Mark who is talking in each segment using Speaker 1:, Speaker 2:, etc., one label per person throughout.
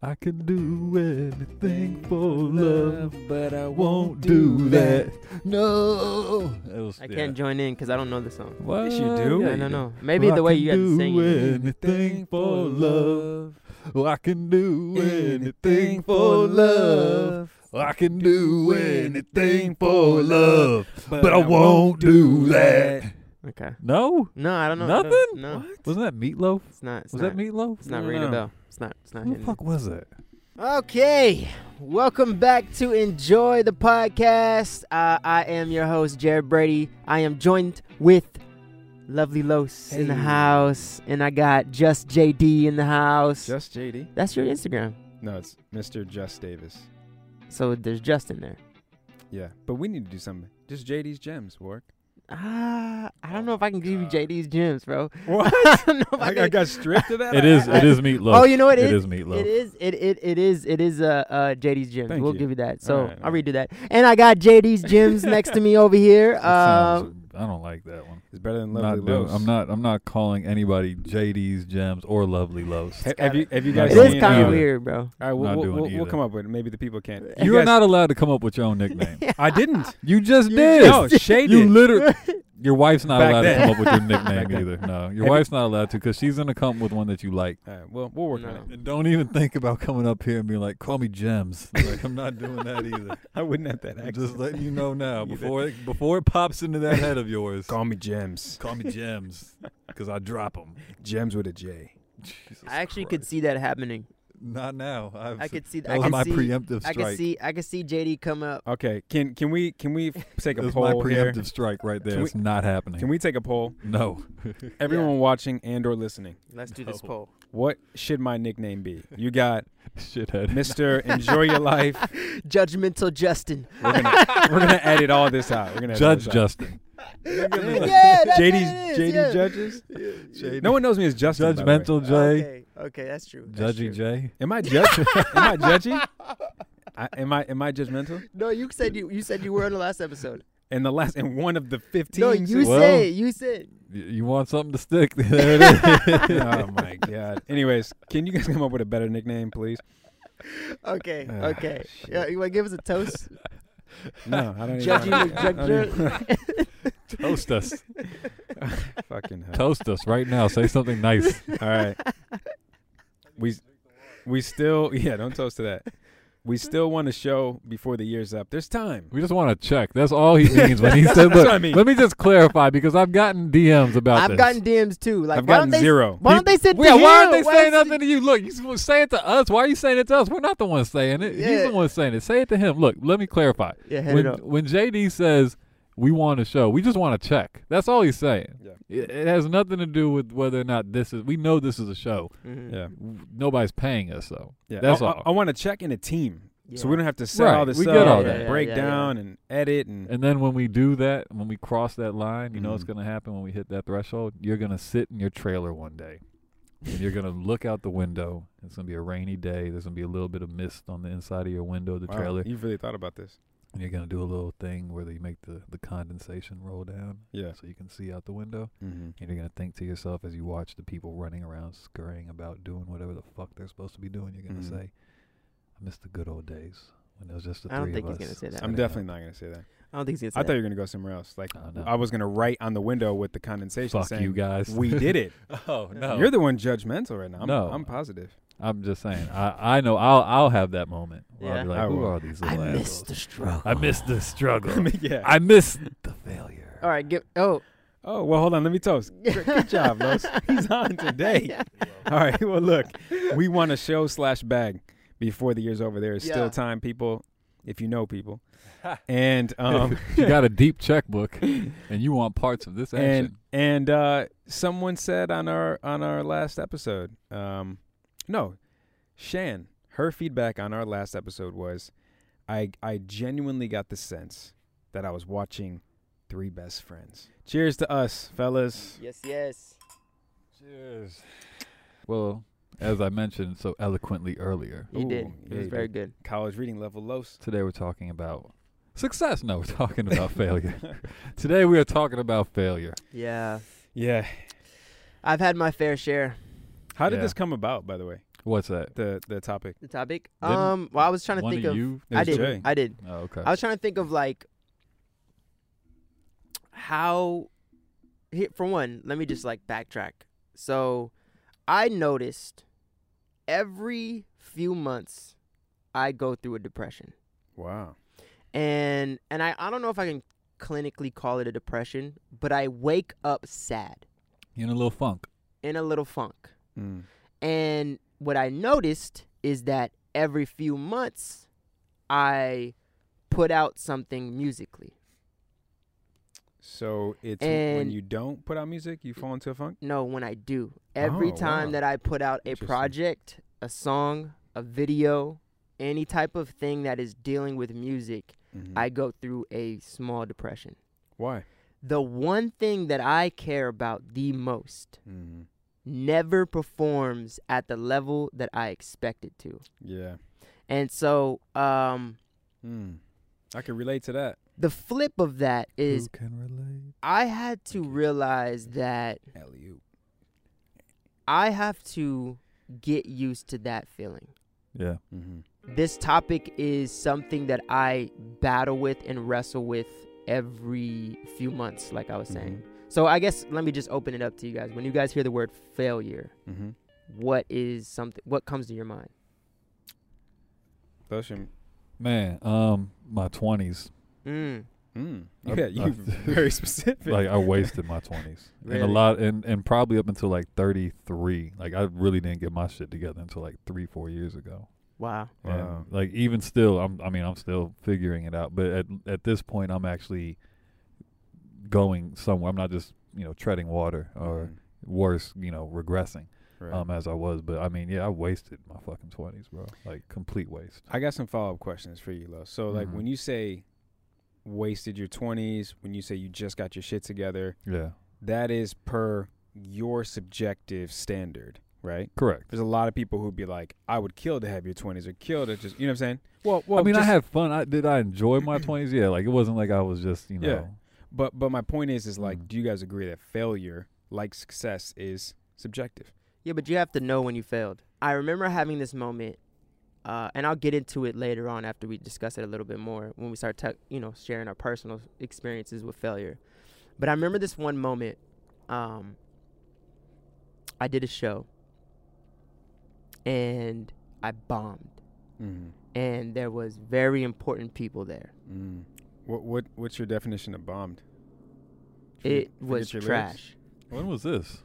Speaker 1: I can do anything for love.
Speaker 2: but I
Speaker 1: Won't do that. No.
Speaker 2: It was-
Speaker 3: I
Speaker 2: yeah.
Speaker 3: can't join in because I don't know the song.
Speaker 1: What?
Speaker 2: Yes, you do.
Speaker 3: Yeah,
Speaker 2: you
Speaker 3: I don't
Speaker 2: do.
Speaker 3: know. Maybe
Speaker 1: Well, I
Speaker 3: the way
Speaker 1: can
Speaker 3: you guys
Speaker 1: do
Speaker 3: sing it.
Speaker 1: anything for love. Well, I can do anything for love. Well, I can do anything for love. But I won't do that.
Speaker 3: Okay.
Speaker 1: No?
Speaker 3: No, I don't know. I don't-
Speaker 1: Nothing?
Speaker 3: no,
Speaker 1: Wasn't that meatloaf?
Speaker 3: it's not. It's
Speaker 1: Was that
Speaker 3: not,
Speaker 1: meatloaf?
Speaker 3: It's not
Speaker 2: No,
Speaker 3: ringing a
Speaker 2: no.
Speaker 3: bell. It's not. It's not
Speaker 1: Who the
Speaker 3: hitting.
Speaker 1: fuck was it?
Speaker 3: Okay, welcome back to Enjoy the Podcast. Uh, I am your host, Jared Brady. I am joined with Lovely Los in the
Speaker 2: Hey.
Speaker 3: house, and I got Just JD in the house.
Speaker 2: Just JD.
Speaker 3: That's your Instagram.
Speaker 2: No, it's Mr. Just Davis.
Speaker 3: So there's Just in there.
Speaker 2: Yeah, but we need to do something. Just JD's gems work.
Speaker 3: Ah, I don't
Speaker 2: Oh
Speaker 3: know if I can give you
Speaker 2: God.
Speaker 3: JD's gems, bro.
Speaker 2: What?
Speaker 3: I don't know if I,
Speaker 2: I,
Speaker 3: can-
Speaker 2: I got stripped of that.
Speaker 1: It is.
Speaker 2: I-
Speaker 1: It is meatloaf.
Speaker 3: Oh, you know what it
Speaker 1: it
Speaker 3: is?
Speaker 1: is meatloaf.
Speaker 3: It is it it it is it is uh, uh JD's gyms.
Speaker 2: Thank
Speaker 3: we'll
Speaker 2: you.
Speaker 3: give you that. So
Speaker 2: Alright,
Speaker 3: I'll
Speaker 2: alright.
Speaker 3: redo that. And I got JD's gyms next to me over here.
Speaker 1: That
Speaker 3: Uh,
Speaker 1: sounds- I don't like that one.
Speaker 2: It's better than
Speaker 1: Not
Speaker 2: lovely
Speaker 1: doing-
Speaker 2: Los.
Speaker 1: I'm not. I'm not calling anybody JD's gems or Lovely Los.
Speaker 2: Ha- Have you? Have you
Speaker 1: Not
Speaker 2: guys?
Speaker 3: it is
Speaker 2: seen,
Speaker 3: kind
Speaker 1: either.
Speaker 3: of weird, bro.
Speaker 2: All right,
Speaker 1: Not
Speaker 2: we'll,
Speaker 1: doing
Speaker 2: we'll, we'll
Speaker 1: either.
Speaker 2: come up with it. Maybe the people can't.
Speaker 1: You are
Speaker 2: guys-
Speaker 1: not allowed to come up with your own nickname.
Speaker 2: I didn't.
Speaker 1: You just
Speaker 2: You
Speaker 1: did.
Speaker 2: just- No, Shay
Speaker 1: You
Speaker 2: did.
Speaker 1: literally. Your wife's not
Speaker 2: Back
Speaker 1: allowed
Speaker 2: then.
Speaker 1: to come up with your
Speaker 2: Back
Speaker 1: nickname
Speaker 2: then.
Speaker 1: either. No, your
Speaker 2: Have
Speaker 1: wife's not allowed to because she's gonna come with one that you like.
Speaker 2: All right, well, we'll work on
Speaker 3: No.
Speaker 2: it.
Speaker 1: And don't even think about coming up here and being like, "Call me Gems." Like, I'm not doing that either.
Speaker 2: I wouldn't have that
Speaker 1: I'm
Speaker 2: accent.
Speaker 1: just letting you know now
Speaker 2: You
Speaker 1: before it, before it pops into that head of yours.
Speaker 2: Call me Gems.
Speaker 1: Call me Gems because I drop them.
Speaker 2: Gems with a J.
Speaker 3: I actually could see that happening.
Speaker 1: Not now. I've,
Speaker 3: I could see.
Speaker 1: That
Speaker 3: I
Speaker 1: was
Speaker 3: could
Speaker 1: my
Speaker 3: see.
Speaker 1: preemptive strike.
Speaker 3: I could see. I could see JD come up.
Speaker 2: Okay, can can we can we f- take a
Speaker 1: That's my
Speaker 2: poll here?
Speaker 1: preemptive strike right there.
Speaker 2: Can we-
Speaker 1: it's not happening.
Speaker 2: Can we take a poll?
Speaker 1: No.
Speaker 2: Everyone watching and or listening,
Speaker 3: Let's do this
Speaker 1: No.
Speaker 3: poll.
Speaker 2: what should my nickname be? You got
Speaker 1: Shithead.
Speaker 2: Mister Enjoy Your Life.
Speaker 3: Judgmental Justin.
Speaker 2: We're gonna we're gonna edit all this out. We're gonna edit
Speaker 1: Judge
Speaker 2: all this out.
Speaker 1: Justin.
Speaker 3: yeah, that's
Speaker 2: JD's
Speaker 3: what it is,
Speaker 2: JD
Speaker 3: yeah.
Speaker 2: judges.
Speaker 1: JD.
Speaker 2: No one knows me as Justin. by the way.
Speaker 1: Judgmental J.
Speaker 3: Okay, okay, that's true. That's
Speaker 1: Judgy
Speaker 3: true.
Speaker 1: J.
Speaker 2: Am I judge? am I judgy? I, am I am I judgmental?
Speaker 3: No, you said you. You said you were on the last episode.
Speaker 2: In the last in one of the fifteen.
Speaker 3: no, you
Speaker 1: Well-
Speaker 3: said. You said.
Speaker 1: Y- You want something to stick? there it is.
Speaker 2: oh my god. Anyways, can you guys come up with a better nickname, please?
Speaker 3: Okay,
Speaker 2: Ah,
Speaker 3: okay.
Speaker 2: shit.
Speaker 3: Yeah, you want to give us a toast?
Speaker 2: No, I don't even.
Speaker 3: Judgy
Speaker 2: wanna- I don't even-
Speaker 3: McJudger.
Speaker 1: Toast us.
Speaker 2: Fucking hell.
Speaker 1: Toast us right now. Say something nice.
Speaker 2: All right. We we still yeah, don't toast to that. We still want to show before the year's up. There's time.
Speaker 1: We just want to check. That's all he means when he said,
Speaker 2: That's
Speaker 1: "Look,
Speaker 2: what I mean.
Speaker 1: let me just clarify because I've gotten DMs about
Speaker 3: I've
Speaker 1: this."
Speaker 3: gotten DMs too. Like,
Speaker 2: I've
Speaker 3: why don't
Speaker 2: gotten
Speaker 3: they,
Speaker 2: zero.
Speaker 3: Why don't they sit
Speaker 1: Yeah,
Speaker 3: to
Speaker 1: why aren't they
Speaker 3: him?
Speaker 1: saying
Speaker 3: is it-
Speaker 1: nothing to you? Look, you s- say it to us. Why are you saying it to us? We're not the ones saying it. He's
Speaker 3: Yeah.
Speaker 1: the one saying it. Say it to him. Look, let me clarify.
Speaker 3: Yeah, head
Speaker 1: When,
Speaker 3: it up.
Speaker 1: when JD says we want a show, we just want to check. That's all he's saying.
Speaker 2: Yeah.
Speaker 1: It, it has nothing to do with whether or not this is. We know this is a show.
Speaker 3: Mm-hmm.
Speaker 2: Yeah.
Speaker 1: W- Nobody's paying us though.
Speaker 2: Yeah.
Speaker 1: That's
Speaker 2: I, I-
Speaker 1: all.
Speaker 2: I, want to check in a team. So we don't have to set
Speaker 1: Right,
Speaker 2: all this
Speaker 1: we
Speaker 2: up
Speaker 1: get all
Speaker 2: and
Speaker 1: that.
Speaker 2: break
Speaker 3: Yeah, yeah, yeah.
Speaker 2: down and edit and,
Speaker 1: And then when we do that, when we cross that line, you know what's
Speaker 2: Mhm.
Speaker 3: Mm.
Speaker 1: going to happen when we hit that threshold? You're going to sit in your trailer one day and you're going to look out the window. It's going to be a rainy day. There's going to be a little bit of mist on the inside of your window, of the
Speaker 2: Wow,
Speaker 1: trailer.
Speaker 2: You've really thought about this.
Speaker 1: And you're going to do a little thing where you make the, the condensation roll down
Speaker 2: Yeah.
Speaker 1: so you can see out the window.
Speaker 2: Mm-hmm.
Speaker 1: And you're going to think to yourself as you watch the people running around scurrying about doing whatever the fuck they're supposed to be doing, you're going to
Speaker 3: Mm-hmm.
Speaker 2: Mhm.
Speaker 1: say, I miss the good old days when it was just the
Speaker 3: I don't
Speaker 1: three
Speaker 3: think
Speaker 1: of
Speaker 3: he's
Speaker 1: us.
Speaker 3: gonna say that.
Speaker 2: I'm
Speaker 1: sitting
Speaker 2: definitely
Speaker 1: out."
Speaker 2: not gonna say that.
Speaker 3: I don't think he's
Speaker 2: I
Speaker 3: gonna
Speaker 2: thought
Speaker 3: say
Speaker 2: you were gonna go somewhere else. Like
Speaker 1: Oh, no.
Speaker 2: I was gonna write on the window with the condensation
Speaker 1: Fuck
Speaker 2: saying,
Speaker 1: you guys.
Speaker 2: "We did it."
Speaker 1: oh, no.
Speaker 2: You're the one judgmental right now. I'm,
Speaker 1: No.
Speaker 2: I'm positive.
Speaker 1: I'm just saying. I, I know I'll I'll have that moment. Where I'll be
Speaker 3: Yeah.
Speaker 1: like,
Speaker 2: I
Speaker 1: who
Speaker 2: will.
Speaker 1: are these
Speaker 3: that.
Speaker 1: little
Speaker 3: I
Speaker 1: assholes?
Speaker 3: missed the struggle.
Speaker 1: I missed the struggle.
Speaker 2: yeah.
Speaker 1: I missed the failure.
Speaker 3: All right, give. Oh,
Speaker 2: Oh well, hold on. Let me toast. Good, good job, Los. He's on today. All right. Well, look, we want to show slash bag before the year's over. There is
Speaker 3: Yeah.
Speaker 2: still time, people. If you know people, and um,
Speaker 1: you got a deep checkbook, and you want parts of this
Speaker 2: and
Speaker 1: action.
Speaker 2: and uh, someone said on our on our last episode, um, no, Shan, her feedback on our last episode was, I I genuinely got the sense that I was watching Three Best Friends. Cheers to us, fellas.
Speaker 3: yes, yes.
Speaker 1: Cheers. Well, as I mentioned so eloquently earlier,
Speaker 3: You
Speaker 2: Ooh,
Speaker 3: did. It
Speaker 2: yeah,
Speaker 3: was
Speaker 2: you
Speaker 3: very
Speaker 2: did.
Speaker 3: good.
Speaker 2: College reading level los.
Speaker 1: today we're talking about success. No, we're talking about failure. Today we are talking about failure.
Speaker 3: Yeah,
Speaker 2: Yeah.
Speaker 3: I've had my fair share.
Speaker 2: How did
Speaker 1: Yeah.
Speaker 2: this come about, by the way?
Speaker 1: What's that?
Speaker 2: the the topic.
Speaker 3: The topic.
Speaker 1: Didn't
Speaker 3: um. Well, I was trying to
Speaker 1: One
Speaker 3: think
Speaker 1: of
Speaker 3: of.
Speaker 1: you.
Speaker 2: It
Speaker 3: I
Speaker 2: was
Speaker 3: did.
Speaker 2: Jay.
Speaker 3: I did.
Speaker 1: Oh, okay.
Speaker 3: I was trying to think of like how. Here, for one, let me just like backtrack. So, I noticed every few months I go through a depression,
Speaker 2: wow.
Speaker 3: and and I I don't know if I can clinically call it a depression, but I wake up sad
Speaker 1: You in a little funk.
Speaker 3: in a little funk.
Speaker 2: Mm.
Speaker 3: And what I noticed is that every few months, I put out something musically.
Speaker 2: So it's when
Speaker 3: And-
Speaker 2: you don't put out music, you fall into a funk.
Speaker 3: No, when I do, every
Speaker 2: Oh,
Speaker 3: time
Speaker 2: wow.
Speaker 3: that I put out a
Speaker 2: Interesting.
Speaker 3: project, a song, a video, any type of thing that is dealing with music,
Speaker 2: Mhm.
Speaker 3: I go through a small depression.
Speaker 2: why?
Speaker 3: The one thing that I care about the most
Speaker 2: Mhm.
Speaker 3: never performs at the level that I expect it to.
Speaker 2: Yeah.
Speaker 3: And so, um,
Speaker 2: Mm. I can relate to that.
Speaker 3: the flip of that
Speaker 2: Hmm.
Speaker 3: is
Speaker 1: Who can relate?
Speaker 3: I had to
Speaker 2: Okay.
Speaker 3: realize that
Speaker 2: Alley-oop.
Speaker 3: I have to get used to that feeling.
Speaker 1: Yeah.
Speaker 2: Mm-hmm.
Speaker 3: This topic is something that I battle with and wrestle with every few months, like I was saying. So I guess let me just open it up to you guys. When you guys hear the word failure,
Speaker 2: Mm-hmm.
Speaker 3: what is something? What comes to your mind?
Speaker 2: Those are-
Speaker 1: Man, um, my twenties.
Speaker 3: Mm.
Speaker 2: Mm.
Speaker 1: Uh,
Speaker 2: Yeah, you
Speaker 1: uh,
Speaker 2: very specific.
Speaker 1: Like I wasted my twenties. And
Speaker 3: Really?
Speaker 1: a lot and, and probably up until like thirty three. Like I really didn't get my shit together until like three, four years ago.
Speaker 3: Wow.
Speaker 1: And,
Speaker 2: Wow.
Speaker 1: like even still, I'm. I mean, I'm still figuring it out. But at at this point, I'm actually going somewhere. I'm not just you know treading water or
Speaker 2: Mhm.
Speaker 1: worse, you know, regressing
Speaker 2: Mm, Right.
Speaker 1: um as I was. But I mean, yeah, I wasted my fucking twenties, bro. Like complete waste.
Speaker 2: I got some follow up questions for you, Lo. So, like,
Speaker 1: Mhm.
Speaker 2: when you say wasted your 20s, when you say you just got your shit together,
Speaker 1: Yeah,
Speaker 2: that is per your subjective standard, right?
Speaker 1: correct.
Speaker 2: There's a lot of people who'd be like, I would kill to have your 20s or kill to just, you know what I'm saying? Well, well
Speaker 1: I mean,
Speaker 2: just-
Speaker 1: I had fun. I did. I enjoy my twenties. Yeah, like it wasn't like I was just you know.
Speaker 2: Yeah. But, but my point is, is like,
Speaker 1: Mhm.
Speaker 2: do you guys agree that failure, like success, is subjective?
Speaker 3: Yeah, but you have to know when you failed. I remember having this moment, uh, and I'll get into it later on after we discuss it a little bit more when we start, ta- you know, sharing our personal experiences with failure. But I remember this one moment. Um, I did a show, and I bombed,
Speaker 2: Mm-hmm.
Speaker 3: and there was very important people there.
Speaker 2: Mm. What, what, what's your definition of bombed?
Speaker 3: It
Speaker 2: Forget-
Speaker 3: was
Speaker 2: forget your
Speaker 3: trash.
Speaker 2: lyrics?
Speaker 1: When was this?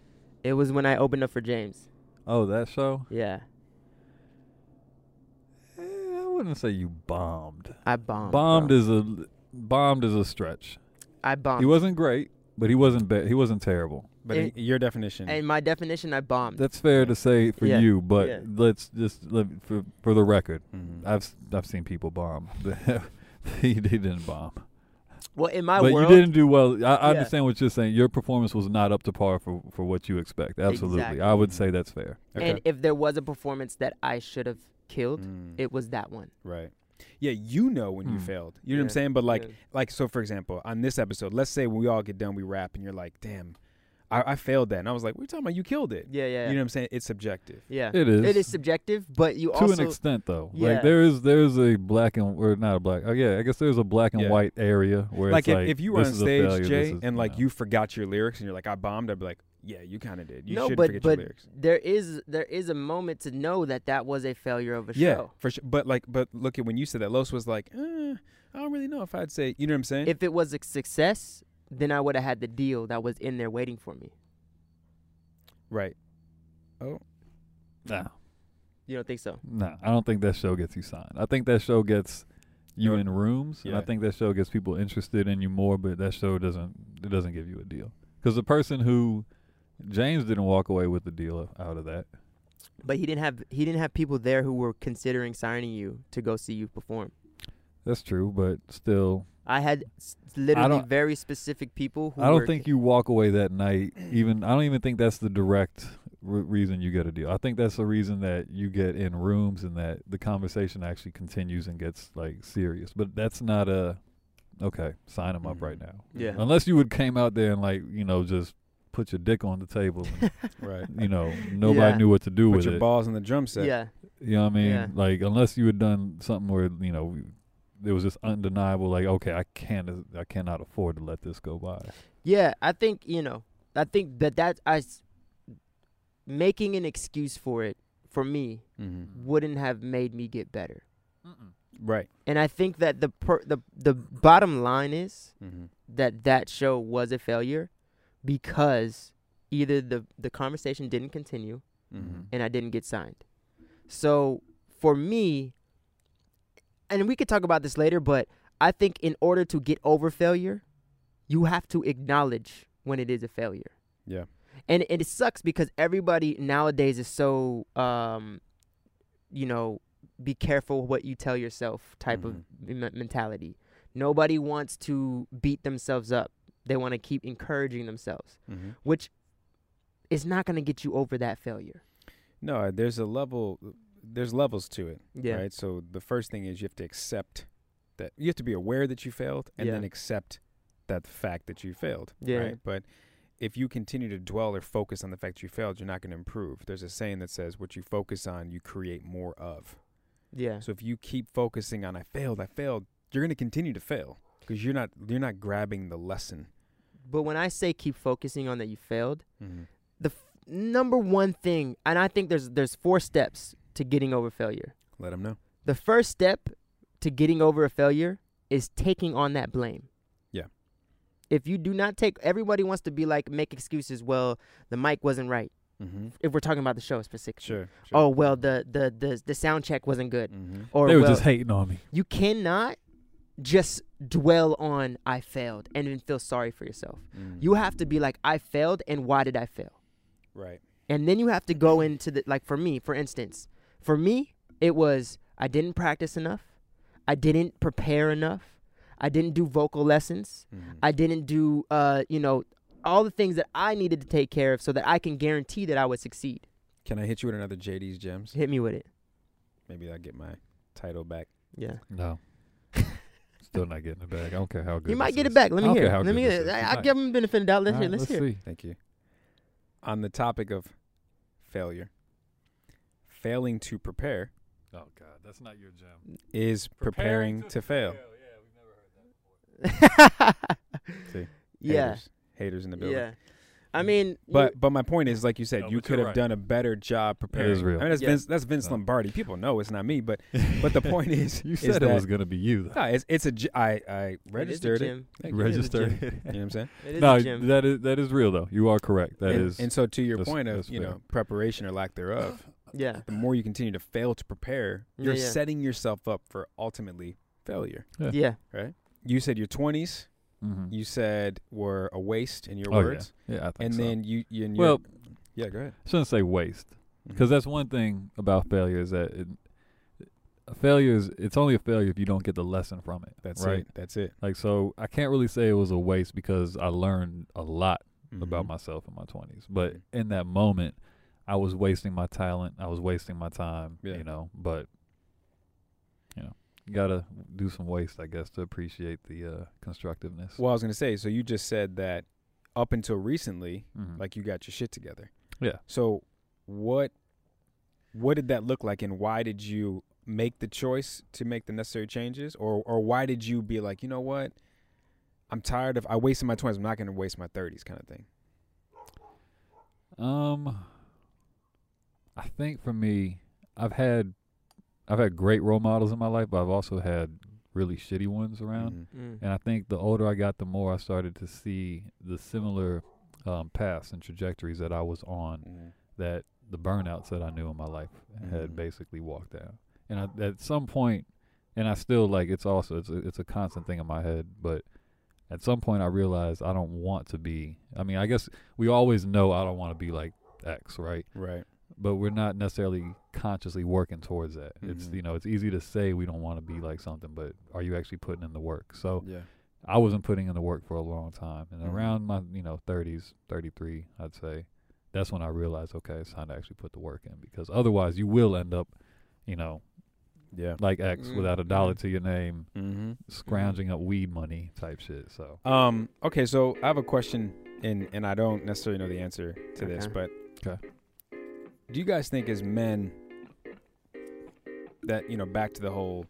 Speaker 3: It was when I opened up for James.
Speaker 1: Oh, that show.
Speaker 3: Yeah,
Speaker 1: Eh, I wouldn't say you bombed.
Speaker 3: I bombed.
Speaker 1: bombed
Speaker 3: bro.
Speaker 1: is a bombed is a stretch.
Speaker 3: I bombed.
Speaker 1: He wasn't great, but he wasn't bad. He wasn't terrible.
Speaker 2: But
Speaker 3: It-
Speaker 2: in your definition.
Speaker 3: and my definition, I bombed.
Speaker 1: That's fair to say for
Speaker 3: Yeah.
Speaker 1: you, but
Speaker 3: Yeah.
Speaker 1: let's just let, for for the record,
Speaker 2: Mhm.
Speaker 1: I've s- I've seen people bomb. he, he didn't bomb,
Speaker 3: well, in my
Speaker 1: but
Speaker 3: world,
Speaker 1: you didn't do well. I, I
Speaker 3: Yeah.
Speaker 1: understand what you're saying. Your performance was not up to par for for what you expect. Absolutely,
Speaker 3: Exactly.
Speaker 1: I would say that's fair.
Speaker 2: Okay.
Speaker 3: And if there was a performance that I should have killed,
Speaker 2: Mm.
Speaker 3: it was that one.
Speaker 2: Right. Yeah, you know when you
Speaker 1: Hmm.
Speaker 2: failed. You know what I'm
Speaker 3: Yeah,
Speaker 2: saying? But like
Speaker 3: yeah.
Speaker 2: like so for example, on this episode, let's say we all get done, we rap and you're like, damn, I, I failed that. And I was like, What are you talking about? You killed it.
Speaker 3: Yeah, yeah,
Speaker 2: You know what I'm saying? It's subjective.
Speaker 3: yeah.
Speaker 1: It is.
Speaker 3: It is subjective, but you
Speaker 1: to
Speaker 3: also
Speaker 1: an extent, though,
Speaker 3: Yeah.
Speaker 1: like there is there is a black and or not a black. Oh yeah, I guess there's a black and
Speaker 2: Yeah.
Speaker 1: white area where
Speaker 2: Like
Speaker 1: it's
Speaker 2: if,
Speaker 1: like
Speaker 2: if you were on
Speaker 1: this is a
Speaker 2: stage,
Speaker 1: failure,
Speaker 2: Jay,
Speaker 1: this is,
Speaker 2: and like
Speaker 1: know.
Speaker 2: you forgot your lyrics and you're like, I bombed, I'd be like, Yeah, you kinda did. You
Speaker 3: no,
Speaker 2: shouldn't
Speaker 3: but
Speaker 2: forget
Speaker 3: but
Speaker 2: your lyrics.
Speaker 3: there is there is a moment to know that that was a failure of a
Speaker 2: Yeah,
Speaker 3: show.
Speaker 2: for sure. But like but look at when you said that, Los was like, eh, I don't really know if I'd say you know what I'm saying?
Speaker 3: If it was a success, then I would have had the deal that was in there waiting for me.
Speaker 2: right.
Speaker 1: nah,
Speaker 3: You don't think so?
Speaker 1: nah, I don't think that show gets you signed. I think that show gets you
Speaker 2: You're-
Speaker 1: in rooms, and I
Speaker 2: yeah.
Speaker 1: think that show gets people interested in you more. But that show doesn't it doesn't give you a deal because the person who James didn't walk away with the deal out of that.
Speaker 3: But he didn't have he didn't have people there who were considering signing you to go see you perform.
Speaker 1: That's true, but still,
Speaker 3: I had s- literally
Speaker 1: don't-
Speaker 3: very specific people who
Speaker 1: I don't
Speaker 3: were
Speaker 1: think you walk away that night. Even I don't even think that's the direct re- reason you get a deal. I think that's the reason that you get in rooms and that the conversation actually continues and gets like serious. But that's not a okay. Sign him up
Speaker 2: Mhm.
Speaker 1: right now.
Speaker 3: Yeah.
Speaker 1: Unless you would came out there and like you know just put your dick on the table.
Speaker 2: right.
Speaker 1: you know, nobody
Speaker 3: Yeah.
Speaker 1: knew what to do
Speaker 2: Put
Speaker 1: with
Speaker 2: your
Speaker 1: it.
Speaker 2: balls in the drum set.
Speaker 3: yeah,
Speaker 1: You know what I mean?
Speaker 3: Yeah.
Speaker 1: Like unless you had done something where you know it was just undeniable. Like okay, I can't, I cannot afford to let this go by.
Speaker 3: yeah. I think you know. I think that that I s- making an excuse for it for me
Speaker 2: hmm
Speaker 3: wouldn't have made me get better.
Speaker 2: Right.
Speaker 3: And I think that the per, the the bottom line is
Speaker 2: hmm
Speaker 3: that that show was a failure because either the the conversation didn't continue
Speaker 2: hmm
Speaker 3: and I didn't get signed. So for me, and we could talk about this later, but I think in order to get over failure, you have to acknowledge when it is a failure.
Speaker 2: Yeah.
Speaker 3: And it, it sucks because everybody nowadays is so, um, you know, be careful what you tell yourself type of
Speaker 2: Mm-hmm.
Speaker 3: me- mentality. Nobody wants to beat themselves up. They want to keep encouraging themselves,
Speaker 2: hmm
Speaker 3: which is not going to get you over that failure.
Speaker 2: No, there's a level. There's levels to it.
Speaker 3: Yeah.
Speaker 2: Right. So the first thing is you have to accept that you have to be aware that you failed, and
Speaker 3: Yeah.
Speaker 2: then accept that fact that you failed.
Speaker 3: Yeah.
Speaker 2: Right. But if you continue to dwell or focus on the fact that you failed, you're not going to improve. There's a saying that says, "What you focus on, you create more of."
Speaker 3: Yeah.
Speaker 2: So if you keep focusing on "I failed, I failed," you're going to continue to fail because you're not you're not grabbing the lesson.
Speaker 3: But when I say keep focusing on that you failed, the f- number one thing, and I think there's there's four steps to getting over failure.
Speaker 2: Let them know.
Speaker 3: The first step to getting over a failure is taking on that blame.
Speaker 2: Yeah.
Speaker 3: If you do not take, everybody wants to be like make excuses. Well, the mic wasn't right.
Speaker 2: Mm-hmm.
Speaker 3: If we're talking about the show specifically.
Speaker 2: Sure. sure.
Speaker 3: Oh well, the the the the sound check wasn't good.
Speaker 2: Mm-hmm.
Speaker 3: Or
Speaker 1: they were
Speaker 3: well,
Speaker 1: just hating on me.
Speaker 3: you cannot just dwell on I failed and then feel sorry for yourself.
Speaker 2: Mm-hmm.
Speaker 3: You have to be like, I failed, and why did I fail?
Speaker 2: right.
Speaker 3: And then you have to go into the, like, for me, for instance, for me, it was I didn't practice enough. I didn't prepare enough. I didn't do vocal lessons.
Speaker 2: Mhm.
Speaker 3: I didn't do, uh, you know, all the things that I needed to take care of so that I can guarantee that I would succeed.
Speaker 2: Can I hit you with another JD's gems?
Speaker 3: Hit me with it.
Speaker 2: Maybe I'll get my title back.
Speaker 3: Yeah.
Speaker 1: No, still not getting it back. I don't care how good
Speaker 3: you
Speaker 1: this
Speaker 3: might get
Speaker 1: is.
Speaker 3: it back. Let
Speaker 1: I
Speaker 3: me
Speaker 1: don't
Speaker 3: hear.
Speaker 1: care how
Speaker 3: it. Let
Speaker 1: good
Speaker 3: me.
Speaker 1: this is.
Speaker 3: I,
Speaker 1: You
Speaker 3: I
Speaker 1: might.
Speaker 3: give him benefit of doubt. Let's
Speaker 1: All
Speaker 3: hear.
Speaker 1: right,
Speaker 3: Let's, hear.
Speaker 1: see.
Speaker 2: Thank you. On the topic of failure, failing to prepare
Speaker 1: Oh God, that's not your gem.
Speaker 2: is preparing, to, fail. See,
Speaker 3: yeah.
Speaker 2: Haters, haters in the building.
Speaker 3: Yeah. I mean, you-
Speaker 2: But but my point is, like you said,
Speaker 1: No,
Speaker 2: you
Speaker 1: but
Speaker 2: could
Speaker 1: you're
Speaker 2: have
Speaker 1: right.
Speaker 2: done a better job preparing.
Speaker 1: real.
Speaker 2: I mean, that's
Speaker 3: Yeah.
Speaker 2: Vince. That's Vince
Speaker 1: No.
Speaker 2: Lombardi. People know it's not me, but but the point is,
Speaker 1: you
Speaker 2: is
Speaker 1: said it
Speaker 2: that-
Speaker 1: was gonna be you. Though.
Speaker 2: Nah, it's, it's a. j- I I
Speaker 3: it is a
Speaker 2: registered it.
Speaker 3: gym.
Speaker 2: Thank you.
Speaker 1: Register.
Speaker 2: You know what I'm saying?
Speaker 3: It is a
Speaker 1: no,
Speaker 3: gym.
Speaker 1: that is that is real though. You are correct. That is.
Speaker 2: and, and so to your
Speaker 1: that's-
Speaker 2: point of
Speaker 1: that's
Speaker 2: you
Speaker 1: fair.
Speaker 2: know preparation or lack thereof,
Speaker 3: Yeah.
Speaker 2: the more you continue to fail to prepare,
Speaker 3: Yeah,
Speaker 2: you're
Speaker 3: yeah.
Speaker 2: setting yourself up for ultimately failure.
Speaker 1: Yeah.
Speaker 3: Yeah.
Speaker 2: You said your 20s,
Speaker 1: Mhm.
Speaker 2: you said were a waste in your
Speaker 1: oh,
Speaker 2: words,
Speaker 1: Yeah. yeah, I think
Speaker 2: and
Speaker 1: so.
Speaker 2: then you, you and your,
Speaker 1: well,
Speaker 2: yeah, go ahead.
Speaker 1: shouldn't say waste because that's one thing about failure is that it, a failure is it's only a failure if you don't get the lesson from it.
Speaker 2: that's
Speaker 1: right.
Speaker 2: it. That's it.
Speaker 1: Like so, I can't really say it was a waste because I learned a lot about
Speaker 2: Mhm.
Speaker 1: myself in my 20s. But
Speaker 2: Mhm.
Speaker 1: in that moment, I was wasting my talent. I was wasting my time,
Speaker 2: Yeah.
Speaker 1: you know. But, you know, you got to do some waste, I guess, to appreciate the uh, constructiveness.
Speaker 2: Well, I was gonna say, so you just said that up until recently,
Speaker 1: Mhm.
Speaker 2: like you got your shit together.
Speaker 1: Yeah.
Speaker 2: So what what did that look like and why did you make the choice to make the necessary changes or or why did you be like, you know what? I'm tired of I wasted my 20s, I'm not going to waste my 30s kind of thing.
Speaker 1: Um, I think for me, I've had I've had great role models in my life, but I've also had really shitty ones around.
Speaker 2: Mhm.
Speaker 3: Mm.
Speaker 1: And I think the older I got, the more I started to see the similar um, paths and trajectories that I was on that the burnouts that I knew in my life had
Speaker 2: Mhm.
Speaker 1: basically walked down. And I, at some point, and I still like it's also it's a, it's a constant thing in my head, but at some point I realized I don't want to be. I mean, I guess we always know I don't want to be like X, right?
Speaker 2: Right.
Speaker 1: But we're not necessarily consciously working towards that. It's
Speaker 2: Mhm.
Speaker 1: you know it's easy to say we don't want to be like something, but are you actually putting in the work? So
Speaker 2: Yeah.
Speaker 1: I wasn't putting in the work for a long time, and
Speaker 2: Mhm.
Speaker 1: around my you know 30s, 33, I'd say, that's when I realized okay, it's time to actually put the work in because otherwise you will end up, you know,
Speaker 2: Yeah.
Speaker 1: like X
Speaker 3: Mm,
Speaker 1: without a dollar
Speaker 3: mhm.
Speaker 1: to your name,
Speaker 2: Mm-hmm.
Speaker 1: scrounging up weed money type shit. So
Speaker 2: Um. Okay. So I have a question and and I don't necessarily know the answer to this, but
Speaker 1: Okay.
Speaker 2: do you guys think as men that you know back to the whole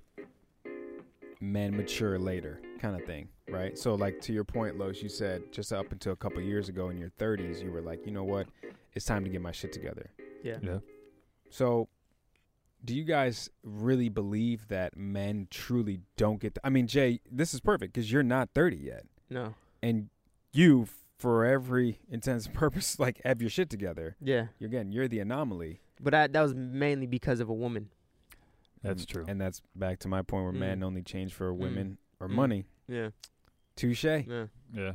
Speaker 2: men mature later kind of thing, right? So like to your point, Los, you said just up until a couple years ago in your 30s, you were like, you know what, it's time to get my shit together.
Speaker 3: Yeah.
Speaker 1: Yeah.
Speaker 2: So, do you guys really believe that men truly don't get? The, I mean, Jay, this is perfect because you're not 30 yet,
Speaker 3: No.
Speaker 2: and you, for every intents and purpose, like have your shit together.
Speaker 3: Yeah.
Speaker 2: You're Again, you're the anomaly.
Speaker 3: But I, that was mainly because of a woman.
Speaker 1: That's
Speaker 2: And-
Speaker 1: true.
Speaker 2: Mm. and that's back to my point where
Speaker 3: Mm.
Speaker 2: men only change for women or
Speaker 3: Mm.
Speaker 2: money.
Speaker 3: Yeah.
Speaker 2: Touche.
Speaker 3: Yeah.
Speaker 1: yeah.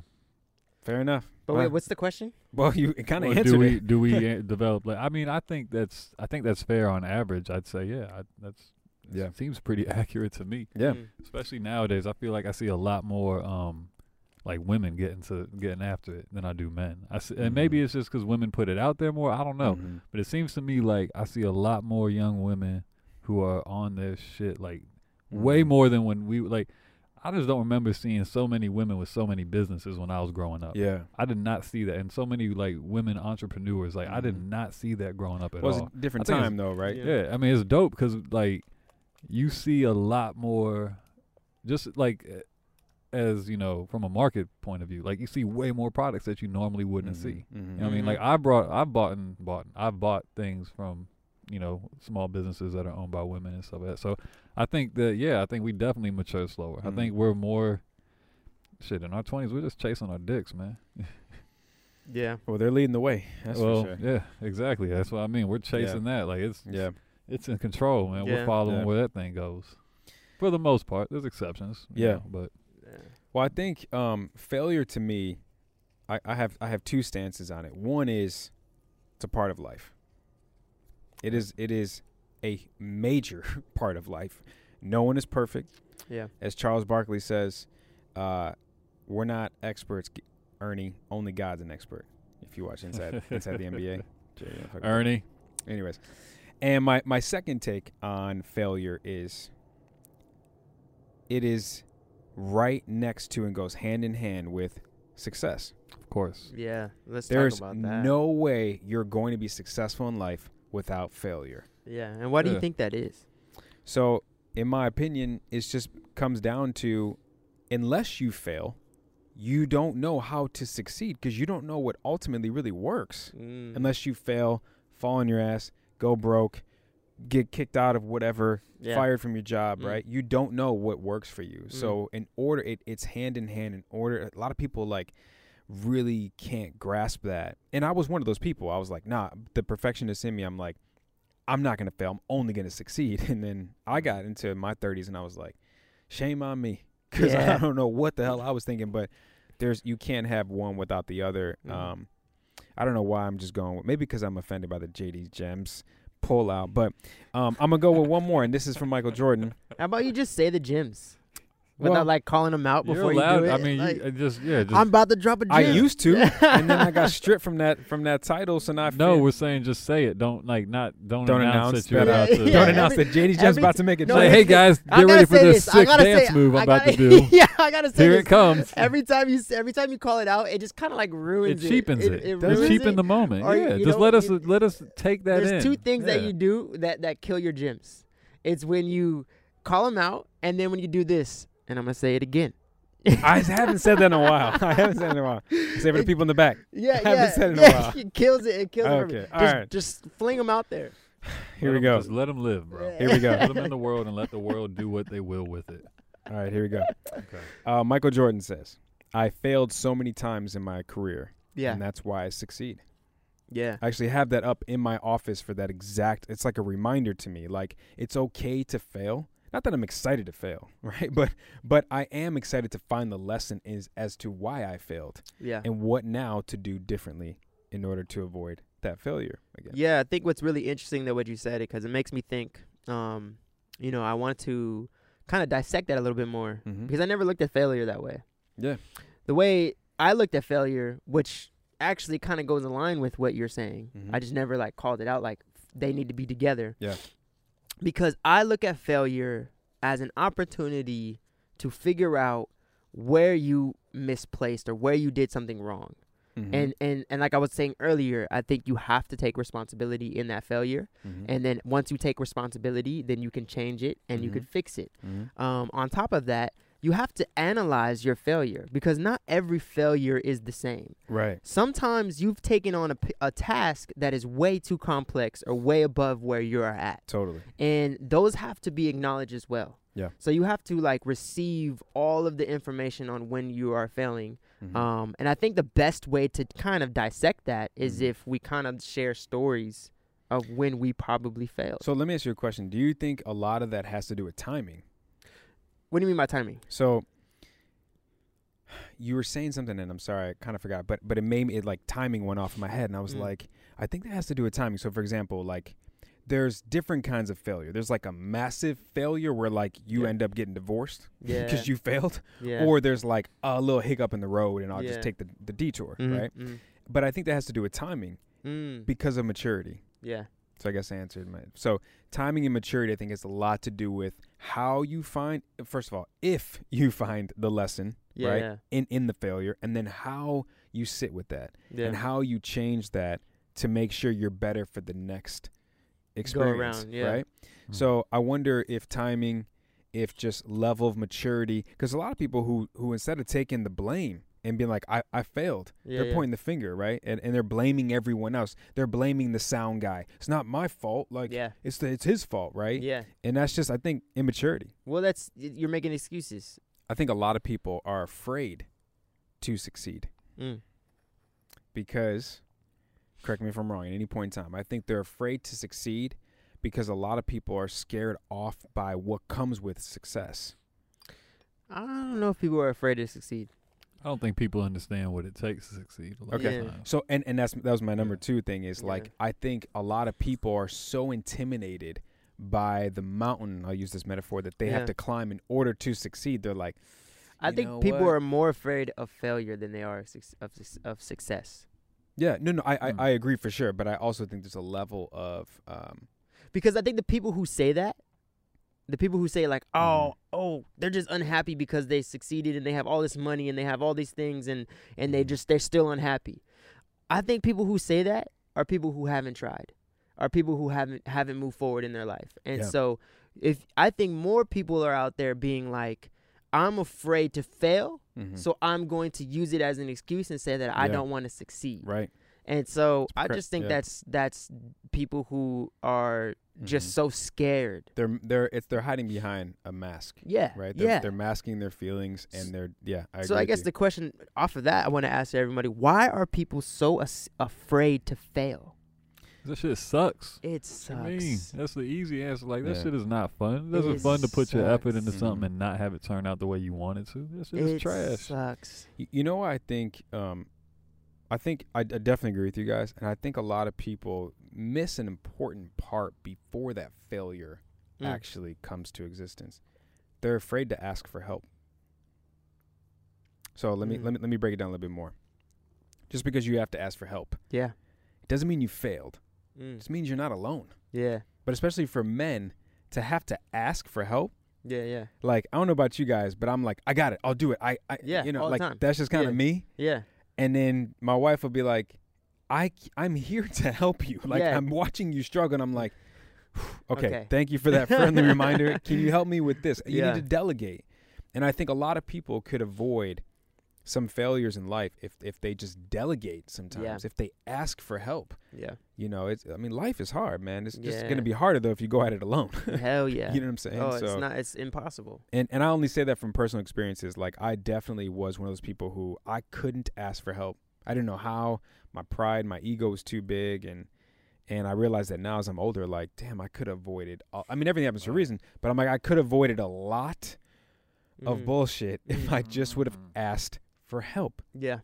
Speaker 2: Fair enough.
Speaker 3: But
Speaker 2: Well,
Speaker 3: wait, what's the question?
Speaker 2: well, you kind of
Speaker 1: Well,
Speaker 2: answered
Speaker 1: do we
Speaker 2: it.
Speaker 1: do we uh, develop? Like, I mean, I think that's I think that's fair on average. I'd say yeah. I, that's
Speaker 2: Yeah.
Speaker 1: seems pretty accurate to me.
Speaker 2: Yeah.
Speaker 3: Mm.
Speaker 1: Especially nowadays, I feel like I see a lot more um like women getting to getting after it than I do men. I see, and maybe it's just because women put it out there more. I don't know,
Speaker 2: Mhm.
Speaker 1: but it seems to me like I see a lot more young women who are on their shit like way
Speaker 2: Mhm.
Speaker 1: more than when we like. I just don't remember seeing so many women with so many businesses when I was growing up.
Speaker 2: Yeah.
Speaker 1: I did not see that, and so many like women entrepreneurs. Like I did
Speaker 2: Mhm.
Speaker 1: not see that growing up at
Speaker 2: Well,
Speaker 1: all.
Speaker 2: it's a different
Speaker 1: I think it's-
Speaker 2: time though, right?
Speaker 3: Yeah.
Speaker 1: yeah. I mean it's dope because like you see a lot more, just like eh, as you know from a market point of view, like you see way more products that you normally wouldn't
Speaker 2: Mhm.
Speaker 1: see.
Speaker 2: Mhm.
Speaker 1: You know what I mean?
Speaker 3: Mhm.
Speaker 1: Like I brought, I bought and bought, I bought things from you know small businesses that are owned by women and stuff like that. So I think that yeah, I think we definitely mature slower.
Speaker 2: Mhm.
Speaker 1: I think we're more. Shit, in our twenties, we're just chasing our dicks, man.
Speaker 3: Yeah.
Speaker 2: Well, they're leading the way. That's
Speaker 1: well,
Speaker 2: for sure.
Speaker 1: yeah, exactly. That's what I mean. We're chasing that. Like it's
Speaker 2: Yeah.
Speaker 1: it's in control, man.
Speaker 3: Yeah.
Speaker 1: We're following
Speaker 2: Yeah.
Speaker 1: where that thing goes. For the most part, there's exceptions. you
Speaker 2: Yeah.
Speaker 1: know, but
Speaker 3: Yeah.
Speaker 2: Well, I think um, failure to me, I, I have I have two stances on it. One is it's a part of life. It is it is a major part of life. No one is perfect,
Speaker 3: Yeah.
Speaker 2: as Charles Barkley says. Uh, we're not experts, G- Ernie. Only God's an expert. If you watch inside inside the NBA, Jay, you know, fuck-
Speaker 1: Ernie,
Speaker 2: Anyways, and my my second take on failure is it is right next to and goes hand in hand with success.
Speaker 1: of course.
Speaker 3: Yeah. Let's
Speaker 2: There's
Speaker 3: talk about that.
Speaker 2: no way you're going to be successful in life without failure.
Speaker 3: Yeah. And why do
Speaker 1: Yeah.
Speaker 3: you think that is?
Speaker 2: So, in my opinion, it just comes down to unless you fail, you don't know how to succeed because you don't know what ultimately really works.
Speaker 3: Mm.
Speaker 2: unless you fail, fall on your ass, go broke, get kicked out of whatever,
Speaker 3: Yeah.
Speaker 2: fired from your job,
Speaker 3: Mm.
Speaker 2: right? You don't know what works for you.
Speaker 3: Mm.
Speaker 2: So in order it it's hand in hand in order a lot of people like really can't grasp that. And I was one of those people. I was like, nah, the perfectionist in me, I'm like, I'm not gonna fail. I'm only gonna succeed. And then I
Speaker 3: Mm.
Speaker 2: got into my thirties and I was like, shame on me. Because I
Speaker 3: Yeah.
Speaker 2: don't know what the hell I was thinking, but there's you can't have one without the other.
Speaker 1: Mm-hmm.
Speaker 3: Mhm.
Speaker 2: Um, I don't know why I'm just going with maybe because I'm offended by the JD Gems pull out, but um, I'm gonna go with one more, and this is from Michael Jordan.
Speaker 3: How about you just say the gyms without
Speaker 2: Well,
Speaker 3: like calling them out
Speaker 1: You're
Speaker 3: Uh, before
Speaker 1: allowed.
Speaker 3: you do it?
Speaker 1: I mean,
Speaker 3: Like,
Speaker 1: you, uh, just yeah. Just,
Speaker 3: I'm about to drop a gym.
Speaker 2: I used to, and then I got stripped from that from that title, so now I
Speaker 1: no,
Speaker 2: feel-
Speaker 1: we're saying just say it. Don't like not don't,
Speaker 2: don't
Speaker 1: announce,
Speaker 2: announce
Speaker 1: that you're about
Speaker 2: that. I-
Speaker 1: to.
Speaker 3: Yeah,
Speaker 2: don't
Speaker 3: every-
Speaker 2: announce that JD Gems
Speaker 3: every-
Speaker 2: about to make a
Speaker 3: no,
Speaker 1: Say,
Speaker 2: trade.
Speaker 1: hey guys,
Speaker 3: I
Speaker 1: get
Speaker 3: gotta
Speaker 1: ready for
Speaker 3: say
Speaker 1: this
Speaker 3: this. I
Speaker 1: sick
Speaker 3: gotta
Speaker 1: dance
Speaker 3: say-
Speaker 1: move
Speaker 3: I
Speaker 1: I'm about to
Speaker 3: gotta-
Speaker 1: do.
Speaker 3: yeah, I gotta say
Speaker 1: Here
Speaker 3: this.
Speaker 1: it comes.
Speaker 3: Every time you s- every time you call it out, it just kind of like
Speaker 1: It
Speaker 3: ruins it.
Speaker 1: cheapens it.
Speaker 3: It,
Speaker 1: It
Speaker 3: ruins
Speaker 1: cheapens
Speaker 3: it.
Speaker 1: the moment.
Speaker 3: Or,
Speaker 1: Yeah,
Speaker 3: you
Speaker 1: just
Speaker 3: know,
Speaker 1: let us
Speaker 3: you-
Speaker 1: let us take that in.
Speaker 3: There's two things that
Speaker 1: Yeah.
Speaker 3: you do that that kill your gyms. It's when you call them out, and then when you do this, and I'm gonna say it again.
Speaker 2: I haven't said that in a while. I haven't said it in a while. Save it to
Speaker 3: It-
Speaker 2: people in the back.
Speaker 3: Yeah,
Speaker 2: haven't
Speaker 3: yeah,
Speaker 2: said it in a
Speaker 3: yeah,
Speaker 2: while.
Speaker 3: It kills it. It kills it. for me.
Speaker 2: Okay, all
Speaker 3: just,
Speaker 2: right.
Speaker 3: just fling them out there.
Speaker 1: Let
Speaker 2: Here we
Speaker 1: 'em-
Speaker 2: go.
Speaker 1: Just let them live, bro.
Speaker 2: Here we go.
Speaker 1: Put them in the world and let the world do what they will with it.
Speaker 2: All right, here we go.
Speaker 1: Okay.
Speaker 2: Uh, Michael Jordan says, "I failed so many times in my career,
Speaker 3: Yeah,
Speaker 2: and that's why I succeed."
Speaker 3: yeah,
Speaker 2: I actually have that up in my office for that exact. It's like a reminder to me, like it's okay to fail. Not that I'm excited to fail, right? But but I am excited to find the lesson is as to why I failed
Speaker 3: yeah.
Speaker 2: and what now to do differently in order to avoid that failure again.
Speaker 3: Yeah, I think what's really interesting that what you said it because it makes me think. Um, you know, I want to kind of dissect that a little bit more
Speaker 2: Mhm.
Speaker 3: because I never looked at failure that way.
Speaker 2: Yeah.
Speaker 3: The way I looked at failure, which actually kind of goes in line with what you're saying,
Speaker 2: Mhm.
Speaker 3: I just never like called it out like they need to be together.
Speaker 2: Yeah.
Speaker 3: Because I look at failure as an opportunity to figure out where you misplaced or where you did something wrong.
Speaker 2: Mhm.
Speaker 3: and and and like i was saying earlier i think you have to take responsibility in that failure
Speaker 2: Mhm.
Speaker 3: and then once you take responsibility then you can change it and you
Speaker 2: Mhm.
Speaker 3: can fix it
Speaker 2: Mhm.
Speaker 3: um, on top of that you have to analyze your failure because not every failure is the same
Speaker 2: right.
Speaker 3: sometimes you've taken on a, p- a task that is way too complex or way above where you're at
Speaker 2: Totally.
Speaker 3: and those have to be acknowledged as well
Speaker 2: Yeah.
Speaker 3: so you have to like receive all of the information on when you are failing
Speaker 2: Mhm.
Speaker 3: um, and I think the best way to kind of dissect that is
Speaker 2: Mhm.
Speaker 3: if we kind of share stories of when we probably failed.
Speaker 2: so let me ask you a question. Do you think a lot of that has to do with timing?
Speaker 3: What do you mean by timing?
Speaker 2: So you were saying something, and I'm sorry, I kind of forgot, but but it made me it like timing went off in my head, and I was
Speaker 3: Mm.
Speaker 2: like, I think that has to do with timing. So for example, like there's different kinds of failure. There's like a massive failure where like you
Speaker 3: Yeah.
Speaker 2: end up getting divorced
Speaker 3: Yeah.
Speaker 2: because you failed,
Speaker 3: Yeah.
Speaker 2: or there's like a little hiccup in the road, and I'll
Speaker 3: Yeah.
Speaker 2: just take the the detour,
Speaker 3: Mhm,
Speaker 2: right?
Speaker 3: mm,
Speaker 2: But I think that has to do with timing
Speaker 3: mm,
Speaker 2: because of maturity.
Speaker 3: yeah.
Speaker 2: So I guess I answered my. So timing and maturity, I think, has a lot to do with how you find. First of all, if you find the lesson
Speaker 3: Yeah.
Speaker 2: Right?
Speaker 3: Yeah.
Speaker 2: in in the failure, and then how you sit with that,
Speaker 3: yeah.
Speaker 2: and how you change that to make sure you're better for the next experience.
Speaker 3: around, yeah.
Speaker 2: Right.
Speaker 1: Mm.
Speaker 2: So I wonder if timing, if just level of maturity, because a lot of people who who instead of taking the blame and being like, I I failed
Speaker 3: yeah,
Speaker 2: they're
Speaker 3: yeah.
Speaker 2: pointing the finger, right? And and they're blaming everyone else. They're blaming the sound guy. It's not my fault. Like
Speaker 3: yeah.
Speaker 2: it's the, it's his fault, right?
Speaker 3: Yeah.
Speaker 2: And that's just I think immaturity.
Speaker 3: Well, that's y- you're making excuses.
Speaker 2: I think a lot of people are afraid to succeed
Speaker 3: Mm.
Speaker 2: because correct me if I'm wrong at any point in time. I think they're afraid to succeed because a lot of people are scared off by what comes with success.
Speaker 3: I don't know if people are afraid to succeed.
Speaker 1: I don't think people understand what it takes to succeed. A lot
Speaker 3: Okay.
Speaker 1: Of
Speaker 3: Yeah.
Speaker 1: times.
Speaker 2: So and and that's that was my number
Speaker 1: Yeah.
Speaker 2: 2 thing is like I think a lot of people are so intimidated by the mountain. I'll use this metaphor that they
Speaker 3: Yeah.
Speaker 2: have to climb in order to succeed. They're like
Speaker 3: I
Speaker 2: You know
Speaker 3: think people
Speaker 2: what?
Speaker 3: are more afraid of failure than they are of, suc- of, suc- of success.
Speaker 2: Yeah, no, no, I, I,
Speaker 1: Mm.
Speaker 2: I agree for sure, but I also think there's a level of um,
Speaker 3: Because I think the people who say that, the people who say like,
Speaker 2: Mhm.
Speaker 3: "Oh, oh, they're just unhappy because they succeeded and they have all this money and they have all these things and and they
Speaker 2: Mhm.
Speaker 3: just they're still unhappy." I think people who say that are people who haven't tried, are people who haven't haven't moved forward in their life. And
Speaker 2: Yeah.
Speaker 3: so, if I think more people are out there being like, "I'm afraid to fail."
Speaker 1: Mm-hmm.
Speaker 3: So I'm going to use it as an excuse and say that I
Speaker 2: Mm. Yeah.
Speaker 3: don't want to succeed.
Speaker 2: right,
Speaker 3: And so I
Speaker 2: cra-
Speaker 3: just think
Speaker 2: yeah.
Speaker 3: that's that's people who are just
Speaker 1: Mm-hmm.
Speaker 2: Mhm.
Speaker 3: so scared.
Speaker 2: they're they're it's they're hiding behind a mask,
Speaker 3: Yeah.
Speaker 2: right? They're,
Speaker 3: Yeah.
Speaker 2: they're masking their feelings and they're yeah. I
Speaker 3: so
Speaker 2: agree
Speaker 3: I
Speaker 2: with
Speaker 3: guess
Speaker 2: you.
Speaker 3: the question off of that I want to ask everybody: Why are people so as- afraid to fail?
Speaker 1: That shit sucks.
Speaker 3: It
Speaker 1: What you mean?
Speaker 3: sucks.
Speaker 1: That's the easy answer. Like that
Speaker 2: Yeah.
Speaker 1: shit is not fun. It isn't
Speaker 3: It
Speaker 1: fun to put your effort into
Speaker 2: sucks. Mhm.
Speaker 1: something and not have it turn out the way you want it to. That shit
Speaker 3: It
Speaker 1: is trash.
Speaker 3: sucks.
Speaker 2: Y- you know what I think um, I think I, I definitely agree with you guys, and I think a lot of people miss an important part before that failure
Speaker 3: Mm.
Speaker 2: actually comes to existence. They're afraid to ask for help. So let me
Speaker 3: Mm.
Speaker 2: let me let me break it down a little bit more. Just because you have to ask for help
Speaker 3: Yeah.
Speaker 2: doesn't mean you failed. It
Speaker 3: Mm.
Speaker 2: just means you're not alone.
Speaker 3: Yeah.
Speaker 2: But especially for men to have to ask for help,
Speaker 3: Yeah. Yeah.
Speaker 2: like I don't know about you guys, but I'm like, I got it, I'll do it. I, I
Speaker 3: Yeah,
Speaker 2: you know,
Speaker 3: all the
Speaker 2: like
Speaker 3: time.
Speaker 2: that's just kind of
Speaker 3: Yeah.
Speaker 2: me.
Speaker 3: Yeah.
Speaker 2: And then my wife will be like, I c- I'm here to help you. Like
Speaker 3: Yeah.
Speaker 2: I'm watching you struggle, and I'm like, okay,
Speaker 3: Okay.
Speaker 2: thank you for that friendly reminder. Can you help me with this? You
Speaker 3: Yeah.
Speaker 2: need to delegate. And I think a lot of people could avoid some failures in life if if they just delegate sometimes, if they ask for help.
Speaker 3: Yeah.
Speaker 2: You know, it's I mean, life is hard, man. It's just
Speaker 3: Yeah.
Speaker 2: gonna be harder though if you go at it alone.
Speaker 3: Hell yeah.
Speaker 2: you know what I'm saying?
Speaker 3: oh,
Speaker 2: so
Speaker 3: it's not. It's impossible.
Speaker 2: and and I only say that from personal experiences. Like I definitely was one of those people who I couldn't ask for help. I didn't know how. My pride, my ego was too big, and and I realized that now as I'm older, like damn, I could have avoided. All, I mean, everything happens for a
Speaker 1: Right.
Speaker 2: reason, but I'm like I could have avoided a lot of
Speaker 1: Mm-hmm.
Speaker 3: Mhm.
Speaker 2: bullshit if I just would have
Speaker 1: Mm.
Speaker 2: asked for help.
Speaker 3: Yeah.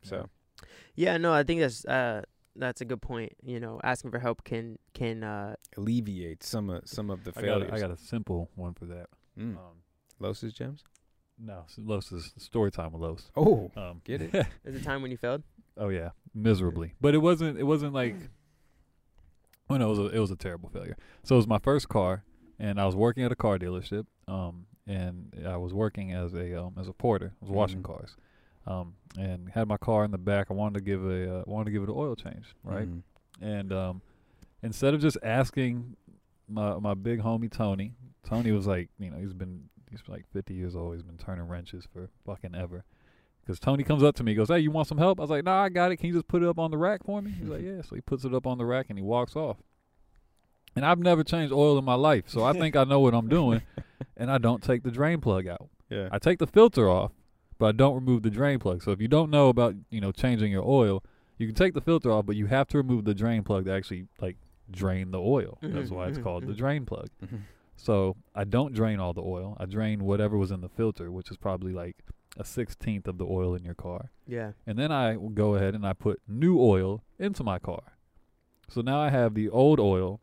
Speaker 2: So
Speaker 3: Yeah. No, I think that's uh that's a good point. You know, asking for help can can uh
Speaker 2: alleviate some of some of the
Speaker 1: I got,
Speaker 2: failures.
Speaker 1: a, I got a simple one for that.
Speaker 2: Mm.
Speaker 1: Um,
Speaker 2: Los's gems.
Speaker 1: no, s- Los is story time with Los.
Speaker 2: Oh,
Speaker 1: Um,
Speaker 2: Get
Speaker 1: it?
Speaker 3: is a time when you failed.
Speaker 1: oh yeah, miserably. But it wasn't. It wasn't like. Well, no, it was a, it was a terrible failure. So it was my first car, and I was working at a car dealership. Um, and I was working as a um as a porter. I was washing
Speaker 2: Mhm.
Speaker 1: cars. um, and had my car in the back. I wanted to give a uh, wanted to give it an oil change, right?
Speaker 2: Mhm.
Speaker 1: And um, instead of just asking my my big homie Tony, Tony was like, you know, he's been he's like 50 years old. He's been turning wrenches for fucking ever. Because Tony comes up to me, he goes, "Hey, you want some help?" I was like, "Nah, I got it. Can you just put it up on the rack for me?" He's like, "Yeah." So he puts it up on the rack and he walks off. And I've never changed oil in my life, so I think I know what I'm doing. And I don't take the drain plug out.
Speaker 2: Yeah.
Speaker 1: I take the filter off, but I don't remove the drain plug. So if you don't know about you know changing your oil, you can take the filter off, but you have to remove the drain plug to actually like drain the oil. That's
Speaker 3: Mhm,
Speaker 1: why it's
Speaker 3: mhm,
Speaker 1: called the
Speaker 3: mhm.
Speaker 1: drain plug.
Speaker 2: Mhm.
Speaker 1: So I don't drain all the oil. I drain whatever was in the filter, which is probably like a sixteenth of the oil in your car.
Speaker 3: Yeah.
Speaker 1: And then I will go ahead and I put new oil into my car. So now I have the old oil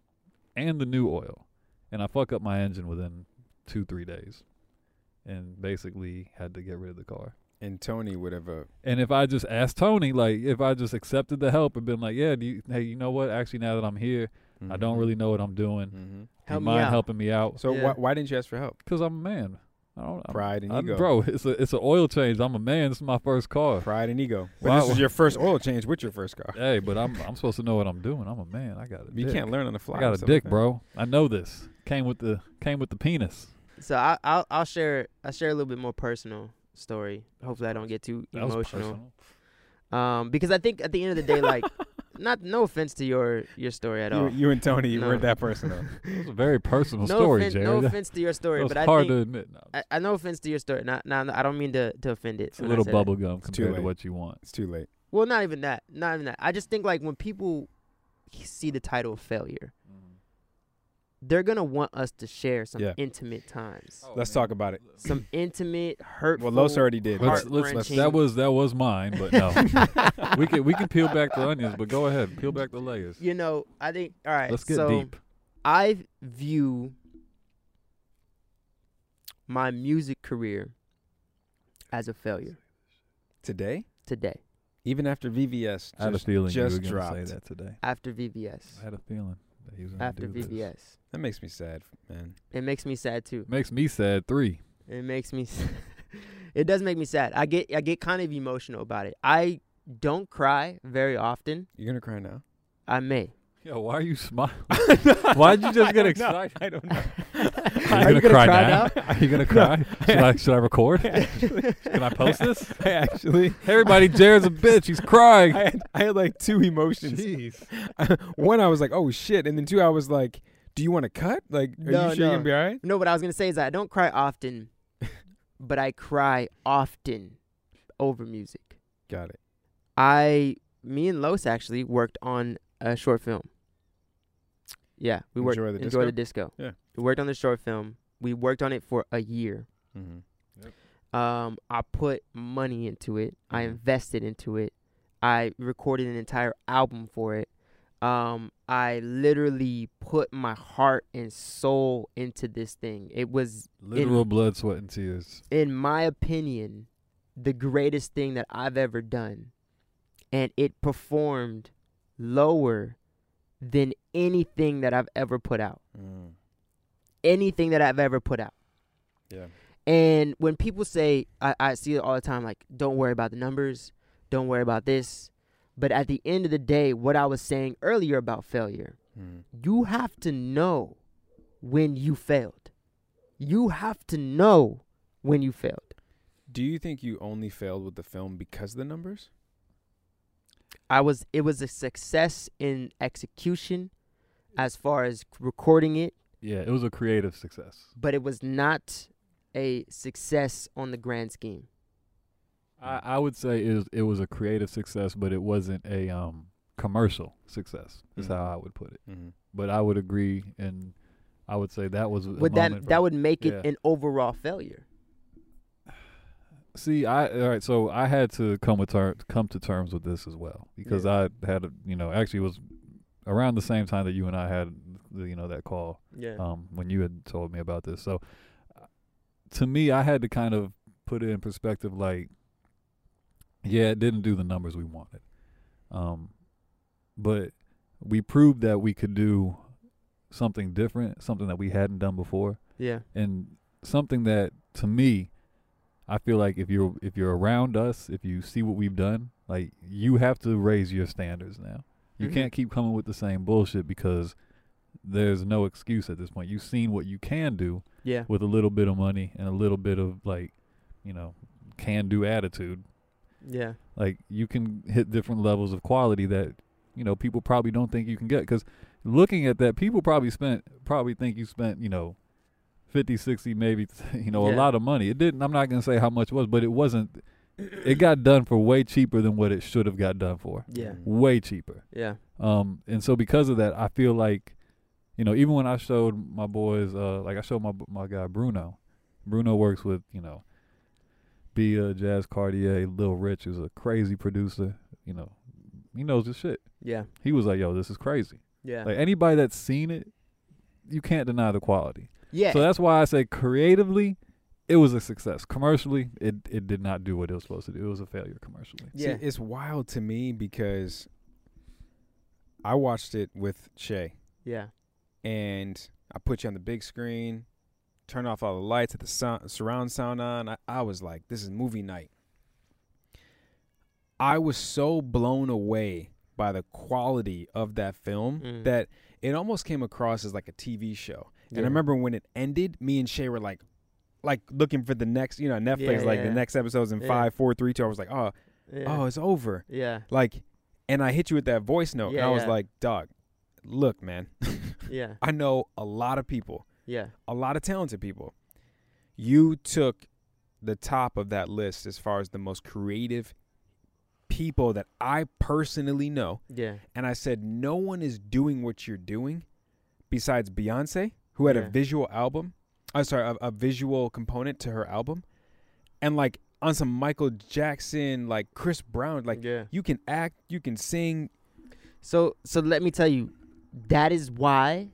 Speaker 1: and the new oil. And I fuck up my engine within two, three days. And basically had to get rid of the car.
Speaker 2: and Tony uh, would have a
Speaker 1: And if I just asked Tony, like, if I just accepted the help and been like, yeah, do you, hey, you know what? Actually, now that I'm here, I don't really know what I'm doing. Do
Speaker 2: Mhm.
Speaker 3: Mm-hmm. Help
Speaker 1: you
Speaker 3: me
Speaker 1: mind
Speaker 3: out.
Speaker 1: helping me out?
Speaker 2: So
Speaker 3: Yeah.
Speaker 2: why why didn't you ask for help?
Speaker 1: Because I'm a man. I don't, I'm,
Speaker 2: Pride and
Speaker 1: I-
Speaker 2: ego,
Speaker 1: Um, uh, bro, it's a it's an oil change. I'm a man. This is my first car.
Speaker 2: Pride and ego. But
Speaker 1: Wow.
Speaker 2: this is your first oil change with your first car.
Speaker 1: Hey, but I'm I'm supposed to know what I'm doing. I'm a man. I got a
Speaker 2: You
Speaker 1: dick.
Speaker 2: can't learn on the fly.
Speaker 1: I got
Speaker 2: or
Speaker 1: a
Speaker 2: something
Speaker 1: dick,
Speaker 2: like that.
Speaker 1: bro. I know this. Came with the came with the penis.
Speaker 3: So I, I'll I'll share I'll share a little bit more personal story. Hopefully I don't get too
Speaker 1: That was
Speaker 3: emotional.
Speaker 1: personal.
Speaker 3: Um, because I think at the end of the day, like, not no offense to your your story at all.
Speaker 2: You, you and Tony you
Speaker 3: No.
Speaker 2: weren't that personal.
Speaker 1: It was a very personal
Speaker 3: no
Speaker 1: story,
Speaker 3: offense,
Speaker 1: Jared.
Speaker 3: no
Speaker 1: That-
Speaker 3: offense to your
Speaker 1: that
Speaker 3: story,
Speaker 1: was
Speaker 3: but I
Speaker 1: hard
Speaker 3: think
Speaker 1: to admit. No,
Speaker 3: I, I no offense to your story. Not not I don't mean to to offend it.
Speaker 1: it's a
Speaker 3: when I
Speaker 1: little
Speaker 3: said it.
Speaker 1: bubble gum
Speaker 2: It's too
Speaker 1: compared to
Speaker 2: late.
Speaker 1: what you want.
Speaker 2: It's too late.
Speaker 3: Well, not even that. Not even that. I just think like when people see the title of failure,
Speaker 1: Mm-hmm.
Speaker 3: they're gonna want us to share some
Speaker 2: Yeah.
Speaker 3: intimate times,
Speaker 2: Let's talok about it.
Speaker 3: some intimate hurtful.
Speaker 2: Well, Los already did.
Speaker 1: Let's, let's,
Speaker 3: Heart-wrenching.
Speaker 1: that was that was mine, but no, we can we can peel back the onions, but go ahead, peel back the layers.
Speaker 3: You know, I think. All right,
Speaker 1: Let's get
Speaker 3: so
Speaker 1: deep.
Speaker 3: I view my music career as a failure
Speaker 2: Today,
Speaker 3: today
Speaker 2: even after VVS
Speaker 1: I had a
Speaker 2: just,
Speaker 1: feeling you were
Speaker 2: just
Speaker 1: going to
Speaker 2: dropped,
Speaker 1: say that today.
Speaker 3: after VBS.
Speaker 1: I had a feeling that he was going to
Speaker 3: After
Speaker 1: do this.
Speaker 3: VBS,
Speaker 2: that makes me sad, man.
Speaker 3: it makes me sad too.
Speaker 1: Makes me sad. Three.
Speaker 3: It makes me. s- it does make me sad. I get I get kind of emotional about it. I don't cry very often.
Speaker 2: You're gonna cry now.
Speaker 3: I may.
Speaker 1: Yo, why are you smiling? Why'd you just get
Speaker 2: I don't know.
Speaker 1: excited?
Speaker 2: I don't know.
Speaker 1: Are you
Speaker 3: Are
Speaker 1: gonna,
Speaker 3: you gonna
Speaker 1: cry,
Speaker 3: cry
Speaker 1: now? Are you gonna cry? should I should I record? Can I post this?
Speaker 2: I actually,
Speaker 1: Hey, everybody, Jared's a bitch. He's crying.
Speaker 2: I had, I had like two emotions.
Speaker 1: Jeez.
Speaker 2: One, I was like, "Oh shit," and then two, I was like, "Do you want to cut? Like, are
Speaker 3: No,
Speaker 2: you sure
Speaker 3: no.
Speaker 2: you're gonna be all right?"
Speaker 3: No, what I was gonna say is that I don't cry often, but I cry often over music.
Speaker 2: Got it.
Speaker 3: I, me and Los actually worked on a short film. Yeah, we worked
Speaker 2: Enjoy the
Speaker 3: enjoy the disco.
Speaker 2: Yeah.
Speaker 3: we worked on the short film. We worked on it for a year.
Speaker 2: Mm-hmm.
Speaker 3: Um, I put money into it. I
Speaker 2: Mhm.
Speaker 3: invested into it. I recorded an entire album for it. Um, I literally put my heart and soul into this thing. It was
Speaker 1: Literal blood, sweat, and tears.
Speaker 3: in my opinion, the greatest thing that I've ever done. And it performed lower than anything that I've ever put out.
Speaker 2: Mm.
Speaker 3: Anything that I've ever put out.
Speaker 2: Yeah.
Speaker 3: And when people say, I, I see it all the time, like, don't worry about the numbers, don't worry about this. But at the end of the day, what I was saying earlier about failure,
Speaker 2: Mm.
Speaker 3: you have to know when you failed. You have to know when you failed.
Speaker 2: Do you think you only failed with the film because of the numbers?
Speaker 3: I was it was a success in execution as far as recording it,
Speaker 1: Yeah, it was a creative success.
Speaker 3: but it was not a success on the grand scheme.
Speaker 1: I, I would say it was, it was a creative success, but it wasn't a um commercial success. Is
Speaker 2: Mhm.
Speaker 1: how I would put it.
Speaker 2: Mm-hmm.
Speaker 1: But I would agree, and I would say that was a
Speaker 3: Would
Speaker 1: moment
Speaker 3: that
Speaker 1: for-
Speaker 3: that would make it
Speaker 1: yeah.
Speaker 3: an overall failure?
Speaker 1: See, I all right. So I had to come with ter- come to terms with this as well because I had a, you know actually it was around the same time that you and I had the, you know that call
Speaker 3: Yeah.
Speaker 1: um, when you had told me about this. So uh, to me, I had to kind of put it in perspective. Like, yeah, it didn't do the numbers we wanted, um, but we proved that we could do something different, something that we hadn't done before
Speaker 3: Yeah.
Speaker 1: and something that to me I feel like if you're if you're around us, if you see what we've done, like you have to raise your standards now. You
Speaker 3: Mhm.
Speaker 1: can't keep coming with the same bullshit because there's no excuse at this point. You've seen what you can do
Speaker 3: Yeah.
Speaker 1: with a little bit of money and a little bit of like, you know, can do attitude.
Speaker 3: Yeah.
Speaker 1: Like you can hit different levels of quality that, you know, people probably don't think you can get cuz looking at that, people probably spent probably think you spent, you know, 50, 60, maybe, you know, a
Speaker 3: Yeah.
Speaker 1: lot of money. It didn't I'm not going to say how much it was, but it wasn't it got done for way cheaper than what it should have got done for.
Speaker 3: Yeah.
Speaker 1: Way cheaper.
Speaker 3: Yeah.
Speaker 1: Um, and so because of that, I feel like, you know, even when I showed my boys, uh, like I showed my my guy Bruno. Bruno works with you know, Bia, Jazz Cartier, Lil Rich is a crazy producer. You know, he knows his shit.
Speaker 3: Yeah.
Speaker 1: He was like, "Yo, this is crazy."
Speaker 3: Yeah.
Speaker 1: Like anybody that's seen it, you can't deny the quality.
Speaker 3: yeah.
Speaker 1: So that's why I say creatively, it was a success. Commercially, it it did not do what it was supposed to do. It was a failure commercially.
Speaker 2: See,
Speaker 3: yeah.
Speaker 2: it's wild to me because I watched it with Shay
Speaker 3: yeah.
Speaker 2: and I put you on the big screen, turn off all the lights, at the sound, surround sound on. I, I was like, this is movie night. I was so blown away by the quality of that film
Speaker 3: Mm.
Speaker 2: that it almost came across as like a TV show. And
Speaker 3: Yeah.
Speaker 2: I remember when it ended, me and Shay were like, like looking for the next, you know, Netflix,
Speaker 3: Yeah,
Speaker 2: like
Speaker 3: yeah.
Speaker 2: the next episode's in
Speaker 3: Yeah.
Speaker 2: five, four, three, two. I was like, oh,
Speaker 3: Yeah.
Speaker 2: oh, it's over
Speaker 3: Yeah.
Speaker 2: like and i hit you with that voice note and
Speaker 3: Yeah,
Speaker 2: i was
Speaker 3: yeah.
Speaker 2: like dog look man
Speaker 3: Yeah.
Speaker 2: i know a lot of people
Speaker 3: Yeah.
Speaker 2: a lot of talented people you took the top of that list as far as the most creative people that i personally know
Speaker 3: Yeah.
Speaker 2: and i said no one is doing what you're doing besides beyonce who had
Speaker 3: Yeah.
Speaker 2: a visual album i'm sorry a, a visual component to her album and like on some michael jackson like chris brown like
Speaker 3: yeah.
Speaker 2: you can act, you can sing.
Speaker 3: So so let me tell you, that is why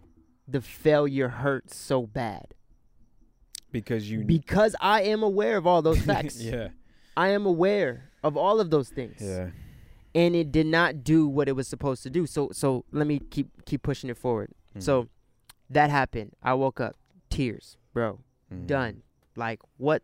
Speaker 3: the failure hurts so bad.
Speaker 2: Because you
Speaker 3: Because I am aware of all those facts.
Speaker 2: yeah.
Speaker 3: I am aware of all of those things. And it did not do what it was supposed to do. So so let me keep keep pushing it forward.
Speaker 2: Mm.
Speaker 3: So that happened. I woke up, tears, bro. Done. Like what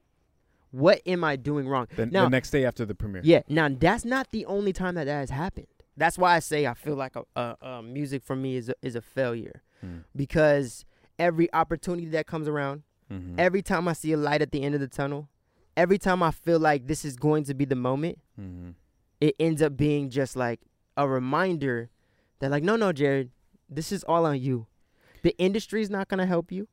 Speaker 3: what am I doing wrong?
Speaker 2: The,
Speaker 3: Now-
Speaker 2: Mm-hmm. the next day after the premiere.
Speaker 3: Yeah. Now that's not the only time that that has happened. That's why I say I feel like a, a, a music for me is a, is a failure
Speaker 2: Mm.
Speaker 3: because every opportunity that comes around,
Speaker 2: Mhm.
Speaker 3: every time I see a light at the end of the tunnel, every time I feel like this is going to be the moment,
Speaker 2: Mhm.
Speaker 3: it ends up being just like a reminder that like no no Jared, this is all on you. The industry is not gonna help you.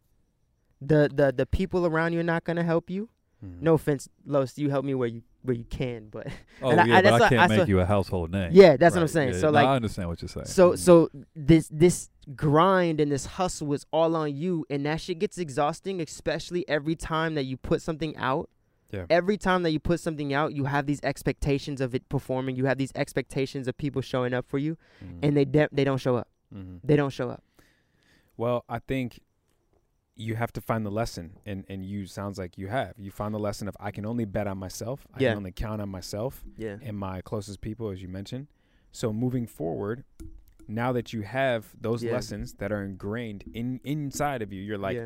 Speaker 3: The the the people around you are not gonna help you.
Speaker 2: Mhm.
Speaker 3: No offense, Los, you help me where you where you can, but
Speaker 1: Oh
Speaker 3: And I-
Speaker 1: yeah,
Speaker 3: I-
Speaker 1: but
Speaker 3: that's
Speaker 1: I
Speaker 3: what-
Speaker 1: can't
Speaker 3: I
Speaker 1: make
Speaker 3: saw-
Speaker 1: you a household name.
Speaker 3: yeah, that's what I'm
Speaker 1: Right,
Speaker 3: saying.
Speaker 1: yeah,
Speaker 3: So
Speaker 1: no,
Speaker 3: like
Speaker 1: I understand what you're saying.
Speaker 3: So
Speaker 2: Mhm.
Speaker 3: so this this grind and this hustle is all on you, and that shit gets exhausting, especially every time that you put something out.
Speaker 2: Yeah.
Speaker 3: Every time that you put something out, you have these expectations of it performing. You have these expectations of people showing up for you,
Speaker 2: Mhm.
Speaker 1: Mm-hmm.
Speaker 3: and they de- they don't show up.
Speaker 2: Mhm.
Speaker 3: They don't show up.
Speaker 2: Well, I think you have to find the lesson, and and you sounds like you have. You found the lesson of I can only bet on myself. I
Speaker 3: Yeah.
Speaker 2: can only count on myself
Speaker 3: Yeah.
Speaker 2: and my closest people, as you mentioned. So moving forward, now that you have those
Speaker 3: Yeah.
Speaker 2: lessons that are ingrained in inside of you, you're like,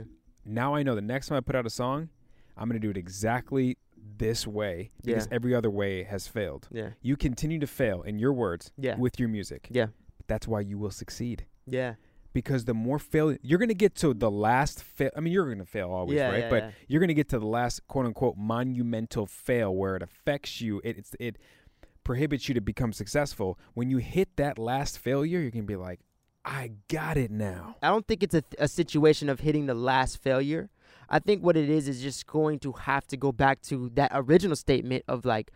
Speaker 2: now I know the next time I put out a song, I'm going to do it exactly this way because
Speaker 3: Yeah.
Speaker 2: every other way has failed.
Speaker 3: yeah,
Speaker 2: You continue to fail in your words
Speaker 3: yeah,
Speaker 2: with your music.
Speaker 3: Yeah.
Speaker 2: That's why you will succeed
Speaker 3: yeah,
Speaker 2: because the more fail you're going to get to the last fail. I mean, you're going to fail always,
Speaker 3: Yeah,
Speaker 2: right?
Speaker 3: yeah,
Speaker 2: but
Speaker 3: yeah.
Speaker 2: you're going to get to the last quote unquote monumental fail where it affects you. It it's, it prohibits you to become successful. When you hit that last failure, you're going to be like, I got it now.
Speaker 3: I don't think it's a, a situation of hitting the last failure. I think what it is is just going to have to go back to that original statement of like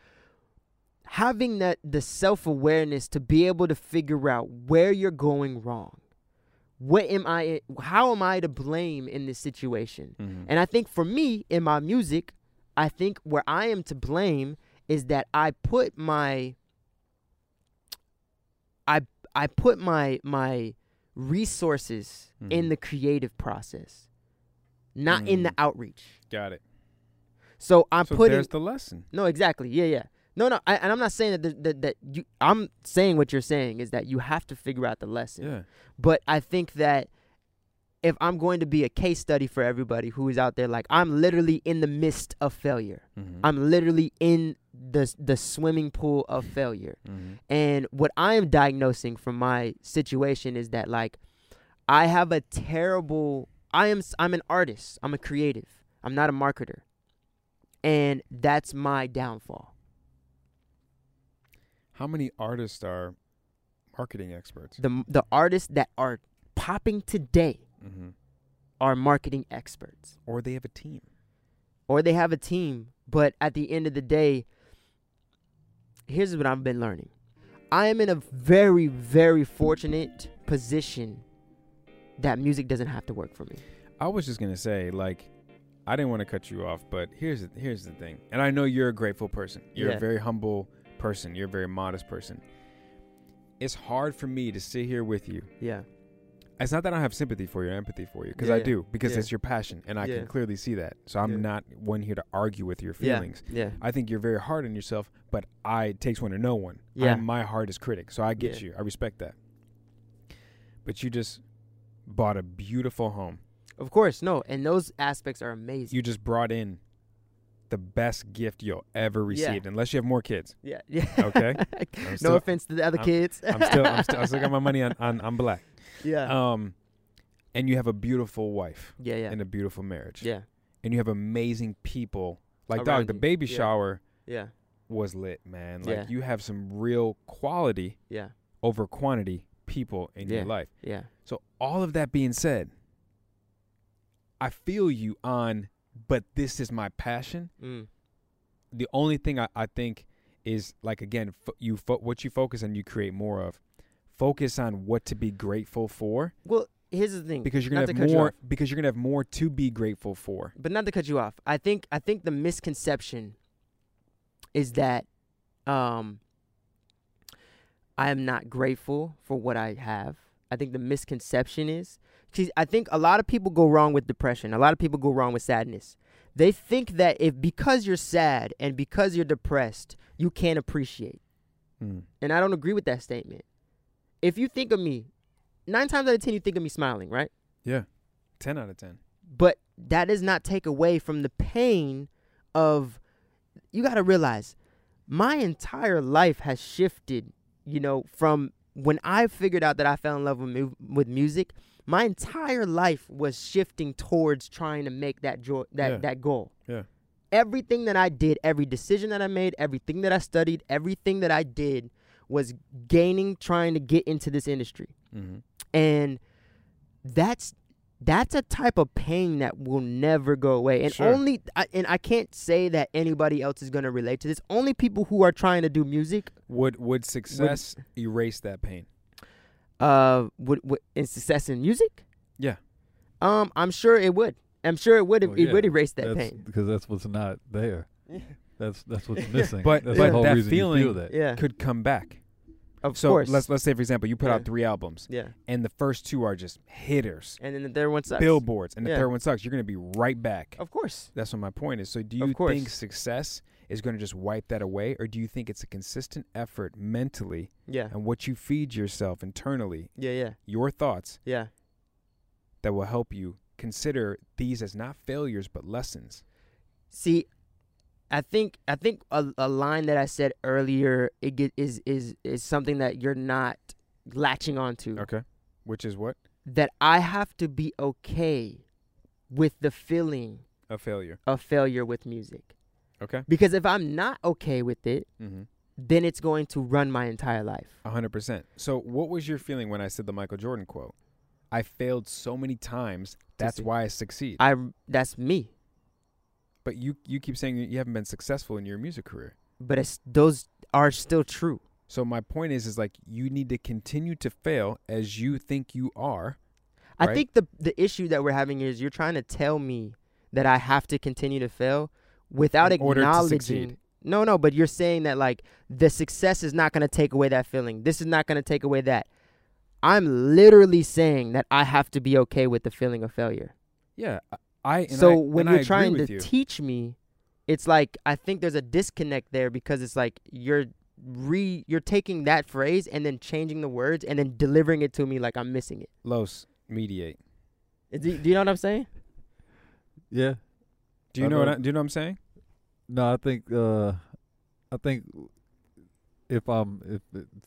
Speaker 3: having that the self awareness to be able to figure out where you're going wrong. What am I? How am I to blame in this situation? And I think for me in my music, I think where I am to blame is that I put my I I put my my resources in
Speaker 2: Mhm.
Speaker 3: the creative process, not in the
Speaker 2: Mm.
Speaker 3: outreach.
Speaker 2: Got it.
Speaker 3: So I'm
Speaker 2: so
Speaker 3: putting
Speaker 2: there's the lesson.
Speaker 3: no, exactly. Yeah, yeah. No, no. I, and I'm not saying that, the, that that you. I'm saying what you're saying is that you have to figure out the lesson.
Speaker 2: Yeah.
Speaker 3: But I think that if I'm going to be a case study for everybody who is out there, like I'm literally in the midst of failure.
Speaker 2: Mm-hmm.
Speaker 3: I'm literally in the the swimming pool of failure.
Speaker 2: Mm-hmm.
Speaker 3: And what I am diagnosing from my situation is that like I have a terrible I am s- I'm an artist. I'm a creative. I'm not a marketer. And that's my downfall.
Speaker 2: How many artists are marketing experts?
Speaker 3: The the artists that are popping today
Speaker 2: Mm-hmm.
Speaker 3: are marketing experts
Speaker 2: Or they have a team.
Speaker 3: or they have a team, but at the end of the day here's what I've been learning. I am in a very very fortunate position that music doesn't have to work for me.
Speaker 2: I was just gonna say, like, I didn't want to cut you off, but here's the, here's the thing, and I know you're a grateful person. You're
Speaker 3: Yeah.
Speaker 2: a very humble person. You're a very modest person. It's hard for me to sit here with you.
Speaker 3: Yeah.
Speaker 2: It's not that I don't have sympathy for you or empathy for you, because
Speaker 3: Yeah,
Speaker 2: I
Speaker 3: yeah.
Speaker 2: do, because
Speaker 3: Yeah.
Speaker 2: it's your passion, and I
Speaker 3: Yeah.
Speaker 2: can clearly see that. So I'm
Speaker 3: Yeah.
Speaker 2: not one here to argue with your feelings.
Speaker 3: Yeah.
Speaker 2: I think you're very hard on yourself, but I it takes one to know one.
Speaker 3: Yeah.
Speaker 2: I'm my hardest critic, so I get
Speaker 3: Yeah.
Speaker 2: you. I respect that. But you just bought a beautiful home.
Speaker 3: Of course, no. And those aspects are amazing.
Speaker 2: you just brought in the best gift you'll ever
Speaker 3: Yeah.
Speaker 2: received, unless you have more kids.
Speaker 3: yeah. Yeah.
Speaker 2: Okay.
Speaker 3: no
Speaker 2: still-
Speaker 3: offense to the other
Speaker 2: I'm-
Speaker 3: kids.
Speaker 2: I'm still, I'm still, I still got my money on, on, on black.
Speaker 3: yeah.
Speaker 2: Um, and you have a beautiful wife
Speaker 3: yeah. Yeah.
Speaker 2: and a beautiful marriage.
Speaker 3: Yeah.
Speaker 2: And you have amazing people. Like
Speaker 3: Around
Speaker 2: dog, the
Speaker 3: you.
Speaker 2: baby
Speaker 3: Yeah.
Speaker 2: shower
Speaker 3: Yeah.
Speaker 2: was lit, man. Like
Speaker 3: Yeah.
Speaker 2: you have some real quality
Speaker 3: Yeah.
Speaker 2: over quantity people in
Speaker 3: Yeah.
Speaker 2: your life.
Speaker 3: Yeah.
Speaker 2: So all of that being said, I feel you on, but this is my passion.
Speaker 3: Mm.
Speaker 2: the only thing I, I think is like again fo- you fo- what you focus on you create more of focus on what to be grateful for
Speaker 3: Well, here's the thing.
Speaker 2: because you're gonna
Speaker 3: Not
Speaker 2: have
Speaker 3: to cut you
Speaker 2: more
Speaker 3: off.
Speaker 2: because you're gonna have more to be grateful for
Speaker 3: but not to cut you off. I think I think the misconception is that um I am not grateful for what I have. I think the misconception is cuz I think a lot of people go wrong with depression. A lot of people go wrong with sadness. They think that if because you're sad and because you're depressed, you can't appreciate. And I don't agree with that statement. If you think of me, 9 times out of 10 you think of me smiling, right?
Speaker 2: 10 out of 10
Speaker 3: but that does not take away from the pain of you got to realize my entire life has shifted you know from when i figured out that i fell in love with, mu- with music my entire life was shifting towards trying to make that joy that
Speaker 2: Yeah.
Speaker 3: that goal
Speaker 2: Yeah.
Speaker 3: everything that i did every decision that i made everything that i studied everything that i did was gaining trying to get into this industry
Speaker 2: mm-hmm.
Speaker 3: and that's that's a type of pain that will never go away and
Speaker 2: Sure.
Speaker 3: only I, and i can't say that anybody else is going to relate to this only people who are trying to do music
Speaker 2: would would success erase that pain
Speaker 3: uh would, would in success in music
Speaker 2: Yeah. Oh,
Speaker 3: um i'm sure it would i'm sure it would
Speaker 1: Well,
Speaker 3: it would
Speaker 1: yeah.
Speaker 3: erase that
Speaker 1: that's,
Speaker 3: pain
Speaker 1: Because that's what's not there. That's that's what's missing.
Speaker 2: But-
Speaker 1: that's
Speaker 3: but
Speaker 1: the whole
Speaker 2: that
Speaker 1: reason you feel
Speaker 2: feeling-
Speaker 1: that.
Speaker 3: yeah
Speaker 2: could come back
Speaker 3: of
Speaker 2: so
Speaker 3: course
Speaker 2: let's let's say for example you put
Speaker 3: Yeah.
Speaker 2: out three albums
Speaker 3: yeah
Speaker 2: and the first two are just hitters
Speaker 3: and then the third one sucks
Speaker 2: billboards and the
Speaker 3: Yeah.
Speaker 2: third one sucks you're gonna be right back
Speaker 3: of course
Speaker 2: That's what my point is. So, do
Speaker 3: Of
Speaker 2: you
Speaker 3: course.
Speaker 2: think success is going to just wipe that away, or do you think it's a consistent effort mentally
Speaker 3: yeah
Speaker 2: and what you feed yourself internally,
Speaker 3: yeah yeah
Speaker 2: your thoughts
Speaker 3: yeah
Speaker 2: that will help you consider these as not failures but lessons?
Speaker 3: See, I think I think a, a line that I said earlier it get, is is is something that you're not latching onto.
Speaker 2: Okay. Which is what
Speaker 3: That I have to be okay with the feeling
Speaker 2: a failure.
Speaker 3: of failure with music
Speaker 2: Okay.
Speaker 3: because if I'm not okay with it,
Speaker 2: Mm-hmm.
Speaker 3: then it's going to run my entire life.
Speaker 2: A hundred percent. So, what was your feeling when I said the Michael Jordan quote? I failed so many times. That's
Speaker 3: see.
Speaker 2: why I succeed.
Speaker 3: I that's me.
Speaker 2: but you you keep saying you haven't been successful in your music career.
Speaker 3: But it's, those are still true.
Speaker 2: So my point is, is like you need to continue to fail as you think you are.
Speaker 3: I
Speaker 2: Right.
Speaker 3: think the the issue that we're having is you're trying to tell me that I have to continue to fail without
Speaker 2: In order to succeed.
Speaker 3: acknowledging. No, no, but you're saying that like the success is not going to take away that feeling. This is not going to take away that. I'm literally saying that I have to be okay with the feeling of failure.
Speaker 2: Yeah, I- I. And
Speaker 3: so
Speaker 2: I,
Speaker 3: when
Speaker 2: and I
Speaker 3: you're
Speaker 2: agree
Speaker 3: trying
Speaker 2: with
Speaker 3: to
Speaker 2: you.
Speaker 3: teach me, it's like I think there's a disconnect there because it's like you're re you're taking that phrase and then changing the words and then delivering it to me like I'm missing it.
Speaker 2: Los mediate.
Speaker 3: Do, do you know what I'm saying?
Speaker 1: Yeah.
Speaker 2: Do you
Speaker 1: I
Speaker 2: know what
Speaker 1: know.
Speaker 2: I, do you know what I'm saying?
Speaker 1: No, I think uh, I think if I'm if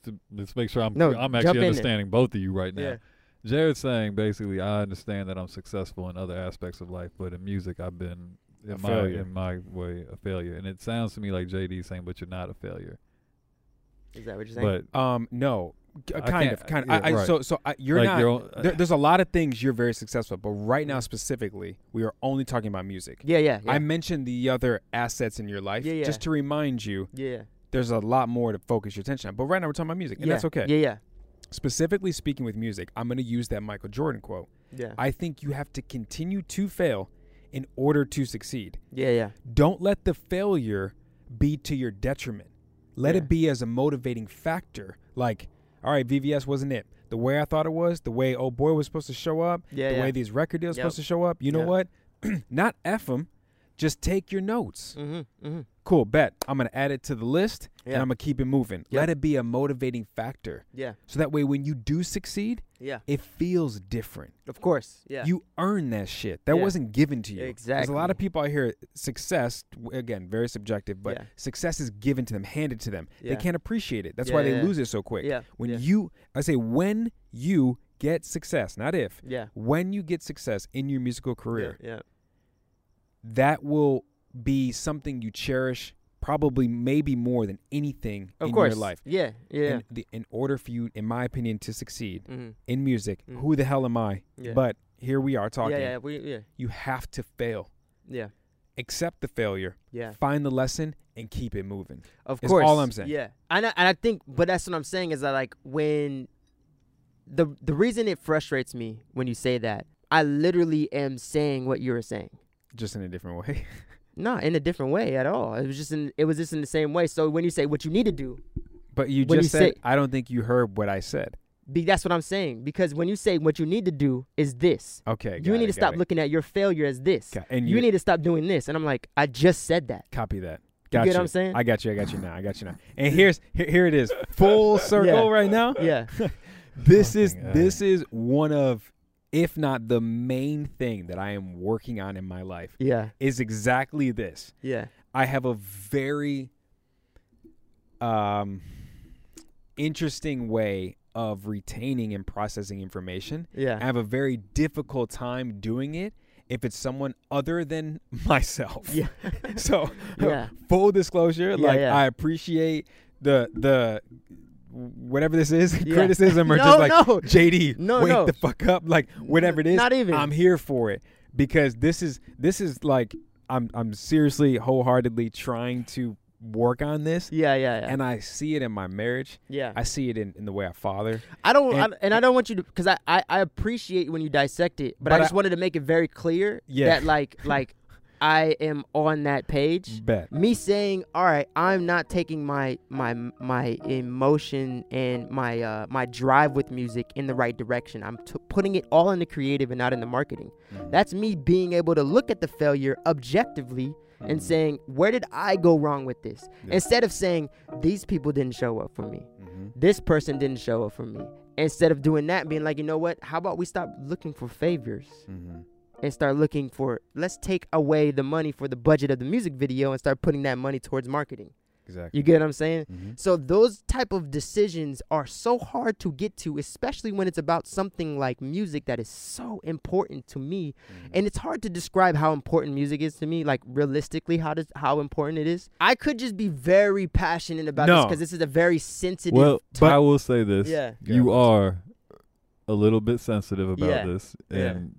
Speaker 1: to, let's make sure I'm
Speaker 3: No,
Speaker 1: I'm
Speaker 3: jump in
Speaker 1: actually
Speaker 3: there.
Speaker 1: understanding both of you right now. Jared's saying basically, I understand that I'm successful in other aspects of life, but in music, I've been in
Speaker 2: A
Speaker 1: my
Speaker 2: failure.
Speaker 1: in my way a failure, and it sounds to me like JD's saying, but you're not a failure.
Speaker 3: Is that what you're saying?
Speaker 1: But
Speaker 2: Um, no, G-
Speaker 1: I
Speaker 2: kind
Speaker 1: can't-
Speaker 2: of, kind of.
Speaker 1: yeah,
Speaker 2: I, I,
Speaker 1: right.
Speaker 2: So, so I, you're
Speaker 1: like
Speaker 2: not.
Speaker 1: your own- uh,
Speaker 2: there, there's a lot of things you're very successful, but right now specifically, we are only talking about music.
Speaker 3: yeah, yeah, yeah.
Speaker 2: I mentioned the other assets in your life
Speaker 3: Yeah, yeah.
Speaker 2: just to remind you
Speaker 3: yeah.
Speaker 2: there's a lot more to focus your attention on. But right now we're talking about music, and
Speaker 3: yeah.
Speaker 2: that's okay.
Speaker 3: Yeah, yeah,
Speaker 2: Specifically speaking with music, I'm going to use that Michael Jordan quote.
Speaker 3: yeah,
Speaker 2: I think you have to continue to fail in order to succeed.
Speaker 3: yeah, yeah.
Speaker 2: Don't let the failure be to your detriment. Let
Speaker 3: Yeah.
Speaker 2: it be as a motivating factor. Like, all right, VVS wasn't it. The way I thought it was, the way old boy was supposed to show up,
Speaker 3: Yeah,
Speaker 2: the
Speaker 3: yeah.
Speaker 2: way these record deals
Speaker 3: Yep.
Speaker 2: supposed to show up. You know
Speaker 3: Yep.
Speaker 2: what? Not F 'em, Just take your notes
Speaker 3: Mm-hmm, mm-hmm.
Speaker 2: cool bet i'm gonna add it to the list
Speaker 3: Yeah.
Speaker 2: and i'm gonna keep it moving
Speaker 3: Yeah.
Speaker 2: let it be a motivating factor
Speaker 3: Yeah,
Speaker 2: so that way when you do succeed
Speaker 3: yeah.
Speaker 2: it feels different
Speaker 3: Of course. Yeah.
Speaker 2: you earn that shit that
Speaker 3: Yeah.
Speaker 2: wasn't given to you there's a lot
Speaker 3: Exactly.
Speaker 2: of people out here success w- again very subjective but
Speaker 3: Yeah.
Speaker 2: success is given to them handed to them
Speaker 3: Yeah.
Speaker 2: they can't appreciate it that's why
Speaker 3: Yeah,
Speaker 2: they
Speaker 3: yeah.
Speaker 2: lose it so quick
Speaker 3: Yeah.
Speaker 2: when
Speaker 3: yeah.
Speaker 2: you i say when you get success not if
Speaker 3: Yeah.
Speaker 2: when you get success in your musical career
Speaker 3: Yeah. yeah.
Speaker 2: that will be something you cherish probably maybe more than anything
Speaker 3: Of
Speaker 2: in
Speaker 3: course.
Speaker 2: your life.
Speaker 3: Yeah. Yeah.
Speaker 2: In, the, in order for you, in my opinion, to succeed
Speaker 3: mm-hmm.
Speaker 2: in music,
Speaker 3: Mm.
Speaker 2: who the hell am I?
Speaker 3: Yeah.
Speaker 2: But here we are talking.
Speaker 3: Yeah. Yeah. We, yeah.
Speaker 2: You have to fail.
Speaker 3: Yeah.
Speaker 2: Accept the failure.
Speaker 3: Yeah.
Speaker 2: Find the lesson and keep it moving.
Speaker 3: Of
Speaker 2: It's
Speaker 3: course.
Speaker 2: all I'm saying.
Speaker 3: Yeah. And I, and I think, but that's what I'm saying is that like when the the reason it frustrates me when you say that, I literally am saying what you were saying.
Speaker 2: Just in a different way.
Speaker 3: Not in a different way at all. It was just in it was just in the same way. So when you say what you need to do,
Speaker 2: But you
Speaker 3: When
Speaker 2: just
Speaker 3: you
Speaker 2: said,
Speaker 3: say-
Speaker 2: I don't think you heard what I said.
Speaker 3: be, that's what I'm saying. Because when you say what you need to do is this,
Speaker 2: Okay.
Speaker 3: you
Speaker 2: got
Speaker 3: need
Speaker 2: it,
Speaker 3: to
Speaker 2: got
Speaker 3: stop
Speaker 2: it.
Speaker 3: looking at your failure as this.
Speaker 2: Got- And
Speaker 3: you, need to stop doing this. And I'm like, I just said that.
Speaker 2: Copy that.
Speaker 3: You
Speaker 2: Got
Speaker 3: get what I'm saying?
Speaker 2: I got you. I got you now. I got you now. And here's here, here it is, full circle right now.
Speaker 3: yeah.
Speaker 2: This is
Speaker 1: Fucking A.
Speaker 2: this is one of, if not the main thing that I am working on in my life
Speaker 3: Yeah.
Speaker 2: is exactly this.
Speaker 3: Yeah.
Speaker 2: I have a very um interesting way of retaining and processing information. I
Speaker 3: Yeah.
Speaker 2: have a very difficult time doing it if it's someone other than myself.
Speaker 3: Yeah.
Speaker 2: so
Speaker 3: Yeah.
Speaker 2: full disclosure, like
Speaker 3: yeah.
Speaker 2: I appreciate the the whatever this is,
Speaker 3: Yeah.
Speaker 2: criticism or
Speaker 3: No,
Speaker 2: just like
Speaker 3: no.
Speaker 2: JD,
Speaker 3: No,
Speaker 2: wake
Speaker 3: no.
Speaker 2: the fuck up, like whatever it is.
Speaker 3: Not even.
Speaker 2: I'm here for it because this is this is like I'm I'm seriously wholeheartedly trying to work on this.
Speaker 3: Yeah. Yeah. Yeah.
Speaker 2: And I see it in my marriage.
Speaker 3: yeah.
Speaker 2: I see it in, in the way I father.
Speaker 3: I don't,
Speaker 2: And-
Speaker 3: and I, and I don't want you to, because I, I, I appreciate when you dissect it, but, I
Speaker 2: But
Speaker 3: just
Speaker 2: I-
Speaker 3: wanted to make it very clear
Speaker 2: Yeah.
Speaker 3: that like, like, I am on that page.
Speaker 2: Bet.
Speaker 3: Me saying, all right, I'm not taking my my my emotion and my uh, my drive with music in the right direction. I'm t- putting it all in the creative and not in the marketing. That's me being able to look at the failure objectively and saying, where did I go wrong with this?
Speaker 2: Mm-hmm. Yeah.
Speaker 3: Instead of saying these people didn't show up for me
Speaker 2: Mhm.
Speaker 3: this person didn't show up for me. Instead of doing that, being like, you know what? How about we stop looking for favors
Speaker 2: Mhm.
Speaker 3: and start looking for, let's take away the money for the budget of the music video and start putting that money towards marketing.
Speaker 2: Exactly.
Speaker 3: You get what I'm saying?
Speaker 2: Mhm.
Speaker 3: So those type of decisions are so hard to get to, especially when it's about something like music that is so important to me.
Speaker 2: Mm-hmm.
Speaker 3: And it's hard to describe how important music is to me, like realistically how does how important it is. I could just be very passionate about this
Speaker 2: No.
Speaker 3: because this is a very sensitive
Speaker 1: well,
Speaker 3: t-
Speaker 1: but I will say this:
Speaker 3: yeah.
Speaker 1: you are a little bit sensitive about
Speaker 3: Yeah.
Speaker 1: this,
Speaker 3: Yeah.
Speaker 1: and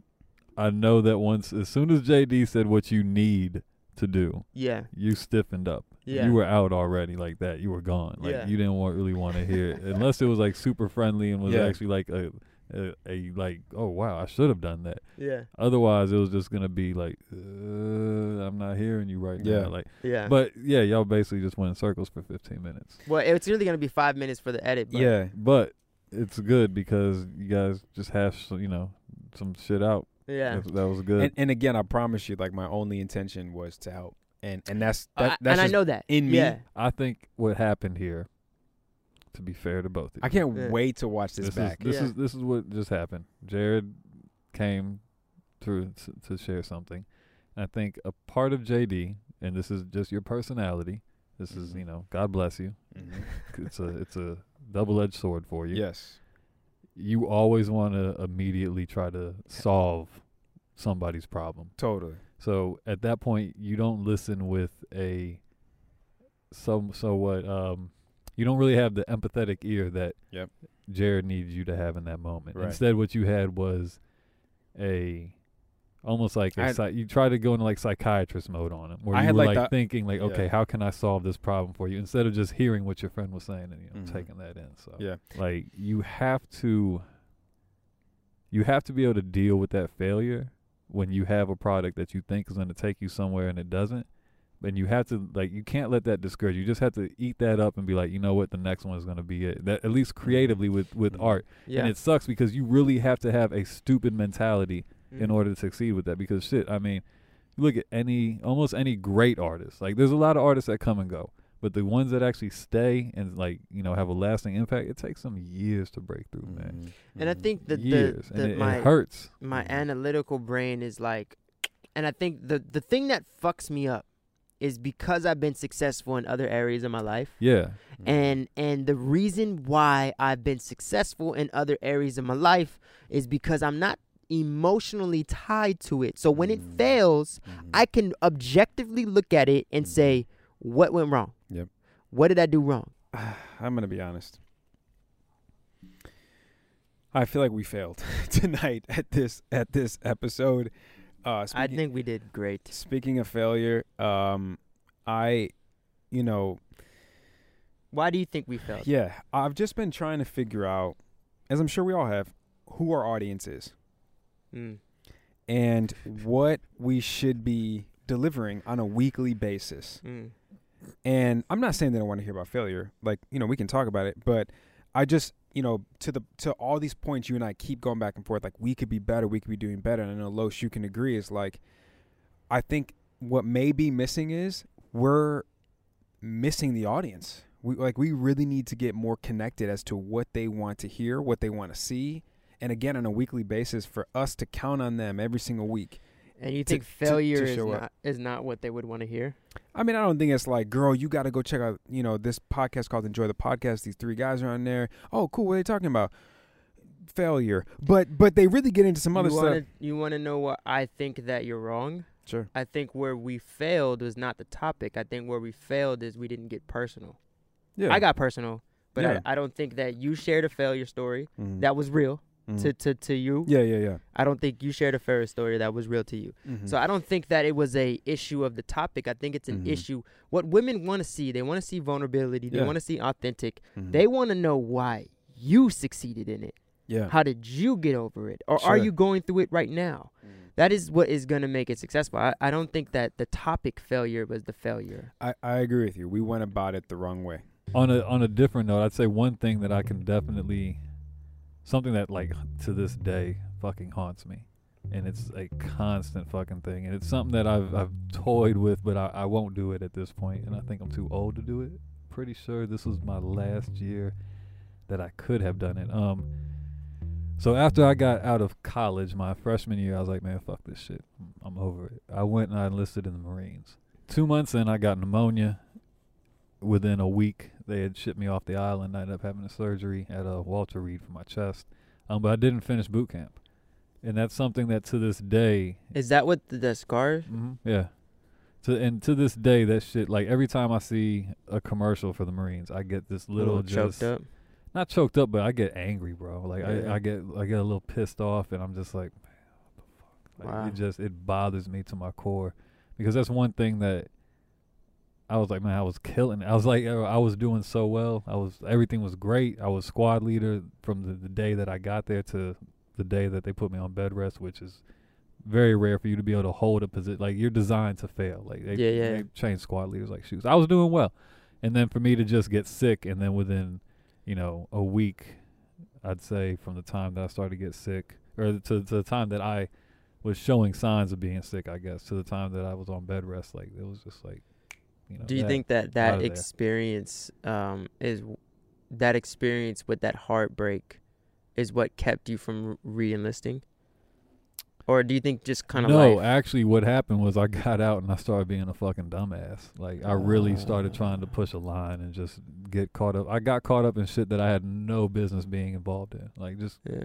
Speaker 1: I know that once, as soon as JD said what you need to do,
Speaker 3: Yeah.
Speaker 1: you stiffened up.
Speaker 3: Yeah.
Speaker 1: You were out already like that. You were gone. Like
Speaker 3: Yeah.
Speaker 1: you didn't want, really want to hear it unless it was like super friendly and was
Speaker 2: Yeah.
Speaker 1: actually like a, a a like oh wow I should have done that.
Speaker 3: Yeah.
Speaker 1: Otherwise it was just gonna be like uh, I'm not hearing you right
Speaker 2: Yeah.
Speaker 1: now. Like
Speaker 3: Yeah.
Speaker 1: but yeah, y'all basically just went in circles for 15 minutes.
Speaker 3: well, it's really gonna be five minutes for the edit. But
Speaker 2: Yeah.
Speaker 1: But it's good because you guys just hash you know some shit out.
Speaker 3: Yeah.
Speaker 1: That's- that was good.
Speaker 2: and, and again, I promise you, like my only intention was to help, and and that's
Speaker 3: Uh,
Speaker 2: that,
Speaker 3: I-
Speaker 2: that's
Speaker 3: and I
Speaker 2: just-
Speaker 3: know that
Speaker 2: in me.
Speaker 3: Yeah.
Speaker 1: I think what happened here, to be fair to both of you,
Speaker 2: I can't
Speaker 3: Yeah.
Speaker 2: wait to watch this,
Speaker 1: this
Speaker 2: back.
Speaker 1: Is, this
Speaker 3: Yeah.
Speaker 1: is this is what just happened. Jared came through s- to share something. And I think a part of JD, and this is just your personality. This is
Speaker 2: Mhm.
Speaker 1: you know, God bless you.
Speaker 2: Mhm.
Speaker 1: It's a it's a double-edged sword for you.
Speaker 2: Yes.
Speaker 1: You always want to immediately try to solve somebody's problem.
Speaker 2: Totally.
Speaker 1: So at that point, you don't listen with a some so what um you don't really have the empathetic ear that
Speaker 2: Yep.
Speaker 1: Jared needs you to have in that moment.
Speaker 2: Right.
Speaker 1: Instead, what you had was a almost like a
Speaker 2: I-
Speaker 1: psy- you try to go into like psychiatrist mode on him, where
Speaker 2: I
Speaker 1: you
Speaker 2: had,
Speaker 1: were
Speaker 2: like,
Speaker 1: like,
Speaker 2: the-
Speaker 1: thinking like,
Speaker 2: yeah.
Speaker 1: okay, how can I solve this problem for you? Instead of just hearing what your friend was saying and you know
Speaker 2: Mhm.
Speaker 1: taking that in. So
Speaker 2: Yeah.
Speaker 1: like you have to you have to be able to deal with that failure when you have a product that you think is going to take you somewhere and it doesn't and you have to like you can't let that discourage you. You just have to eat that up and be like you know what the next one is going to be it that at least creatively with with
Speaker 2: Mhm.
Speaker 1: art
Speaker 3: Mm-hmm. Yeah.
Speaker 1: and it sucks because you really have to have a stupid mentality in
Speaker 3: Mhm.
Speaker 1: order to succeed with that because shit i mean look at any almost any great artist like there's a lot of artists that come and go but the ones that actually stay and like you know have a lasting impact it takes them years to break through
Speaker 2: Mm-hmm.
Speaker 1: man
Speaker 3: And I think that Mm-hmm. the,
Speaker 1: years
Speaker 3: the
Speaker 1: and it,
Speaker 3: my
Speaker 1: it hurts
Speaker 3: my
Speaker 2: Mhm.
Speaker 3: analytical brain is like and I think the the thing that fucks me up is because I've been successful in other areas of my life.
Speaker 1: yeah
Speaker 2: Mm-hmm.
Speaker 3: and and the reason why I've been successful in other areas of my life is because I'm not emotionally tied to it. So when it
Speaker 2: Mm.
Speaker 3: fails, I can objectively look at it and
Speaker 2: Mhm.
Speaker 3: say what went wrong.
Speaker 2: Yep.
Speaker 3: What did I do wrong?
Speaker 2: I'm gonna be honest. I feel like we failed tonight at this at this episode. Uh,
Speaker 3: I
Speaker 2: speaking-
Speaker 3: think we did great.
Speaker 2: Speaking of failure, um, I, you know,
Speaker 3: Why do you think we failed?
Speaker 2: yeah, I've just been trying to figure out, as I'm sure we all have, who our audience is
Speaker 3: Mm.
Speaker 2: and what we should be delivering on a weekly basis.
Speaker 3: Mm.
Speaker 2: And I'm not saying that I want to hear about failure. Like, you know, we can talk about it, but I just, you know, to the to all these points you and I keep going back and forth, like we could be better, we could be doing better. And I know Los, you can agree, is like I think what may be missing is we're missing the audience. We like we really need to get more connected as to what they want to hear, what they want to see. And again, on a weekly basis, for us to count on them every single week.
Speaker 3: And you
Speaker 2: To-
Speaker 3: think
Speaker 2: to- to
Speaker 3: failure is
Speaker 2: show up.
Speaker 3: not is not what they would want to hear?
Speaker 2: I mean, I don't think it's like, girl, you got to go check out, you know, this podcast called Enjoy the Podcast. These three guys are on there. Oh, cool. What are they talking about? Failure. But but they really get into some other
Speaker 3: you
Speaker 2: stuff.
Speaker 3: Wanna, you want to know what I think that you're wrong?
Speaker 2: Sure.
Speaker 3: I think where we failed was not the topic. I think where we failed is we didn't get personal.
Speaker 2: Yeah.
Speaker 3: I got personal, but
Speaker 2: Yeah.
Speaker 3: I, I don't think that you shared a failure story
Speaker 2: Mhm.
Speaker 3: that was real
Speaker 2: Mhm.
Speaker 3: to, to, to you.
Speaker 2: Yeah, yeah, yeah.
Speaker 3: I don't think you shared a failure story that was real to you.
Speaker 2: Mhm.
Speaker 3: So I don't think that it was a issue of the topic. I think it's an
Speaker 2: Mhm.
Speaker 3: issue. What women want to see, they want to see vulnerability. They
Speaker 2: Yeah.
Speaker 3: want to see authentic.
Speaker 2: Mhm.
Speaker 3: They want to know why you succeeded in it.
Speaker 2: yeah.
Speaker 3: How did you get over it? Or are
Speaker 2: Sure.
Speaker 3: you going through it right now? That is what is going to make it successful. I, I don't think that the topic failure was the failure.
Speaker 2: I, I agree with you. We went about it the wrong way.
Speaker 1: on a on a different note i'd say one thing that i can definitely something that like to this day fucking haunts me and it's a constant fucking thing and it's something that i've i've toyed with but i, I won't do it at this point and i think i'm too old to do it pretty sure this was my last year that i could have done it um so after i got out of college my freshman year i was like man fuck this shit i'm over it i went and i enlisted in the marines two months in i got pneumonia within a week they had shipped me off the island. I ended up having a surgery at uh, Walter Reed for my chest, um, but I didn't finish boot camp, and that's something that to this day,
Speaker 3: Is that what the, the scar?
Speaker 1: hmm yeah, to and to this day that shit like every time I see a commercial for the Marines, I get this little,
Speaker 3: little
Speaker 1: just
Speaker 3: choked up.
Speaker 1: not choked up, but I get angry, bro. Like
Speaker 2: Yeah.
Speaker 1: I, I get I get a little pissed off, and I'm just like, man, what the fuck? Like,
Speaker 3: Wow.
Speaker 1: It just it bothers me to my core because that's one thing that I was like, man, I was killing. it. I was like, uh, I was doing so well. I was everything was great. I was squad leader from the, the day that I got there to the day that they put me on bed rest, which is very rare for you to be able to hold a position. Like you're designed to fail. Like they,
Speaker 3: Yeah, yeah.
Speaker 1: they change squad leaders like shoes. I was doing well, and then for me to just get sick, and then within you know a week, I'd say from the time that I started to get sick, or to, to the time that I was showing signs of being sick, I guess, to the time that I was on bed rest, like it was just like, you know.
Speaker 3: Do you
Speaker 1: that-
Speaker 3: think that
Speaker 1: out of
Speaker 3: that
Speaker 1: there.
Speaker 3: experience um, is that experience with that heartbreak is what kept you from re-enlisting? or do you think just kind of
Speaker 1: no,
Speaker 3: life?
Speaker 1: actually, what happened was I got out and I started being a fucking dumbass. Like I really
Speaker 3: Oh.
Speaker 1: started trying to push a line and just get caught up. I got caught up in shit that I had no business being involved in. Like just
Speaker 3: Yeah.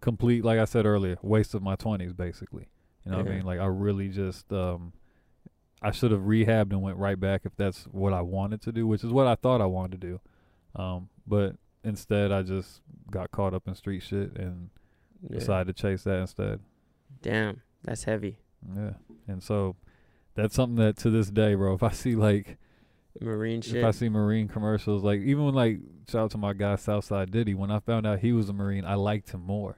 Speaker 1: complete, like I said earlier, waste of my twenties, basically. You know what I
Speaker 3: Yeah.
Speaker 1: mean? Like I really just, um, I should have rehabbed and went right back if that's what I wanted to do, which is what I thought I wanted to do. Um, but instead, I just got caught up in street shit and
Speaker 3: yeah.
Speaker 1: decided to chase that instead.
Speaker 3: Damn, that's heavy.
Speaker 1: Yeah. And so that's something that to this day, bro, if I see like
Speaker 3: Marine shit.
Speaker 1: if I see Marine commercials, like even when like shout out to my guy Southside Diddy, when I found out he was a Marine, I liked him more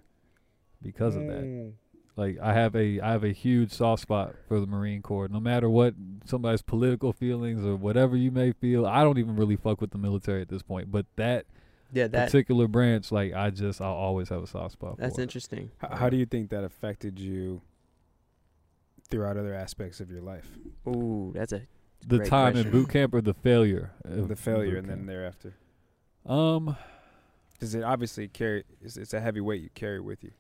Speaker 1: because of
Speaker 3: Mm.
Speaker 1: that. Like I have a I have a huge soft spot for the Marine Corps. No matter what somebody's political feelings or whatever you may feel, I don't even really fuck with the military at this point. But that,
Speaker 3: Yeah, that
Speaker 1: particular branch, like I just I'll always have a soft spot
Speaker 3: that's
Speaker 1: for.
Speaker 3: interesting.
Speaker 2: H- how do you think that affected you throughout other aspects of your life?
Speaker 3: Ooh, that's a
Speaker 1: the
Speaker 3: Great
Speaker 1: time in
Speaker 3: question.
Speaker 1: boot camp or the failure. of
Speaker 2: the failure
Speaker 1: boot
Speaker 2: and then
Speaker 1: camp?
Speaker 2: thereafter?
Speaker 1: um
Speaker 2: Because it obviously carry it's, it's a heavy weight you carry with you.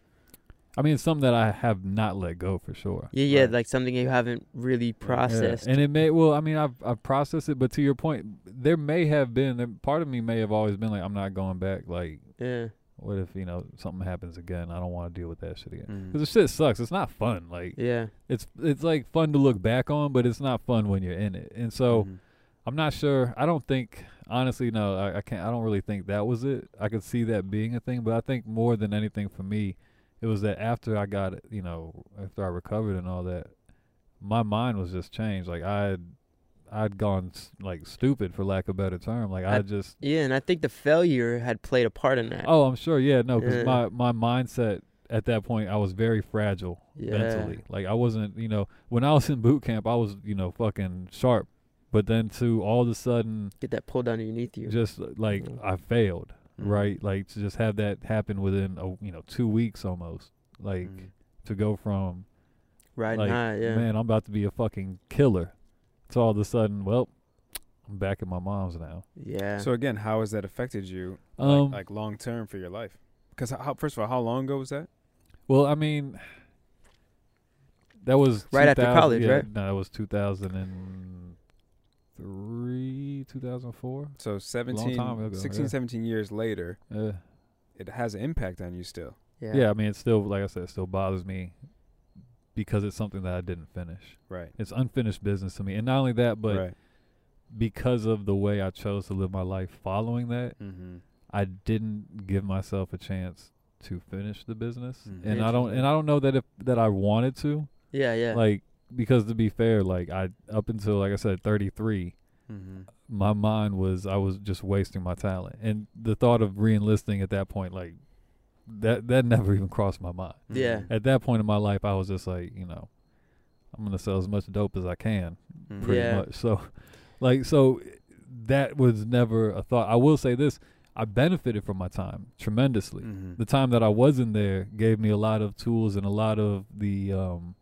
Speaker 1: I mean, it's something that I have not let go for sure.
Speaker 3: yeah, yeah,
Speaker 2: Right.
Speaker 3: like something you haven't really processed.
Speaker 1: And it may, well, I mean, I've, I've processed it, but to your point, there may have been, there, part of me may have always been like, I'm not going back. Like,
Speaker 3: Yeah,
Speaker 1: what if, you know, something happens again? I don't want to deal with that shit again.
Speaker 2: Mm.
Speaker 1: Because the shit sucks. It's not fun. Like,
Speaker 3: Mm-hmm. yeah,
Speaker 1: it's, it's like fun to look back on, but it's not fun when you're in it. And
Speaker 3: Mm-hmm.
Speaker 1: so
Speaker 2: Mhm.
Speaker 1: I'm not sure. I don't think, honestly, no, I, I can't, I don't really think that was it. I could see that being a thing, but I think more than anything for me, it was that after I got, you know, after I recovered and all that, my mind was just changed. Like I, had, I'd gone s- like stupid for lack of a better term. Like I,
Speaker 3: I-
Speaker 1: just,
Speaker 3: yeah. And I think the failure had played a part in that.
Speaker 1: oh, I'm sure, yeah, no, because
Speaker 3: Yeah.
Speaker 1: my my mindset at that point, I was very fragile
Speaker 3: yeah.
Speaker 1: mentally. Like I wasn't, you know, when I was in boot camp, I was, you know, fucking sharp. But then to all of a sudden,
Speaker 3: Get that pulled underneath you.
Speaker 1: just uh, like
Speaker 3: Mhm.
Speaker 1: I failed,
Speaker 3: Mm-hmm.
Speaker 2: Mhm.
Speaker 1: right? Like to just have that happen within a, you know two weeks almost, like
Speaker 2: Mhm.
Speaker 1: to go from
Speaker 3: right
Speaker 1: like,
Speaker 3: now, Mm-hmm. yeah.
Speaker 1: man, I'm about to be a fucking killer, to all of a sudden, well, I'm back at my mom's now.
Speaker 3: Yeah.
Speaker 2: So again, how has that affected you, like-
Speaker 1: Um,
Speaker 2: like, long term for your life? Because how, first of all, how long ago was that?
Speaker 1: well, I mean, that was
Speaker 3: Right after
Speaker 1: 2000
Speaker 3: college,
Speaker 1: yeah,
Speaker 3: right?
Speaker 1: No, that was 2003, 2004.
Speaker 2: So 17,
Speaker 1: time ago,
Speaker 2: 16,
Speaker 1: yeah.
Speaker 2: 17 years later,
Speaker 1: Yeah.
Speaker 2: it has an impact on you still.
Speaker 3: yeah.
Speaker 1: Uh, yeah, I mean, it still, like I said, it still bothers me because it's something that I didn't finish.
Speaker 2: Right.
Speaker 1: it's unfinished business to me and not only that but
Speaker 2: right.
Speaker 1: because of the way i chose to live my life following that
Speaker 2: Mm-hmm.
Speaker 1: i didn't give myself a chance to finish the business
Speaker 2: Mm.
Speaker 1: and i don't
Speaker 3: Interesting.
Speaker 1: and i don't know that if that i wanted to
Speaker 3: Yeah, yeah.
Speaker 1: like because to be fair like i up until like i said 33
Speaker 2: Mm-hmm.
Speaker 1: my mind was i was just wasting my talent and the thought of reenlisting at that point like that that never even crossed my mind
Speaker 3: Yeah.
Speaker 1: at that point in my life i was just like you know i'm gonna sell as much dope as i can
Speaker 2: Mm-hmm.
Speaker 1: pretty
Speaker 3: Yeah.
Speaker 1: much. So, like, so that was never a thought. I will say this: I benefited from my time tremendously.
Speaker 3: Mm.
Speaker 2: Mm-hmm.
Speaker 1: The time that I was in there gave me a lot of tools and a lot of the, um,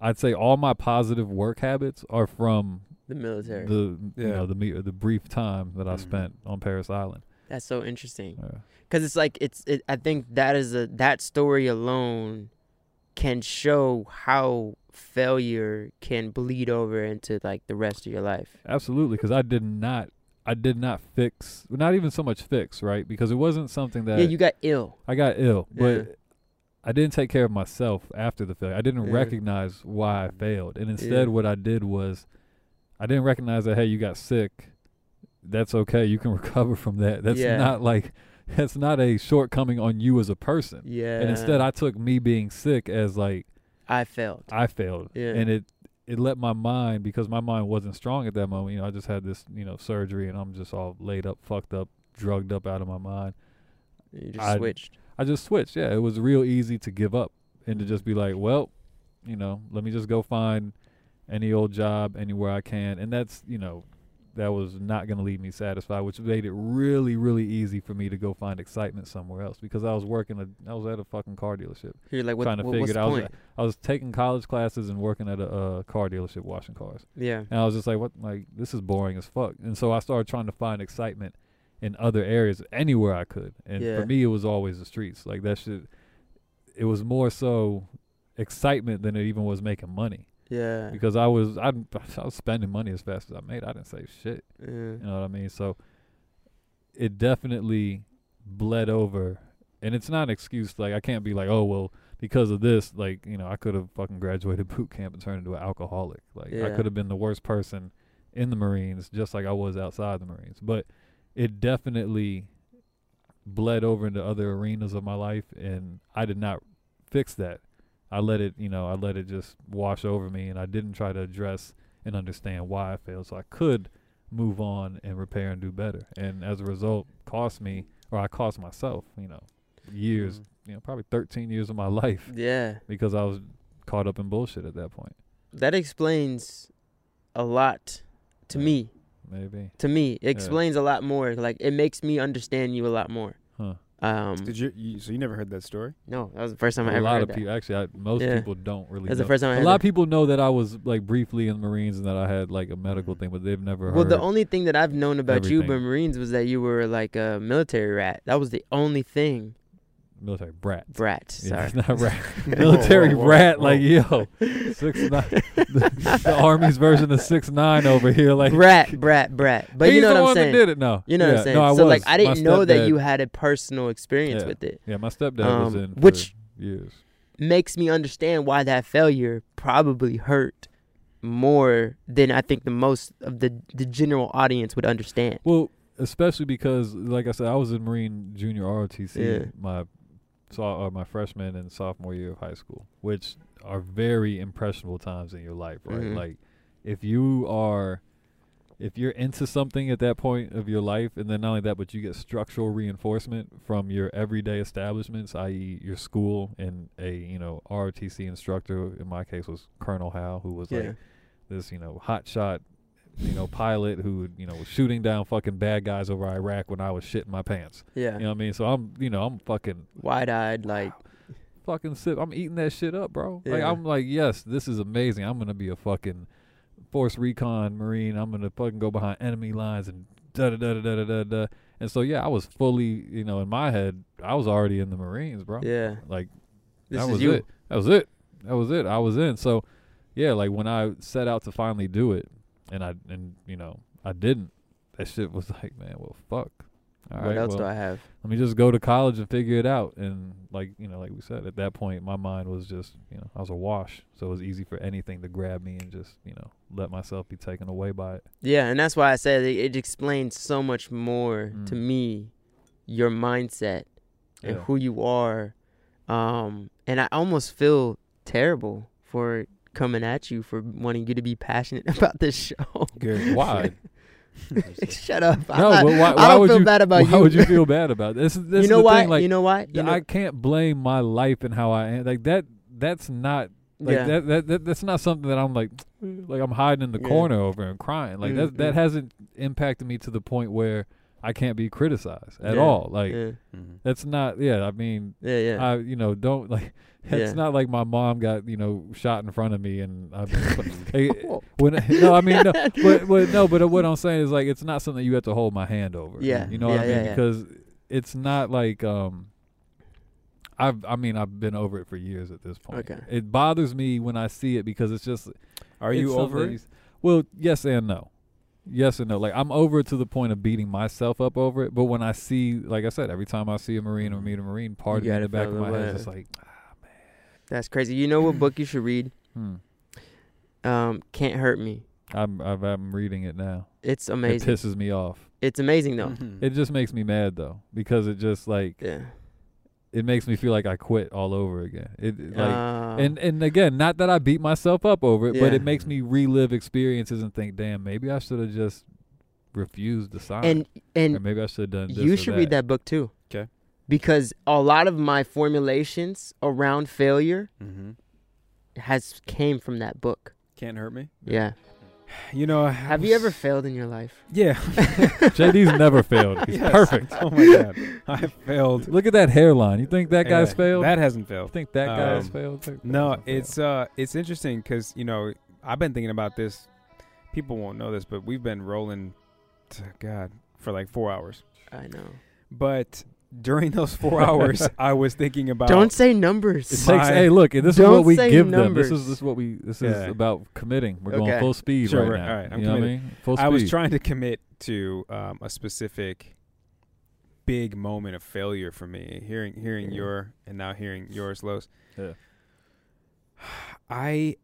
Speaker 1: I'd say, all my positive work habits are from
Speaker 3: the military. Mm-hmm.
Speaker 1: the you
Speaker 2: Yeah.
Speaker 1: know the me- the brief time that I
Speaker 2: Mhm.
Speaker 1: spent on Paris Island.
Speaker 3: That's so interesting.
Speaker 1: Yeah.
Speaker 3: Cuz it's like it's it, I think that is a that story alone can show how failure can bleed over into like the rest of your life.
Speaker 1: Absolutely, because I did not. I did not fix, not even so much fix, right? Because it wasn't something that
Speaker 3: yeah, you got ill.
Speaker 1: I got ill, but
Speaker 3: Yeah.
Speaker 1: I didn't take care of myself after the failure. I didn't
Speaker 3: Yeah.
Speaker 1: recognize why I failed. And instead,
Speaker 3: Yeah.
Speaker 1: what I did was I didn't recognize that, hey, you got sick. That's okay. You can recover from that. That's
Speaker 3: Yeah.
Speaker 1: not like, that's not a shortcoming on you as a person.
Speaker 3: Yeah.
Speaker 1: And instead, I took me being sick as like,
Speaker 3: I failed.
Speaker 1: I failed.
Speaker 3: Yeah.
Speaker 1: And it, it let my mind, because my mind wasn't strong at that moment. You know, I just had this, you know, surgery and I'm just all laid up, fucked up, drugged up out of my mind.
Speaker 3: You just
Speaker 1: I-
Speaker 3: switched.
Speaker 1: I just switched. Yeah, it was real easy to give up and to just be like, well, you know, let me just go find any old job anywhere I can. And that's, you know, that was not going to leave me satisfied, which made it really, really easy for me to go find excitement somewhere else because I was working, a, I was at a fucking car dealership.
Speaker 3: You're like what,
Speaker 1: trying to
Speaker 3: what-
Speaker 1: figure
Speaker 3: what's
Speaker 1: it
Speaker 3: the
Speaker 1: out. I was
Speaker 3: point?
Speaker 1: I was taking college classes and working at a, uh car dealership washing cars.
Speaker 3: Yeah.
Speaker 1: And I was just like, what? Like, this is boring as fuck. And so I started trying to find excitement in other areas, anywhere I could. And
Speaker 3: Yeah.
Speaker 1: for me, it was always the streets. Like, that shit, it was more so excitement than it even was making money
Speaker 3: Yeah.
Speaker 1: because I was I, I was spending money as fast as I made. I didn't save shit. You
Speaker 3: Yeah.
Speaker 1: know what I mean? So it definitely bled over. And it's not an excuse. Like, I can't be like, oh, well, because of this, like, you know, I could have fucking graduated boot camp and turned into an alcoholic. Like, I
Speaker 3: Yeah.
Speaker 1: could have been the worst person in the Marines, just like I was outside the Marines. But it definitely bled over into other arenas of my life. And I did not fix that. I let it, you know, I let it just wash over me. And I didn't try to address and understand why I failed. So I could move on and repair and do better. And as a result, cost me or I cost myself, you know, years,
Speaker 3: Mm.
Speaker 2: Mm-hmm.
Speaker 1: you know, probably 13 years of my life
Speaker 3: Yeah.
Speaker 1: because I was caught up in bullshit at that point.
Speaker 3: That explains a lot to
Speaker 1: Yeah.
Speaker 3: me.
Speaker 1: Maybe.
Speaker 3: To me, it explains a lot more. Like it makes me understand you a lot more.
Speaker 1: Huh.
Speaker 3: Um,
Speaker 2: Did you, you? So you never heard that story?
Speaker 3: no, that was the first time I
Speaker 1: A
Speaker 3: ever
Speaker 1: lot
Speaker 3: heard
Speaker 1: of
Speaker 3: that.
Speaker 1: people actually I, most
Speaker 3: Yeah.
Speaker 1: people don't really
Speaker 3: That's
Speaker 1: know.
Speaker 3: the first time I
Speaker 1: a
Speaker 3: heard
Speaker 1: lot
Speaker 3: that.
Speaker 1: of people know that I was like briefly in the Marines and that I had like a medical thing, but they've never
Speaker 3: Mm-hmm. Well,
Speaker 1: heard.
Speaker 3: the only thing that I've known about you, but
Speaker 1: everything.
Speaker 3: Marines, was that you were like a military rat. That was the only thing.
Speaker 1: military brat.
Speaker 3: Brat.
Speaker 1: Yeah,
Speaker 3: Sorry.
Speaker 1: it's not rat. military
Speaker 2: whoa,
Speaker 1: brat,
Speaker 2: whoa.
Speaker 1: like yo, six nine. The, the army's version of six nine over here, like
Speaker 3: brat, brat, brat. But
Speaker 1: He's
Speaker 3: you know
Speaker 1: the
Speaker 3: what I'm
Speaker 1: one
Speaker 3: saying.
Speaker 1: that did it. No,
Speaker 3: You know what
Speaker 1: Yeah,
Speaker 3: I'm saying.
Speaker 1: No, I
Speaker 3: so
Speaker 1: was.
Speaker 3: like
Speaker 1: My
Speaker 3: I didn't know that
Speaker 1: stepdad-
Speaker 3: you had a personal experience
Speaker 1: Yeah.
Speaker 3: with it,
Speaker 1: Yeah, my stepdad was
Speaker 3: Um,
Speaker 1: in
Speaker 3: which-
Speaker 1: for years.
Speaker 3: makes me understand why that failure probably hurt more than I think the most of the the general audience would understand.
Speaker 1: Well, especially because, like I said, I was in Marine Junior ROTC
Speaker 3: Yeah.
Speaker 1: my saw or my freshman and sophomore year of high school, which are very impressionable times in your life, right?
Speaker 3: Mhm.
Speaker 1: Like if you are if you're into something at that point of your life, and then not only that, but you get structural reinforcement from your everyday establishments, i.e., your school and a you know ROTC instructor. In my case, was Colonel Howe, who was like this you know hot shot you know pilot who you know was shooting down fucking bad guys over Iraq when I was shitting my pants.
Speaker 3: yeah,
Speaker 1: You know what I mean? So I'm you know I'm fucking
Speaker 3: wide eyed, like
Speaker 1: fucking sip. I'm eating that shit up, bro. Like
Speaker 3: Yeah.
Speaker 1: I'm like yes, this is amazing. I'm gonna be a fucking force recon marine. I'm gonna fucking go behind enemy lines and da da da da da da da. And so yeah, I was fully you know in my head I was already in the Marines, bro.
Speaker 3: yeah.
Speaker 1: Like
Speaker 3: This
Speaker 1: that
Speaker 3: is
Speaker 1: was
Speaker 3: you.
Speaker 1: it. That was it. That was it. I was in. So, yeah, like when I set out to finally do it, and I and you know I didn't. That shit was like, man, well, fuck. All
Speaker 3: What
Speaker 1: right,
Speaker 3: else
Speaker 1: well,
Speaker 3: do I have?
Speaker 1: let me just go to college and figure it out. And like you know, like we said, at that point, my mind was just you know I was awash, so it was easy for anything to grab me and just you know let myself be taken away by it.
Speaker 3: Yeah, and that's why I said it, it explains so much more to
Speaker 1: Mm.
Speaker 3: me, your mindset and
Speaker 1: Yeah.
Speaker 3: who you are. Um, and I almost feel terrible for coming at you for wanting you to be passionate about this show.
Speaker 2: Good.
Speaker 1: Why?
Speaker 3: Shut up. I'm
Speaker 1: No,
Speaker 3: not-
Speaker 1: but why-
Speaker 3: I
Speaker 1: why
Speaker 3: don't
Speaker 1: would
Speaker 3: feel
Speaker 1: you-
Speaker 3: bad about
Speaker 1: Why
Speaker 3: you.
Speaker 1: would you feel bad about this? This is
Speaker 3: you know
Speaker 1: the
Speaker 3: why?
Speaker 1: thing. Like
Speaker 3: you know why? You know,
Speaker 1: I can't blame my life and how I am. Like that. That's not Like
Speaker 3: yeah.
Speaker 1: that, that, that that's not something that I'm like like I'm hiding in the
Speaker 3: Yeah.
Speaker 1: corner over and crying. Like
Speaker 3: Mm,
Speaker 1: that that
Speaker 3: mm.
Speaker 1: hasn't impacted me to the point where I can't be criticized at
Speaker 3: Yeah,
Speaker 1: all. Like
Speaker 3: yeah,
Speaker 2: Mhm.
Speaker 1: that's not yeah, I mean
Speaker 3: yeah, yeah.
Speaker 1: I you know don't like it's
Speaker 3: Yeah.
Speaker 1: not like my mom got, you know, shot in front of me and I've been Hey, when no, I mean no but, but no, but what I'm saying is like it's not something you have to hold my hand over.
Speaker 3: Yeah,
Speaker 1: You know
Speaker 3: yeah,
Speaker 1: what I mean?
Speaker 3: yeah, yeah.
Speaker 1: Because it's not like um I've I mean I've been over it for years at this point.
Speaker 3: Okay.
Speaker 1: It bothers me when I see it because it's just
Speaker 2: Are
Speaker 1: it's
Speaker 2: you
Speaker 1: something
Speaker 2: over
Speaker 1: that
Speaker 2: it?
Speaker 1: you- Well, yes and no. Yes and no. Like I'm over it to the point of beating myself up over it. But when I see, like I said, every time I see a marine or meet a marine, part of me in
Speaker 3: Mm. gotta
Speaker 1: the back of
Speaker 3: feel
Speaker 1: my
Speaker 3: the
Speaker 1: head is
Speaker 3: way.
Speaker 1: just like,
Speaker 3: That's crazy. You know what book you should read?
Speaker 1: hmm,
Speaker 3: Um, Can't Hurt Me.
Speaker 1: I'm I've, I'm reading it now.
Speaker 3: It's amazing. Mm.
Speaker 1: It pisses me off.
Speaker 3: It's amazing though.
Speaker 2: Mhm.
Speaker 1: It just makes me mad though because it just like
Speaker 3: Yeah.
Speaker 1: it makes me feel like I quit all over again. It it, like
Speaker 3: Uh,
Speaker 1: and and again, not that I beat myself up over it, but
Speaker 3: Yeah.
Speaker 1: it makes me relive experiences and think, damn, maybe I should have just refused to sign.
Speaker 3: and
Speaker 1: or
Speaker 3: and
Speaker 1: maybe I should have done. This
Speaker 3: you
Speaker 1: or
Speaker 3: should
Speaker 1: that.
Speaker 3: read that book too.
Speaker 2: 'Kay.
Speaker 3: Because a lot of my formulations around failure
Speaker 2: Mhm.
Speaker 3: has came from that book.
Speaker 2: Can't hurt me.
Speaker 3: Yeah.
Speaker 2: You know. I
Speaker 3: Have
Speaker 2: was-
Speaker 3: you ever failed in your life?
Speaker 2: Yeah.
Speaker 1: JD's never failed. He's
Speaker 2: Yes.
Speaker 1: perfect.
Speaker 2: Oh my god. I failed.
Speaker 1: Look at that hairline. You think that guy's
Speaker 2: Yeah.
Speaker 1: failed?
Speaker 2: That hasn't
Speaker 1: you
Speaker 2: failed.
Speaker 1: think that guy has
Speaker 2: Um,
Speaker 1: failed? That
Speaker 2: No,
Speaker 1: guy's failed.
Speaker 2: it's uh, it's interesting because you know I've been thinking about this. People won't know this, but we've been rolling, to God, for like four hours.
Speaker 3: I know.
Speaker 2: But during those four hours, I was thinking about
Speaker 3: Don't say numbers.
Speaker 1: It
Speaker 2: My-
Speaker 1: takes, hey, look, this is
Speaker 3: Don't
Speaker 1: what we
Speaker 3: say
Speaker 1: give them.
Speaker 3: numbers.
Speaker 1: This is this is what we. This
Speaker 2: Yeah.
Speaker 1: is about committing. We're
Speaker 3: Okay.
Speaker 1: going full speed
Speaker 2: Sure,
Speaker 1: right
Speaker 2: right,
Speaker 1: now.
Speaker 2: alright, I'm
Speaker 1: you know what I mean? Full speed.
Speaker 2: I was trying to commit to um, a specific big moment of failure for me. Hearing hearing
Speaker 3: Yeah.
Speaker 2: your and now hearing yours, Los.
Speaker 1: Yeah.
Speaker 2: I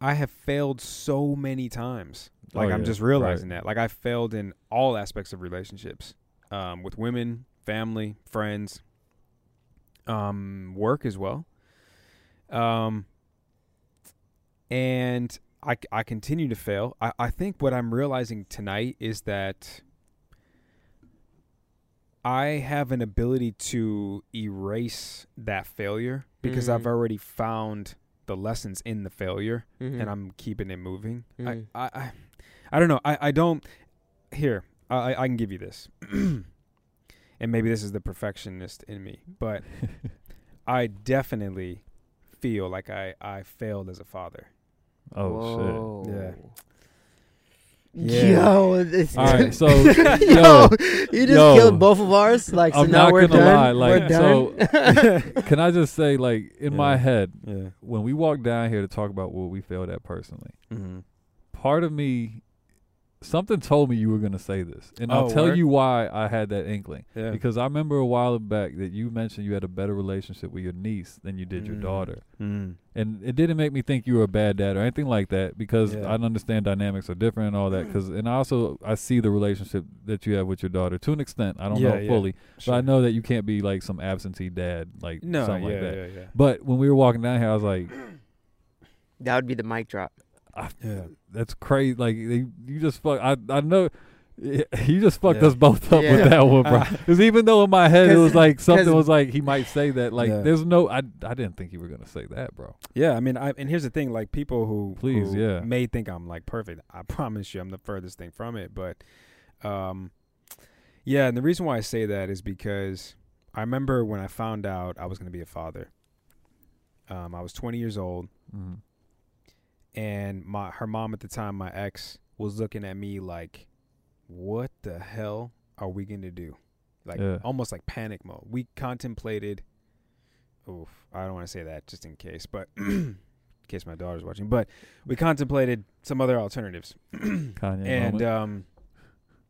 Speaker 2: I have failed so many times.
Speaker 1: Oh,
Speaker 2: Like I'm
Speaker 1: yeah,
Speaker 2: just
Speaker 1: right.
Speaker 2: realizing that. Like I failed in all aspects of relationships, um, with women, family, friends, um, work as well. Um, and I, I continue to fail. I, I think what I'm realizing tonight is that I have an ability to erase that failure because
Speaker 1: Mm-hmm.
Speaker 3: Mhm.
Speaker 2: I've already found the lessons in the failure
Speaker 3: Mhm.
Speaker 2: and I'm keeping it moving.
Speaker 3: Mhm.
Speaker 2: I, I, I, I don't know. I, I don't. Here, I, I I can give you this, and maybe this is the perfectionist in me, but
Speaker 1: Oh,
Speaker 2: I definitely feel like I, I failed as a father.
Speaker 1: oh
Speaker 3: Mm-hmm. Whoa.
Speaker 2: Yeah. Yeah.
Speaker 3: Yo, this
Speaker 1: All right, so,
Speaker 3: yo,
Speaker 1: yo,
Speaker 3: you just
Speaker 1: yo.
Speaker 3: killed both of ours. Like, so
Speaker 1: I'm
Speaker 3: now
Speaker 1: not
Speaker 3: we're
Speaker 1: gonna
Speaker 3: done.
Speaker 1: lie, like,
Speaker 3: we're done.
Speaker 1: shit! Can I just say, like, in my
Speaker 2: Yeah.
Speaker 1: head,
Speaker 2: Yeah.
Speaker 1: when we walk down here to talk about what we failed at personally,
Speaker 2: Mm-hmm.
Speaker 1: part of me, something told me you were gonna say this, and I'll
Speaker 2: Oh,
Speaker 1: tell
Speaker 2: word?
Speaker 1: you why I had that inkling.
Speaker 2: Yeah.
Speaker 1: Because I remember a while back that you mentioned you had a better relationship with your niece than you did your
Speaker 2: Mm.
Speaker 1: daughter.
Speaker 2: mm.
Speaker 1: and it didn't make me think you were a bad dad or anything like that because
Speaker 2: Yeah.
Speaker 1: I understand dynamics are different and all that. Cause and I also I see the relationship that you have with your daughter to an extent. I don't
Speaker 2: Yeah,
Speaker 1: know
Speaker 2: yeah,
Speaker 1: fully,
Speaker 2: Sure.
Speaker 1: but I know that you can't be like some absentee dad like
Speaker 2: No.
Speaker 1: something
Speaker 2: yeah,
Speaker 1: like that.
Speaker 2: yeah. Yeah.
Speaker 1: But when we were walking down here, I was like,
Speaker 3: that would be the mic drop.
Speaker 2: Yeah.
Speaker 1: "That's crazy! Like they, you just fuck. I I know." You just fucked
Speaker 2: Yeah.
Speaker 1: us both up
Speaker 3: Yeah.
Speaker 1: with that one, bro.
Speaker 2: Uh,
Speaker 1: Because even though in my head it
Speaker 3: 'cause-
Speaker 1: was like something
Speaker 3: 'cause-
Speaker 1: was like he might say that, like
Speaker 2: Yeah.
Speaker 1: there's no, I I didn't think you were gonna say that, bro.
Speaker 2: Yeah, I mean, I and here's the thing: like people who
Speaker 1: Please,
Speaker 2: who
Speaker 1: yeah.
Speaker 2: may think I'm like perfect. I promise you, I'm the furthest thing from it. But, um, yeah, and the reason why I say that is because I remember when I found out I was going to be a father. Um, I was 20 years old,
Speaker 1: Mm-hmm.
Speaker 2: and my her mom at the time, my ex, was looking at me like, "What the hell are we going to do?" Like
Speaker 1: Yeah.
Speaker 2: almost like panic mode. We contemplated. Oof, I don't want to say that just in case, but in case my daughter's watching, but we contemplated some other alternatives,
Speaker 1: Kanye,
Speaker 2: and
Speaker 1: moment.
Speaker 2: um,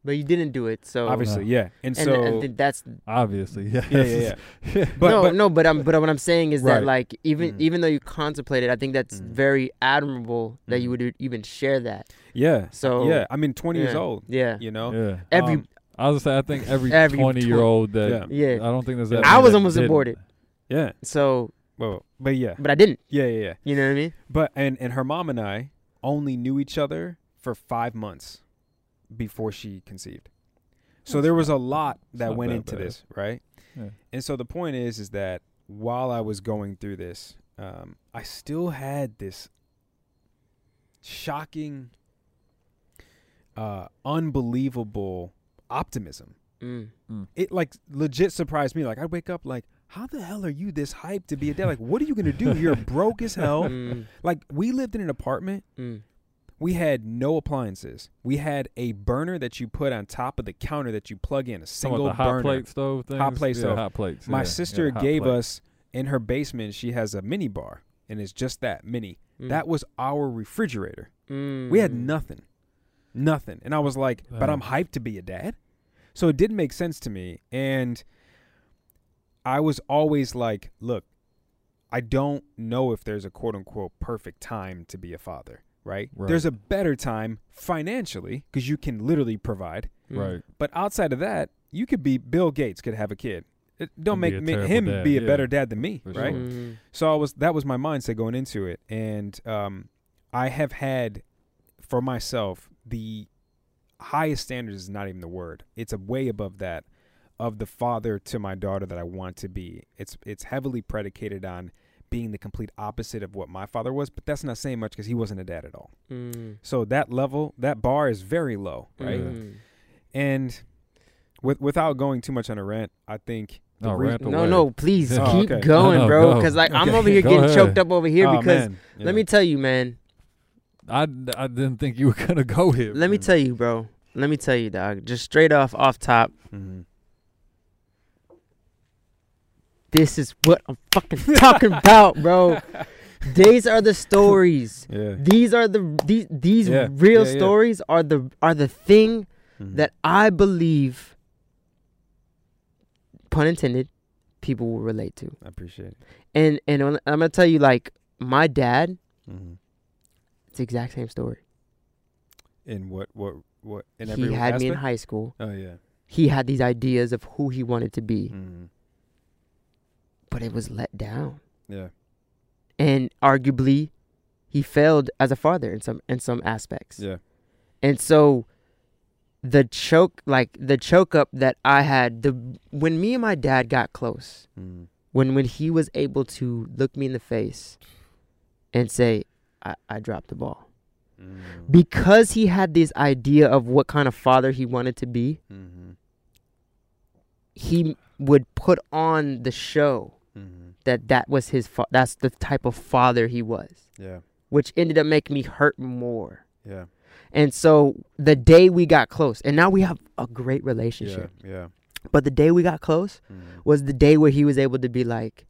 Speaker 3: But you didn't do it, so
Speaker 2: obviously,
Speaker 1: no.
Speaker 2: yeah, and,
Speaker 3: Oh, and,
Speaker 2: so
Speaker 3: and th- that's
Speaker 1: obviously, yeah,
Speaker 2: yeah, yeah,
Speaker 1: yeah.
Speaker 2: yeah. But,
Speaker 3: no,
Speaker 2: but
Speaker 3: no. But um, but what I'm saying is
Speaker 2: Right.
Speaker 3: that like even
Speaker 2: Mm.
Speaker 3: even though you contemplated, I think that's
Speaker 2: Mm.
Speaker 3: very admirable that
Speaker 2: Mm.
Speaker 3: you would e, even share that.
Speaker 2: yeah,
Speaker 3: So
Speaker 2: yeah, I mean, twenty years
Speaker 3: Oh. yeah,
Speaker 2: old,
Speaker 3: Yeah,
Speaker 2: you know,
Speaker 1: Yeah.
Speaker 3: every
Speaker 2: Um,
Speaker 1: I was gonna say I think every,
Speaker 3: Every
Speaker 1: twenty year old that
Speaker 3: yeah.
Speaker 2: uh,
Speaker 1: I don't think there's
Speaker 2: I
Speaker 1: that.
Speaker 3: I
Speaker 1: many
Speaker 3: was
Speaker 1: that
Speaker 3: almost
Speaker 1: didn't.
Speaker 3: aborted,
Speaker 2: yeah,
Speaker 3: so
Speaker 2: well, but yeah,
Speaker 3: but I didn't.
Speaker 2: yeah, yeah, yeah.
Speaker 3: You know what I mean?
Speaker 2: But and and her mom and I only knew each other for five months before she conceived. So
Speaker 1: That's
Speaker 2: there was
Speaker 1: not-
Speaker 2: a lot
Speaker 1: it's
Speaker 2: that
Speaker 1: not
Speaker 2: went
Speaker 1: that
Speaker 2: into
Speaker 1: bad.
Speaker 2: this, right?
Speaker 1: Yeah.
Speaker 2: And so the point is, is that while I was going through this, um, I still had this shocking, uh, unbelievable optimism.
Speaker 3: Mm.
Speaker 2: It like legit surprised me. Like I wake up like, how the hell are you this hyped to be a dad? Like, what are you gonna do? You're broke as hell.
Speaker 3: Mm.
Speaker 2: Like we lived in an apartment.
Speaker 3: Mm.
Speaker 2: We had no appliances. We had a burner that you put on top of the counter that you plug in
Speaker 1: Talking
Speaker 2: a
Speaker 1: about
Speaker 2: single
Speaker 1: the hot
Speaker 2: burner.
Speaker 1: plate stove thing.
Speaker 2: plate
Speaker 1: yeah,
Speaker 2: stove.
Speaker 1: Hot plates.
Speaker 2: My
Speaker 1: yeah,
Speaker 2: sister
Speaker 1: yeah, hot
Speaker 2: gave
Speaker 1: plate.
Speaker 2: us in her basement. She has a mini bar, and it's just that mini.
Speaker 3: Mm.
Speaker 2: That was our refrigerator.
Speaker 3: Mm.
Speaker 2: We had nothing, nothing, and I was like, "But
Speaker 1: Yeah.
Speaker 2: I'm hyped to be a dad," so it did make sense to me. And I was always like, "Look, I don't know if there's a quote unquote perfect time to be a father." Right?
Speaker 1: Right.
Speaker 2: There's a better time financially because you can literally provide.
Speaker 3: Mm.
Speaker 1: right.
Speaker 2: But outside of that, you could be Bill Gates could have a kid. It don't
Speaker 1: And
Speaker 2: make
Speaker 1: be a
Speaker 2: me,
Speaker 1: terrible
Speaker 2: him
Speaker 1: dad,
Speaker 2: be a
Speaker 1: yeah.
Speaker 2: better dad than me,
Speaker 1: For
Speaker 2: right?
Speaker 1: sure.
Speaker 3: Mm.
Speaker 2: So I was that was my mindset going into it, and um, I have had for myself the highest standards is not even the word; it's a way above that of the father to my daughter that I want to be. It's it's heavily predicated on being the complete opposite of what my father was, but that's not saying much because he wasn't a dad at all.
Speaker 3: Mm.
Speaker 2: So that level, that bar is very low, right?
Speaker 1: Yeah.
Speaker 3: Mm.
Speaker 2: And with, without going too much on a rant, I think the
Speaker 1: No,
Speaker 2: reas-
Speaker 1: rant
Speaker 3: No,
Speaker 1: away.
Speaker 3: no, please
Speaker 2: Oh,
Speaker 3: keep
Speaker 2: okay.
Speaker 3: going,
Speaker 1: No, no,
Speaker 3: bro.
Speaker 1: go.
Speaker 3: Because like I'm
Speaker 2: Okay.
Speaker 3: over here
Speaker 1: Go
Speaker 3: getting
Speaker 1: ahead.
Speaker 3: choked up over here
Speaker 2: Oh,
Speaker 3: because
Speaker 2: man. Yeah.
Speaker 3: let me tell you, man.
Speaker 1: I, d- I didn't think you were gonna go here.
Speaker 3: Let me
Speaker 2: Mhm.
Speaker 3: tell you,
Speaker 2: Mm-hmm.
Speaker 3: bro. Let me tell you, dog. Just straight off, off top.
Speaker 2: Mhm.
Speaker 3: This is what I'm fucking talking about, bro. These are the stories.
Speaker 2: Yeah.
Speaker 3: These are the these these
Speaker 2: Yeah,
Speaker 3: real
Speaker 2: yeah, yeah.
Speaker 3: stories are the are the thing
Speaker 2: Mhm.
Speaker 3: that I believe pun intended people will relate to.
Speaker 2: I appreciate it.
Speaker 3: And and I'm I'm gonna tell you like my dad,
Speaker 2: Mhm.
Speaker 3: it's the exact same story.
Speaker 2: In what what what in every
Speaker 3: he had me in
Speaker 2: aspect?
Speaker 3: high school.
Speaker 2: Oh yeah.
Speaker 3: He had these ideas of who he wanted to be,
Speaker 2: Mhm.
Speaker 3: but it was let down.
Speaker 2: Yeah.
Speaker 3: and arguably he failed as a father in some in some aspects.
Speaker 2: Yeah.
Speaker 3: And so the choke like the choke up that I had the when me and my dad got close,
Speaker 2: Mhm.
Speaker 3: when when he was able to look me in the face and say I, I dropped the ball.
Speaker 2: Mhm.
Speaker 3: Because he had this idea of what kind of father he wanted to be,
Speaker 2: Mhm.
Speaker 3: he would put on the show
Speaker 2: Mhm.
Speaker 3: that that was his fa- that's the type of father he was,
Speaker 2: Yeah.
Speaker 3: which ended up making me hurt more.
Speaker 2: Yeah.
Speaker 3: And so the day we got close, and now we have a great
Speaker 2: Yeah.
Speaker 3: relationship.
Speaker 2: Yeah.
Speaker 3: But the day we got close
Speaker 2: Mhm.
Speaker 3: was the day where he was able to be like,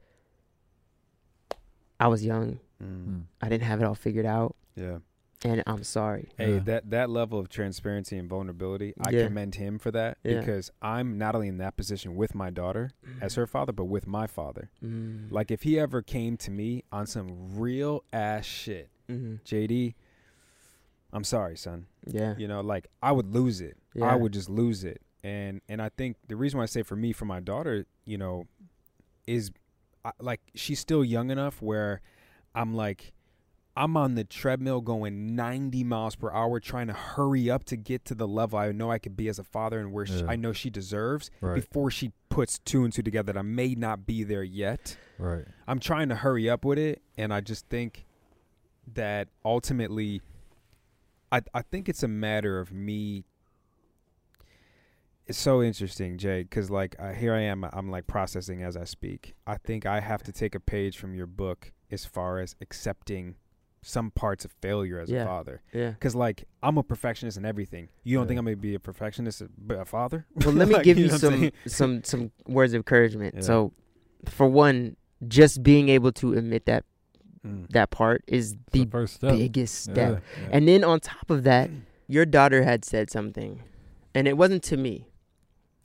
Speaker 3: I was young.
Speaker 2: Mhm.
Speaker 3: I didn't have it all figured out.
Speaker 2: Yeah.
Speaker 3: And I'm sorry.
Speaker 2: Hey,
Speaker 1: Yeah.
Speaker 2: that that level of transparency and vulnerability, I
Speaker 3: Yeah.
Speaker 2: commend him for that
Speaker 3: Yeah.
Speaker 2: because I'm not only in that position with my daughter as her father, but with my father.
Speaker 3: Mm.
Speaker 2: Like if he ever came to me on some real ass shit,
Speaker 3: Mhm.
Speaker 2: JD, I'm sorry, son.
Speaker 3: yeah.
Speaker 2: You know, like I would lose it.
Speaker 3: yeah.
Speaker 2: I would just lose it. And and I think the reason why I say for me for my daughter, you know, is I, like she's still young enough where I'm like I'm on the treadmill going 90 miles per hour trying to hurry up to get to the level I know I could be as a father and where she,
Speaker 1: Yeah.
Speaker 2: I know she deserves
Speaker 1: Right.
Speaker 2: before she puts two and two together that I may not be there yet.
Speaker 1: Right.
Speaker 2: I'm trying to hurry up with it, and I just think that ultimately, I I think it's a matter of me. It's so interesting, Jay, because like uh, here I am, I'm like processing as I speak. I think I have to take a page from your book as far as accepting some parts of failure as
Speaker 3: Yeah.
Speaker 2: a father,
Speaker 3: Yeah.
Speaker 2: because like I'm a perfectionist in everything. You don't
Speaker 1: Yeah.
Speaker 2: think I'm gonna be a perfectionist, but a father?
Speaker 3: Well, let me
Speaker 2: Like,
Speaker 3: give
Speaker 2: you
Speaker 3: you
Speaker 2: know what I'm
Speaker 3: some,
Speaker 2: saying?
Speaker 3: some some words of encouragement.
Speaker 2: Yeah.
Speaker 3: So, for one, just being able to admit that
Speaker 2: Mm.
Speaker 3: that part is
Speaker 1: It's
Speaker 3: the
Speaker 1: the first step.
Speaker 3: biggest
Speaker 1: Yeah.
Speaker 3: step.
Speaker 2: Yeah.
Speaker 3: And then on top of that, your daughter had said something, and it wasn't to me.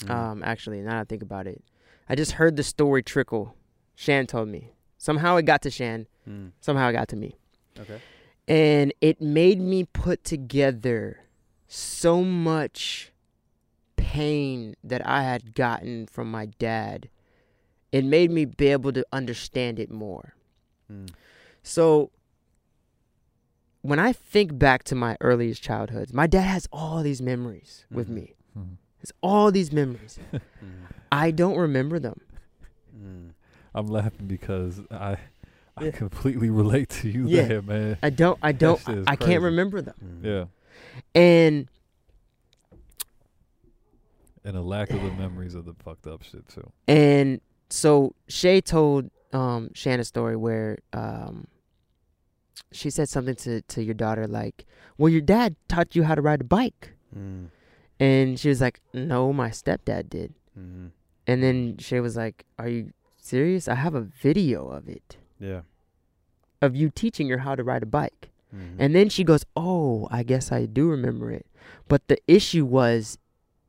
Speaker 2: Mm.
Speaker 3: Um, actually, now that I think about it, I just heard the story trickle. Shan told me. Somehow it got to Shan.
Speaker 2: Mm.
Speaker 3: Somehow it got to me,
Speaker 2: okay.
Speaker 3: and it made me put together so much pain that I had gotten from my dad. It made me be able to understand it more.
Speaker 2: Mm.
Speaker 3: So when I think back to my earliest childhoods, my dad has all these memories with
Speaker 2: Mhm.
Speaker 3: me.
Speaker 1: Mhm.
Speaker 3: Has all these memories.
Speaker 2: Mm.
Speaker 3: I don't remember them.
Speaker 2: Mm.
Speaker 1: I'm laughing because I I
Speaker 3: Yeah.
Speaker 1: completely relate to you
Speaker 3: Yeah.
Speaker 1: there, man.
Speaker 3: I don't I don't
Speaker 1: shit is
Speaker 3: I
Speaker 1: crazy.
Speaker 3: can't remember them.
Speaker 2: Mm.
Speaker 1: Yeah.
Speaker 3: And
Speaker 1: And a lack of the memories of the fucked up shit too.
Speaker 3: and so Shay told um Shan a story where um she said something to, to your daughter like, Well your dad taught you how to ride a bike
Speaker 2: Mm.
Speaker 3: and she was like, No, my stepdad did.
Speaker 2: Mhm.
Speaker 3: And then Shay was like, Are you serious? I have a video of it,
Speaker 2: Yeah.
Speaker 3: of you teaching her how to ride a bike. And then she goes, Oh, I guess I do remember it. But the issue was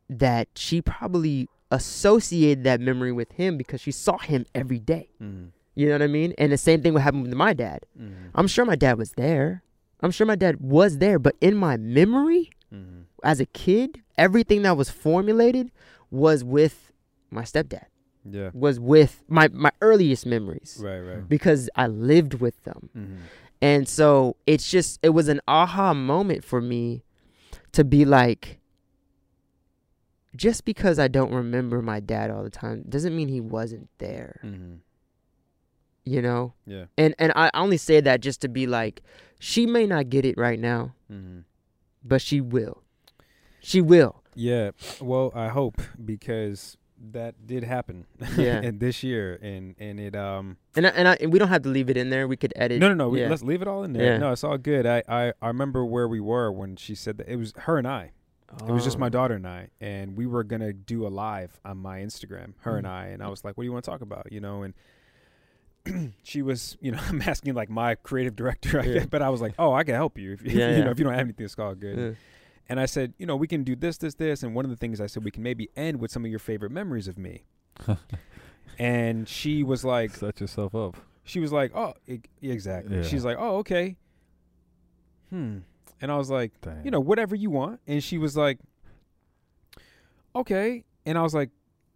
Speaker 3: that she probably associated that memory with him because she saw him every day.
Speaker 2: Mhm.
Speaker 3: You know what I mean? And the same thing would happen with my dad.
Speaker 2: Mhm.
Speaker 3: I'm sure my dad was there. I'm sure my dad was there. But in my memory
Speaker 2: Mhm.
Speaker 3: as a kid, everything that was formulated was with my stepdad.
Speaker 2: Yeah.
Speaker 3: was with my my earliest memories
Speaker 2: Right. Right.
Speaker 3: because I lived with them.
Speaker 2: Mhm.
Speaker 3: And so it's just it was an aha moment for me to be like just because I don't remember my dad all the time doesn't mean he wasn't there,
Speaker 2: Mhm.
Speaker 3: you know?
Speaker 2: Yeah.
Speaker 3: And and I only say that just to be like she may not get it right now,
Speaker 2: Mhm.
Speaker 3: but she will. She will.
Speaker 2: Yeah. Well, I hope because that did happen.
Speaker 3: Yeah.
Speaker 2: and this year, and and it um.
Speaker 3: And I, and, I, and we don't have to leave it in there. We could edit.
Speaker 2: no, no, no. We,
Speaker 3: yeah.
Speaker 2: Let's leave it all in there.
Speaker 3: Yeah.
Speaker 2: No, it's all good. I, I I remember where we were when she said that it was her and I. It was just my
Speaker 3: Oh.
Speaker 2: daughter and I, and we were gonna do a live on my Instagram, her
Speaker 3: Mm.
Speaker 2: and I, and I was like, "What do you want to talk about?" You know, and she was, you know, I'm asking like my creative director, I
Speaker 3: Yeah.
Speaker 2: guess, but I was like, "Oh, I can help you if if,
Speaker 3: Yeah,
Speaker 2: you
Speaker 3: yeah.
Speaker 2: know if you don't have anything, it's all good."
Speaker 3: Yeah.
Speaker 2: And I said, "You know, we can do this, this, this," and one of the things I said we can maybe end with some of your favorite memories of me. and she was like,
Speaker 1: Set yourself up.
Speaker 2: she was like, "Oh, e- exactly."
Speaker 1: Yeah.
Speaker 2: She's like, "Oh, okay." Hmm. And I was like
Speaker 1: Damn.
Speaker 2: you know, whatever you want. And she was like, okay. And I was like,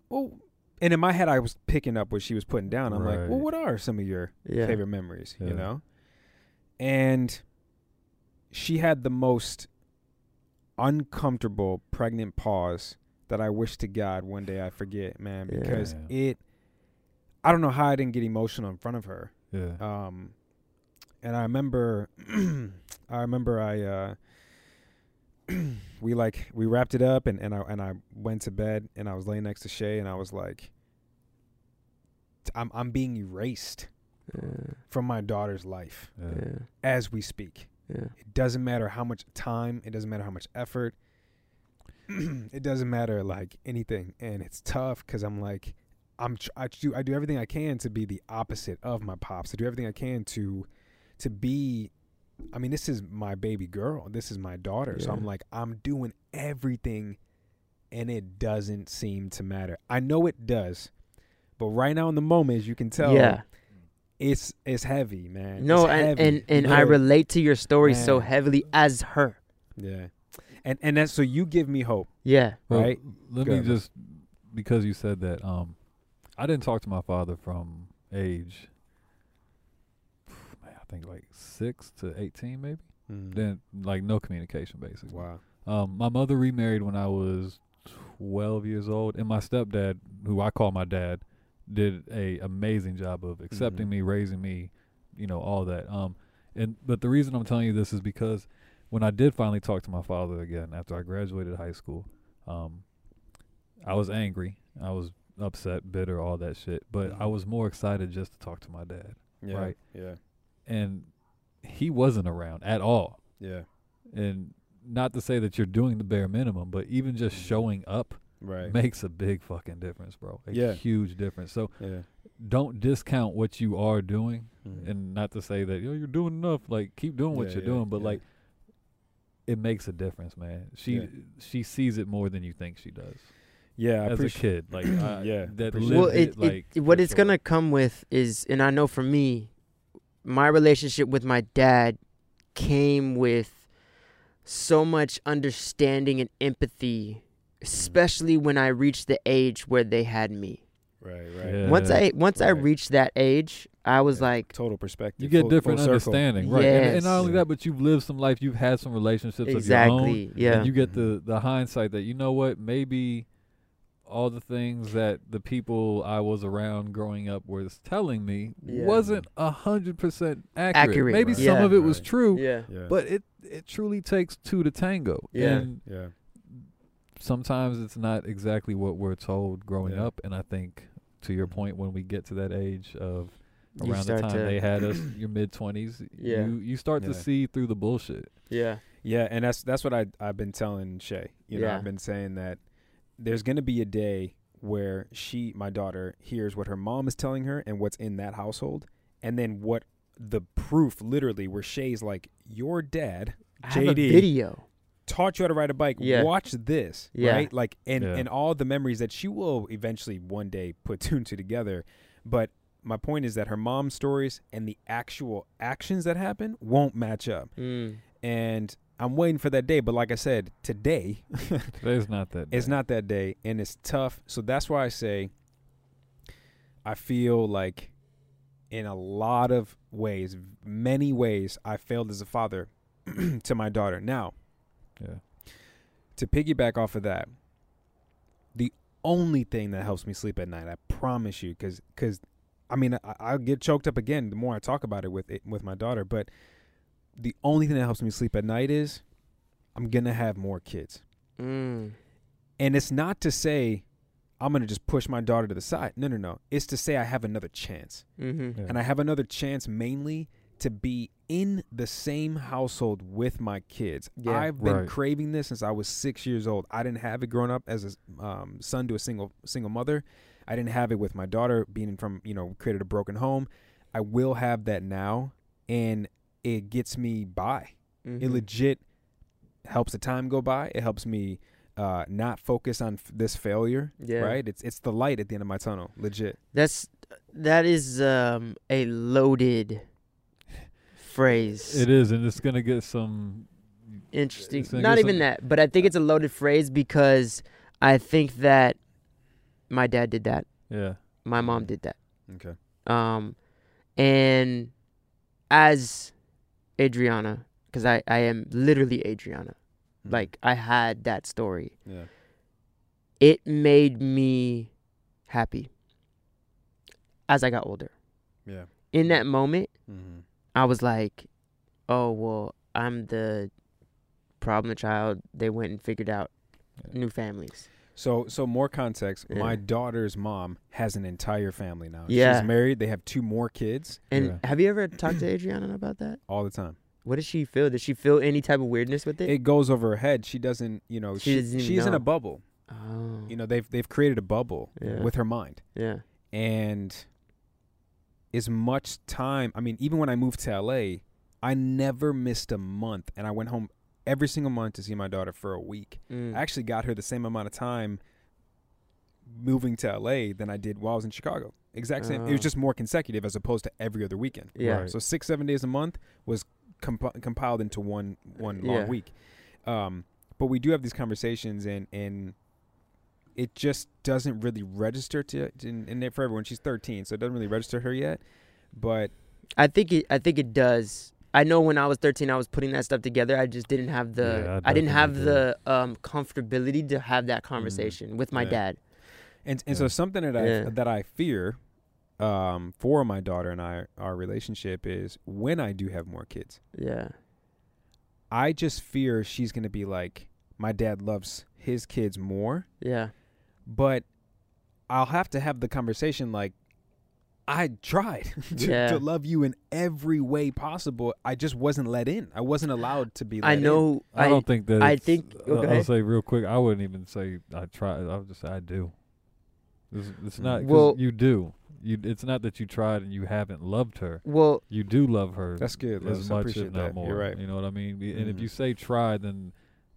Speaker 2: well, and in my head, I was picking up what she was putting down. I'm like, well,
Speaker 1: Right.
Speaker 2: what are some of your
Speaker 3: Yeah.
Speaker 2: favorite memories,
Speaker 1: Yeah.
Speaker 2: you know? And she had the most uncomfortable pregnant pause that I wish to God one day I forget, man,
Speaker 3: Yeah.
Speaker 2: because
Speaker 1: Damn.
Speaker 2: it, I don't know how I didn't get emotional in front of her
Speaker 1: yeah.
Speaker 2: um and i remember i remember i uh we like we wrapped it up and and i and i went to bed and i was laying next to shay and i was like i'm i'm being erased
Speaker 3: Yeah.
Speaker 2: from my daughter's life
Speaker 1: yeah.
Speaker 3: Uh, Yeah.
Speaker 2: as we speak
Speaker 3: Yeah.
Speaker 2: it doesn't matter how much time it doesn't matter how much effort it doesn't matter like anything and it's tough because i'm like i'm tr- I do, I do everything i can to be the opposite of my pops i do everything i can to to be i mean this is my baby girl this is my daughter so
Speaker 3: Yeah.
Speaker 2: i'm like i'm doing everything and it doesn't seem to matter i know it does but right now in the moment as you can tell
Speaker 3: yeah.
Speaker 2: it's it's heavy man
Speaker 3: No,
Speaker 2: It's
Speaker 3: and,
Speaker 2: heavy.
Speaker 3: and, and I
Speaker 2: Yeah.
Speaker 3: relate to your story so
Speaker 2: Man.
Speaker 3: heavily as her.
Speaker 2: Yeah. And and that's so you give me hope,
Speaker 3: Yeah.
Speaker 1: Well,
Speaker 2: right?
Speaker 1: Let
Speaker 2: Go
Speaker 1: me
Speaker 2: ahead.
Speaker 1: just because you said that. Um, I didn't talk to my father from age. Man, I think like six to eighteen, maybe. Then like no communication, basically.
Speaker 2: Mm-hmm. Wow.
Speaker 1: Um, my mother remarried when I was 12 years old, and my stepdad, who I call my dad, did a amazing job of accepting
Speaker 2: Mhm.
Speaker 1: me, raising me, you know, all that. Um, and but the reason I'm telling you this is because when I did finally talk to my father again after I graduated high school, um, I was angry, I was upset, bitter, all that shit. But I
Speaker 2: Mhm.
Speaker 1: was more excited just to talk to my dad,
Speaker 2: Yeah.
Speaker 1: Right.
Speaker 2: Yeah.
Speaker 1: and he wasn't around at all
Speaker 2: Yeah.
Speaker 1: and not to say that you're doing the bare minimum, but even just showing up
Speaker 2: Mm-hmm. Right.
Speaker 1: makes a big fucking difference, bro. A
Speaker 2: Yeah.
Speaker 1: huge difference. So
Speaker 2: yeah.
Speaker 1: don't discount what you are doing,
Speaker 2: Mhm.
Speaker 1: and not to say that yo you're doing enough. Like keep doing what
Speaker 2: Yeah,
Speaker 1: you're
Speaker 2: yeah,
Speaker 1: doing, but
Speaker 2: yeah.
Speaker 1: like it makes a difference, man. She
Speaker 2: Yeah.
Speaker 1: she sees it more than you think she does
Speaker 2: yeah, I
Speaker 1: as
Speaker 2: appreciate
Speaker 1: a kid. Like I,
Speaker 2: Yeah,
Speaker 1: that
Speaker 2: appreciate
Speaker 1: lived
Speaker 2: Live
Speaker 3: well,
Speaker 1: it,
Speaker 3: it,
Speaker 1: like
Speaker 3: it what
Speaker 1: for
Speaker 3: it's
Speaker 1: sure.
Speaker 3: gonna come with is, and I know for me, my relationship with my dad came with so much understanding and empathy,
Speaker 1: Mm.
Speaker 3: especially when I reached the age where they had me.
Speaker 2: right, right.
Speaker 1: Yeah.
Speaker 3: once I once I
Speaker 2: right.
Speaker 3: reached that age, I was
Speaker 2: Yeah.
Speaker 3: like,
Speaker 2: Total perspective.
Speaker 1: You get
Speaker 2: full-
Speaker 1: different
Speaker 2: full circle.
Speaker 1: understanding, right? And- And, not
Speaker 3: Yes.
Speaker 1: only that, but you've lived some life. You've had some relationships of your own.
Speaker 3: exactly, yeah,
Speaker 1: and you get the
Speaker 2: Mhm.
Speaker 1: the hindsight that you know what maybe all the things that the people I was around growing up was telling me
Speaker 3: Yeah.
Speaker 1: wasn't a hundred percent accurate.
Speaker 3: Accurate,
Speaker 1: Maybe
Speaker 2: Right.
Speaker 1: some
Speaker 3: yeah.
Speaker 1: of it was
Speaker 2: Right.
Speaker 1: true,
Speaker 3: yeah,
Speaker 2: Yeah.
Speaker 1: but it it truly takes two to tango.
Speaker 3: Yeah.
Speaker 1: And
Speaker 2: yeah.
Speaker 1: sometimes it's not exactly what we're told growing
Speaker 2: Yeah.
Speaker 1: up. And I think to your
Speaker 2: Mhm.
Speaker 1: point, when we get to that age of
Speaker 3: you
Speaker 1: around the
Speaker 3: start
Speaker 1: time
Speaker 3: to,
Speaker 1: they had us, your mid twenties,
Speaker 3: Yeah.
Speaker 1: you you start to
Speaker 2: Yeah.
Speaker 1: see through the bullshit.
Speaker 3: yeah,
Speaker 2: Yeah, and that's that's what I I've been telling Shay. You know,
Speaker 3: Yeah.
Speaker 2: I've been saying that there's gonna be a day where she, my daughter, hears what her mom is telling her and what's in that household, and then what the proof, literally, where Shay's like, "Your dad
Speaker 3: I have a
Speaker 2: JD.
Speaker 3: video,
Speaker 2: taught you how to ride a bike.
Speaker 3: Yeah.
Speaker 2: Watch this,
Speaker 3: Yeah.
Speaker 2: right? Like, and
Speaker 1: Yeah.
Speaker 2: and all the memories that she will eventually one day put two and two together. But my point is that her mom's stories and the actual actions that happen won't match up.
Speaker 3: mm.
Speaker 2: And I'm waiting for that day. But like I said, today
Speaker 1: Today's not that.
Speaker 2: it's
Speaker 1: bad.
Speaker 2: not that day, and it's tough. So that's why I say I feel like in a lot of ways, many ways, I failed as a father to my daughter. Now
Speaker 1: Yeah.
Speaker 2: to piggyback off of that, the only thing that helps me sleep at night, I promise you, because I mean, I, I'll get choked up again the more I talk about it with it, with my daughter. But the only thing that helps me sleep at night is I'm gonna have more kids,
Speaker 3: Mm.
Speaker 2: and it's not to say I'm gonna just push my daughter to the side. No, no, no. It's to say I have another chance,
Speaker 3: Mm-hmm.
Speaker 1: Yeah.
Speaker 2: and I have another chance mainly to be in the same household with my kids.
Speaker 3: Yeah.
Speaker 2: I've been
Speaker 1: Right.
Speaker 2: craving this since I was six years old. I didn't have it growing up as a um, son to a single single mother. I didn't have it with my daughter being from you know created a broken home. I will have that now, and it gets me by. It
Speaker 3: Mhm.
Speaker 2: legit helps the time go by. It helps me uh, not focus on f- this failure.
Speaker 3: Yeah.
Speaker 2: Right? It's it's the light at the end of my tunnel. Legit.
Speaker 3: That's that is um a loaded phrase.
Speaker 1: It is, and it's gonna get some.
Speaker 3: Interesting.
Speaker 1: So I
Speaker 3: Not
Speaker 1: guess
Speaker 3: even
Speaker 1: I-
Speaker 3: that, but I think it's a loaded phrase because I think that my dad did that.
Speaker 1: Yeah.
Speaker 3: My
Speaker 1: Mm.
Speaker 3: mom did that.
Speaker 2: Okay.
Speaker 3: Um, and as Adriana, because I, I am literally Adriana,
Speaker 1: Mm.
Speaker 2: Mm-hmm.
Speaker 3: like I had that story.
Speaker 2: yeah.
Speaker 3: It made me happy as I got older.
Speaker 2: Yeah.
Speaker 3: In that moment,
Speaker 2: Mm-hmm.
Speaker 3: I was like, oh, well, I'm the problem child. They went and figured out
Speaker 1: Yeah.
Speaker 3: new families.
Speaker 2: So so more context. My
Speaker 3: Yeah.
Speaker 2: daughter's mom has an entire family now.
Speaker 3: Yeah.
Speaker 2: She's married. They have two more kids
Speaker 3: And
Speaker 1: Yeah.
Speaker 3: have you ever talked to Adriana about that?
Speaker 2: all the time.
Speaker 3: What does she feel? Does she feel any type of weirdness with it?
Speaker 2: It goes over her head. She doesn't, you know,
Speaker 3: She
Speaker 2: she,
Speaker 3: doesn't even
Speaker 2: she's in
Speaker 3: know.
Speaker 2: a bubble.
Speaker 3: oh,
Speaker 2: You know, they've they've created a bubble
Speaker 3: Yeah.
Speaker 2: with her mind.
Speaker 3: yeah,
Speaker 2: and as much time i mean even when i moved to la i never missed a month and i went home every single month to see my daughter for a week
Speaker 3: Mm.
Speaker 2: i actually got her the same amount of time moving to la than i did while i was in chicago exact same it
Speaker 3: Oh.
Speaker 2: was just more consecutive as opposed to every other weekend
Speaker 3: yeah,
Speaker 1: Right.
Speaker 2: so six seven days a month was comp- compiled into one one
Speaker 3: Yeah.
Speaker 2: long week um but we do have these conversations and and it just doesn't really register to in, in it for everyone she's 13 so it doesn't really register her yet but
Speaker 3: I think it. I think it does. I know when I was 13, I was putting that stuff together. I just didn't
Speaker 1: Yeah, I
Speaker 3: have the. I,
Speaker 1: definitely
Speaker 3: didn't have
Speaker 1: did. Mm.
Speaker 3: the um, comfortability to have that conversation with my
Speaker 2: Yeah.
Speaker 3: dad.
Speaker 2: and and
Speaker 1: Yeah.
Speaker 2: so something that i
Speaker 3: Yeah.
Speaker 2: that i fear um for my daughter and i our relationship is when i do have more kids
Speaker 3: Yeah,
Speaker 2: i just fear she's going to be like my dad loves his kids more
Speaker 3: yeah,
Speaker 2: but I'll have to have the conversation like I tried to,
Speaker 3: Yeah.
Speaker 2: to love you in every way possible. I just wasn't let in. I wasn't allowed to be let
Speaker 3: I
Speaker 2: in.
Speaker 3: know.
Speaker 1: I, don't think that.
Speaker 3: I
Speaker 1: it's-
Speaker 3: think- oh, go
Speaker 1: I'll
Speaker 3: ahead.
Speaker 1: say real quick. I wouldn't even say I try. I would just say I do. It's, it's not. 'cause
Speaker 3: Well-
Speaker 1: you do. You. It's not that you tried and you haven't loved her.
Speaker 3: Well,
Speaker 1: You do love her.
Speaker 2: That's
Speaker 1: as
Speaker 2: good. Lewis. I
Speaker 1: much,
Speaker 2: appreciate
Speaker 1: if not
Speaker 2: that.
Speaker 1: more.
Speaker 2: You're right.
Speaker 1: You know what I mean? Be- And if
Speaker 2: Mhm.
Speaker 1: you say try, then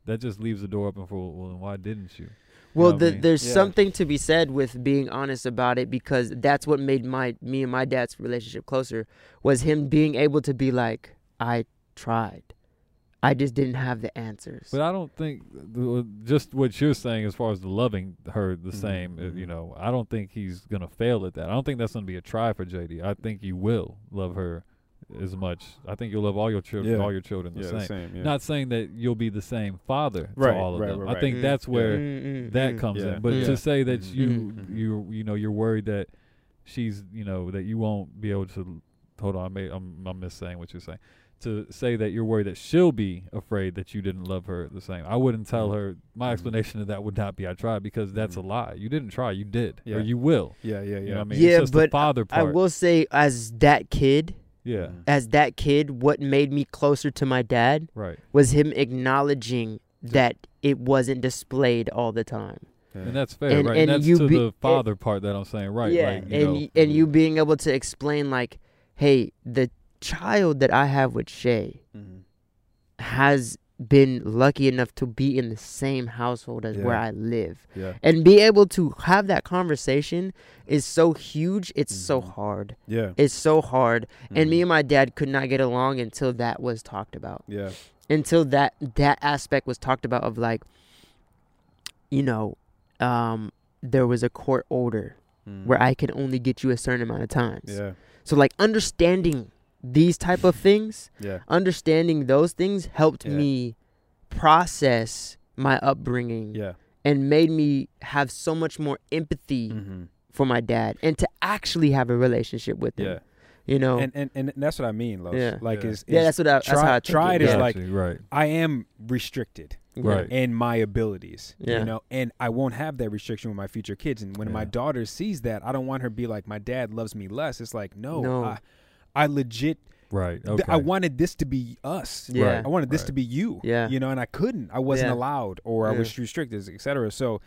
Speaker 1: that just leaves the door open for well, then why didn't you?
Speaker 3: well,
Speaker 1: what I
Speaker 3: the,
Speaker 1: mean?
Speaker 3: there's
Speaker 2: Yeah.
Speaker 3: something to be said with being honest about it because that's what made my me and my dad's relationship closer was him being able to be like, I tried, I just didn't have the answers.
Speaker 1: But I don't think th- just what you're saying, as far as the loving her the
Speaker 2: Mhm,
Speaker 1: same, uh, you
Speaker 2: mhm.
Speaker 1: know, I don't think he's gonna fail at that. I don't think that's gonna be a try for JD. I think you will love her as much. I think you'll love all your children,
Speaker 2: Yeah.
Speaker 1: all your children the
Speaker 2: yeah,
Speaker 1: same.
Speaker 2: the same. Yeah.
Speaker 1: Not saying that you'll be the same father
Speaker 2: Right,
Speaker 1: to all of
Speaker 2: right,
Speaker 1: them.
Speaker 2: right,
Speaker 1: I
Speaker 2: right.
Speaker 1: think
Speaker 3: Mm,
Speaker 1: that's where
Speaker 3: mm, mm,
Speaker 1: that
Speaker 3: mm.
Speaker 1: comes
Speaker 2: Yeah.
Speaker 1: in. But
Speaker 3: Yeah.
Speaker 1: to say that
Speaker 2: Mhm.
Speaker 1: you
Speaker 3: Mhm.
Speaker 1: you you know you're worried that she's you know that you won't be able to hold on. I may, I'm I'm missaying what you're saying. To say that you're worried that she'll be afraid that you didn't love her the same. I wouldn't tell
Speaker 2: Mhm.
Speaker 1: her. My
Speaker 2: Mhm.
Speaker 1: explanation of that would not be I tried because that's
Speaker 2: Mhm.
Speaker 1: a lie. You didn't try. You did
Speaker 2: Yeah.
Speaker 1: or you will.
Speaker 2: yeah, yeah, yeah.
Speaker 1: You know what I mean?
Speaker 3: Yeah,
Speaker 1: it's just the
Speaker 3: but
Speaker 1: father
Speaker 3: I
Speaker 1: part.
Speaker 3: will say, as that kid,
Speaker 1: Yeah.
Speaker 2: Mhm.
Speaker 3: as that kid, what made me closer to my dad
Speaker 1: Right.
Speaker 3: was him acknowledging that it wasn't displayed all the time.
Speaker 2: Yeah.
Speaker 1: And that's fair,
Speaker 3: And-
Speaker 1: right?
Speaker 3: and
Speaker 1: that's
Speaker 3: you
Speaker 1: to
Speaker 3: be-
Speaker 1: the father part that I'm saying, right?
Speaker 3: Yeah.
Speaker 1: like, you
Speaker 3: and
Speaker 1: know,
Speaker 3: y- and you being able to explain like, hey, the child that I have with Shay
Speaker 2: Mhm.
Speaker 3: has been lucky enough to be in the same household as where
Speaker 2: Yeah.
Speaker 3: I live.
Speaker 2: yeah,
Speaker 3: And be able to have that conversation is so huge, it's so
Speaker 1: Mm-hmm.
Speaker 2: Mhm.
Speaker 3: hard.
Speaker 2: yeah.
Speaker 3: It's so hard. and me
Speaker 2: Mhm.
Speaker 3: and my dad could not get along until that was talked about
Speaker 2: yeah,
Speaker 3: until that that aspect was talked about of like you know um there was a court order
Speaker 1: Hmm.
Speaker 2: Mhm.
Speaker 1: Mm-hmm.
Speaker 3: where i can only get you a certain amount of times
Speaker 2: yeah,
Speaker 3: so like understanding these type of things
Speaker 2: yeah,
Speaker 3: understanding those things helped
Speaker 2: Yeah.
Speaker 3: me process my upbringing
Speaker 2: yeah.
Speaker 3: and made me have so much more empathy
Speaker 2: Mm-hmm.
Speaker 3: for my dad and to actually have a relationship with him
Speaker 2: Yeah,
Speaker 3: you know
Speaker 2: and, and and that's what I mean, Los.
Speaker 3: Yeah.
Speaker 2: Like,
Speaker 1: Yeah.
Speaker 2: is, is
Speaker 3: yeah that's what I, that's
Speaker 2: try-
Speaker 3: how i think
Speaker 2: try it is
Speaker 3: yeah.
Speaker 2: like-
Speaker 1: Gotcha, right.
Speaker 2: I am restricted.
Speaker 1: Right.
Speaker 2: and my abilities.
Speaker 3: Yeah.
Speaker 2: You know, and I won't have that restriction with my future kids. And when my
Speaker 1: Yeah.
Speaker 2: daughter sees that, I don't want her to be like, My dad loves me less. It's like, no,
Speaker 3: No.
Speaker 2: I, I legit
Speaker 1: Right.
Speaker 2: Th-
Speaker 1: Okay.
Speaker 2: I wanted this to be us.
Speaker 3: Yeah.
Speaker 2: I wanted this
Speaker 1: Right.
Speaker 2: to be you.
Speaker 3: Yeah.
Speaker 2: You know, and I couldn't. I wasn't
Speaker 3: Yeah.
Speaker 2: allowed or I
Speaker 3: Yeah.
Speaker 2: was restricted, et cetera. So,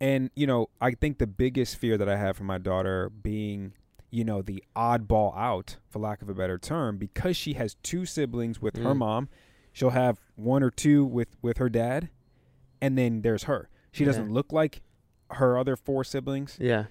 Speaker 2: and, you know, I think the biggest fear that I have for my daughter being, you know, the oddball out, for lack of a better term, because she has two siblings with her
Speaker 3: Mm.
Speaker 2: mom, she'll have one or two with, with her dad, and then there's her. She
Speaker 3: Yeah.
Speaker 2: doesn't look like her other four siblings.
Speaker 3: Yeah.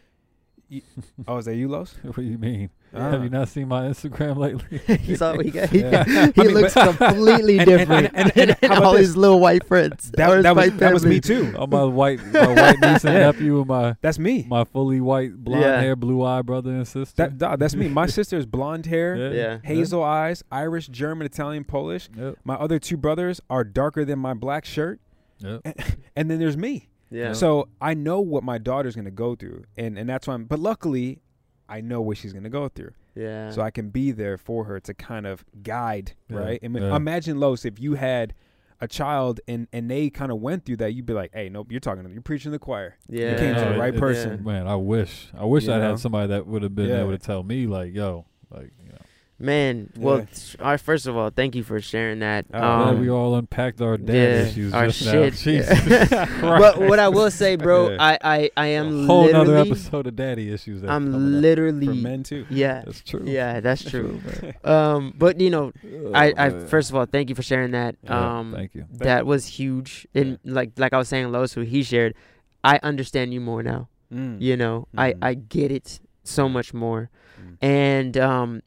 Speaker 2: Oh, is that you, Los?
Speaker 1: what do you mean?
Speaker 2: Ah.
Speaker 3: Uh.
Speaker 1: Have you not seen my Instagram lately?
Speaker 3: He's all he got. He,
Speaker 1: Yeah.
Speaker 3: he looks completely
Speaker 2: and-
Speaker 3: different.
Speaker 2: and- and- and
Speaker 3: than
Speaker 2: how about
Speaker 3: all
Speaker 2: this?
Speaker 3: his little white friends. or
Speaker 2: That,
Speaker 3: his
Speaker 2: that, was,
Speaker 3: white
Speaker 2: that was me
Speaker 3: family.
Speaker 2: too.
Speaker 1: All my white, my white niece and
Speaker 2: Yeah.
Speaker 1: nephew, and my
Speaker 2: That's me.
Speaker 1: my fully white, blonde
Speaker 3: Yeah.
Speaker 1: hair, blue eye brother and sister.
Speaker 2: That, dog, that's me. My sister's blonde hair,
Speaker 3: Yeah.
Speaker 2: hazel eyes, Irish, German, Italian, Polish.
Speaker 1: Yep.
Speaker 2: My other two brothers are darker than my black shirt,
Speaker 1: Yep.
Speaker 2: and then there's me.
Speaker 3: Yeah.
Speaker 2: So I know what my daughter's gonna go through, and and that's why. I'm, but luckily, I know what she's gonna go through,
Speaker 3: yeah.
Speaker 2: so I can be there for her to kind of guide,
Speaker 1: Yeah.
Speaker 2: right? I mean,
Speaker 1: Yeah.
Speaker 2: imagine Los if you had a child and and they kind of went through that, you'd be like, hey, nope, you're talking to you're preaching to the choir.
Speaker 3: yeah.
Speaker 2: You came to
Speaker 1: No,
Speaker 2: the
Speaker 1: it-
Speaker 2: right
Speaker 1: it-
Speaker 2: person.
Speaker 1: Man, I wish, I wish
Speaker 2: You
Speaker 1: I
Speaker 2: know?
Speaker 1: had somebody that would have been
Speaker 2: Yeah.
Speaker 1: able to tell me, like, yo, like, you know,
Speaker 3: Man, well,
Speaker 2: Yeah.
Speaker 3: sh- all right, first of all, thank you for sharing that.
Speaker 2: Oh,
Speaker 1: glad
Speaker 2: Um,
Speaker 1: we all unpacked our dad
Speaker 3: yeah,
Speaker 1: issues
Speaker 3: our
Speaker 1: just
Speaker 3: shit.
Speaker 1: now. Jesus Christ.
Speaker 3: but what I will say, bro,
Speaker 2: Yeah.
Speaker 3: I, I, I am
Speaker 1: a whole nother
Speaker 3: literally,
Speaker 1: episode of daddy issues. that's coming
Speaker 3: I'm
Speaker 1: up.
Speaker 2: For
Speaker 3: literally,
Speaker 2: men too.
Speaker 3: yeah,
Speaker 1: That's true.
Speaker 3: yeah, that's true.
Speaker 1: man.
Speaker 3: Um, but you know, I, I
Speaker 1: Yeah.
Speaker 3: first of all, thank you for sharing that.
Speaker 1: Yeah,
Speaker 3: Um,
Speaker 1: thank you.
Speaker 3: that was huge, and like, like I was saying, Lowe's, who he shared, I understand you more now.
Speaker 2: Mm.
Speaker 3: You know, I,
Speaker 1: Mm-hmm.
Speaker 2: Mhm.
Speaker 3: I get it so much more.
Speaker 2: Mm.
Speaker 3: and um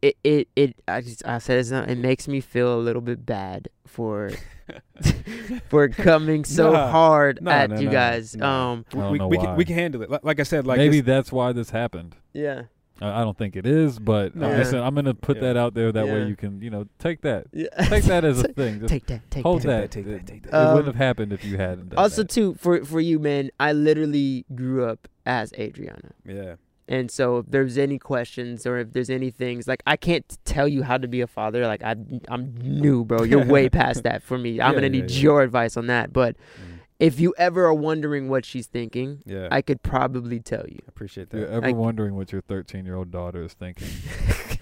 Speaker 3: it it, it I just I said it's not, it makes me feel a little bit bad for for coming so
Speaker 2: Nah,
Speaker 3: hard
Speaker 2: nah,
Speaker 3: at
Speaker 2: nah,
Speaker 3: you
Speaker 2: nah,
Speaker 3: guys
Speaker 2: nah.
Speaker 3: um
Speaker 1: I don't
Speaker 2: we,
Speaker 1: know
Speaker 2: we, Can,
Speaker 1: why.
Speaker 2: we can handle it. Li- Like I said, like
Speaker 1: Maybe
Speaker 2: this-
Speaker 1: that's why this happened.
Speaker 3: yeah
Speaker 1: I I don't think it is, but
Speaker 2: No.
Speaker 1: uh,
Speaker 3: Yeah.
Speaker 1: listen, I'm gonna put
Speaker 2: Yeah.
Speaker 1: that out there. That
Speaker 3: Yeah.
Speaker 1: way you can, you know, take that,
Speaker 3: yeah
Speaker 1: take that as a thing. Just
Speaker 3: take that take
Speaker 1: hold
Speaker 3: that
Speaker 1: that.
Speaker 2: Take that, take that, take
Speaker 1: It-
Speaker 2: that.
Speaker 1: It, wouldn't
Speaker 3: Um,
Speaker 1: have happened if you hadn't done
Speaker 3: also
Speaker 1: that.
Speaker 3: too for for you man I literally grew up as Adriana
Speaker 2: yeah.
Speaker 3: and so if there's any questions or if there's any things like I can't tell you how to be a father like I I'm new bro you're way past that for me I'm
Speaker 2: Yeah,
Speaker 3: gonna
Speaker 2: yeah,
Speaker 3: need
Speaker 2: yeah.
Speaker 3: your advice on that but
Speaker 2: Mm.
Speaker 3: if you ever are wondering what she's thinking
Speaker 2: Yeah. I
Speaker 3: I could probably tell you.
Speaker 2: appreciate
Speaker 1: If you're
Speaker 2: that.
Speaker 1: ever
Speaker 3: I-
Speaker 1: wondering what your 13 year old daughter is thinking,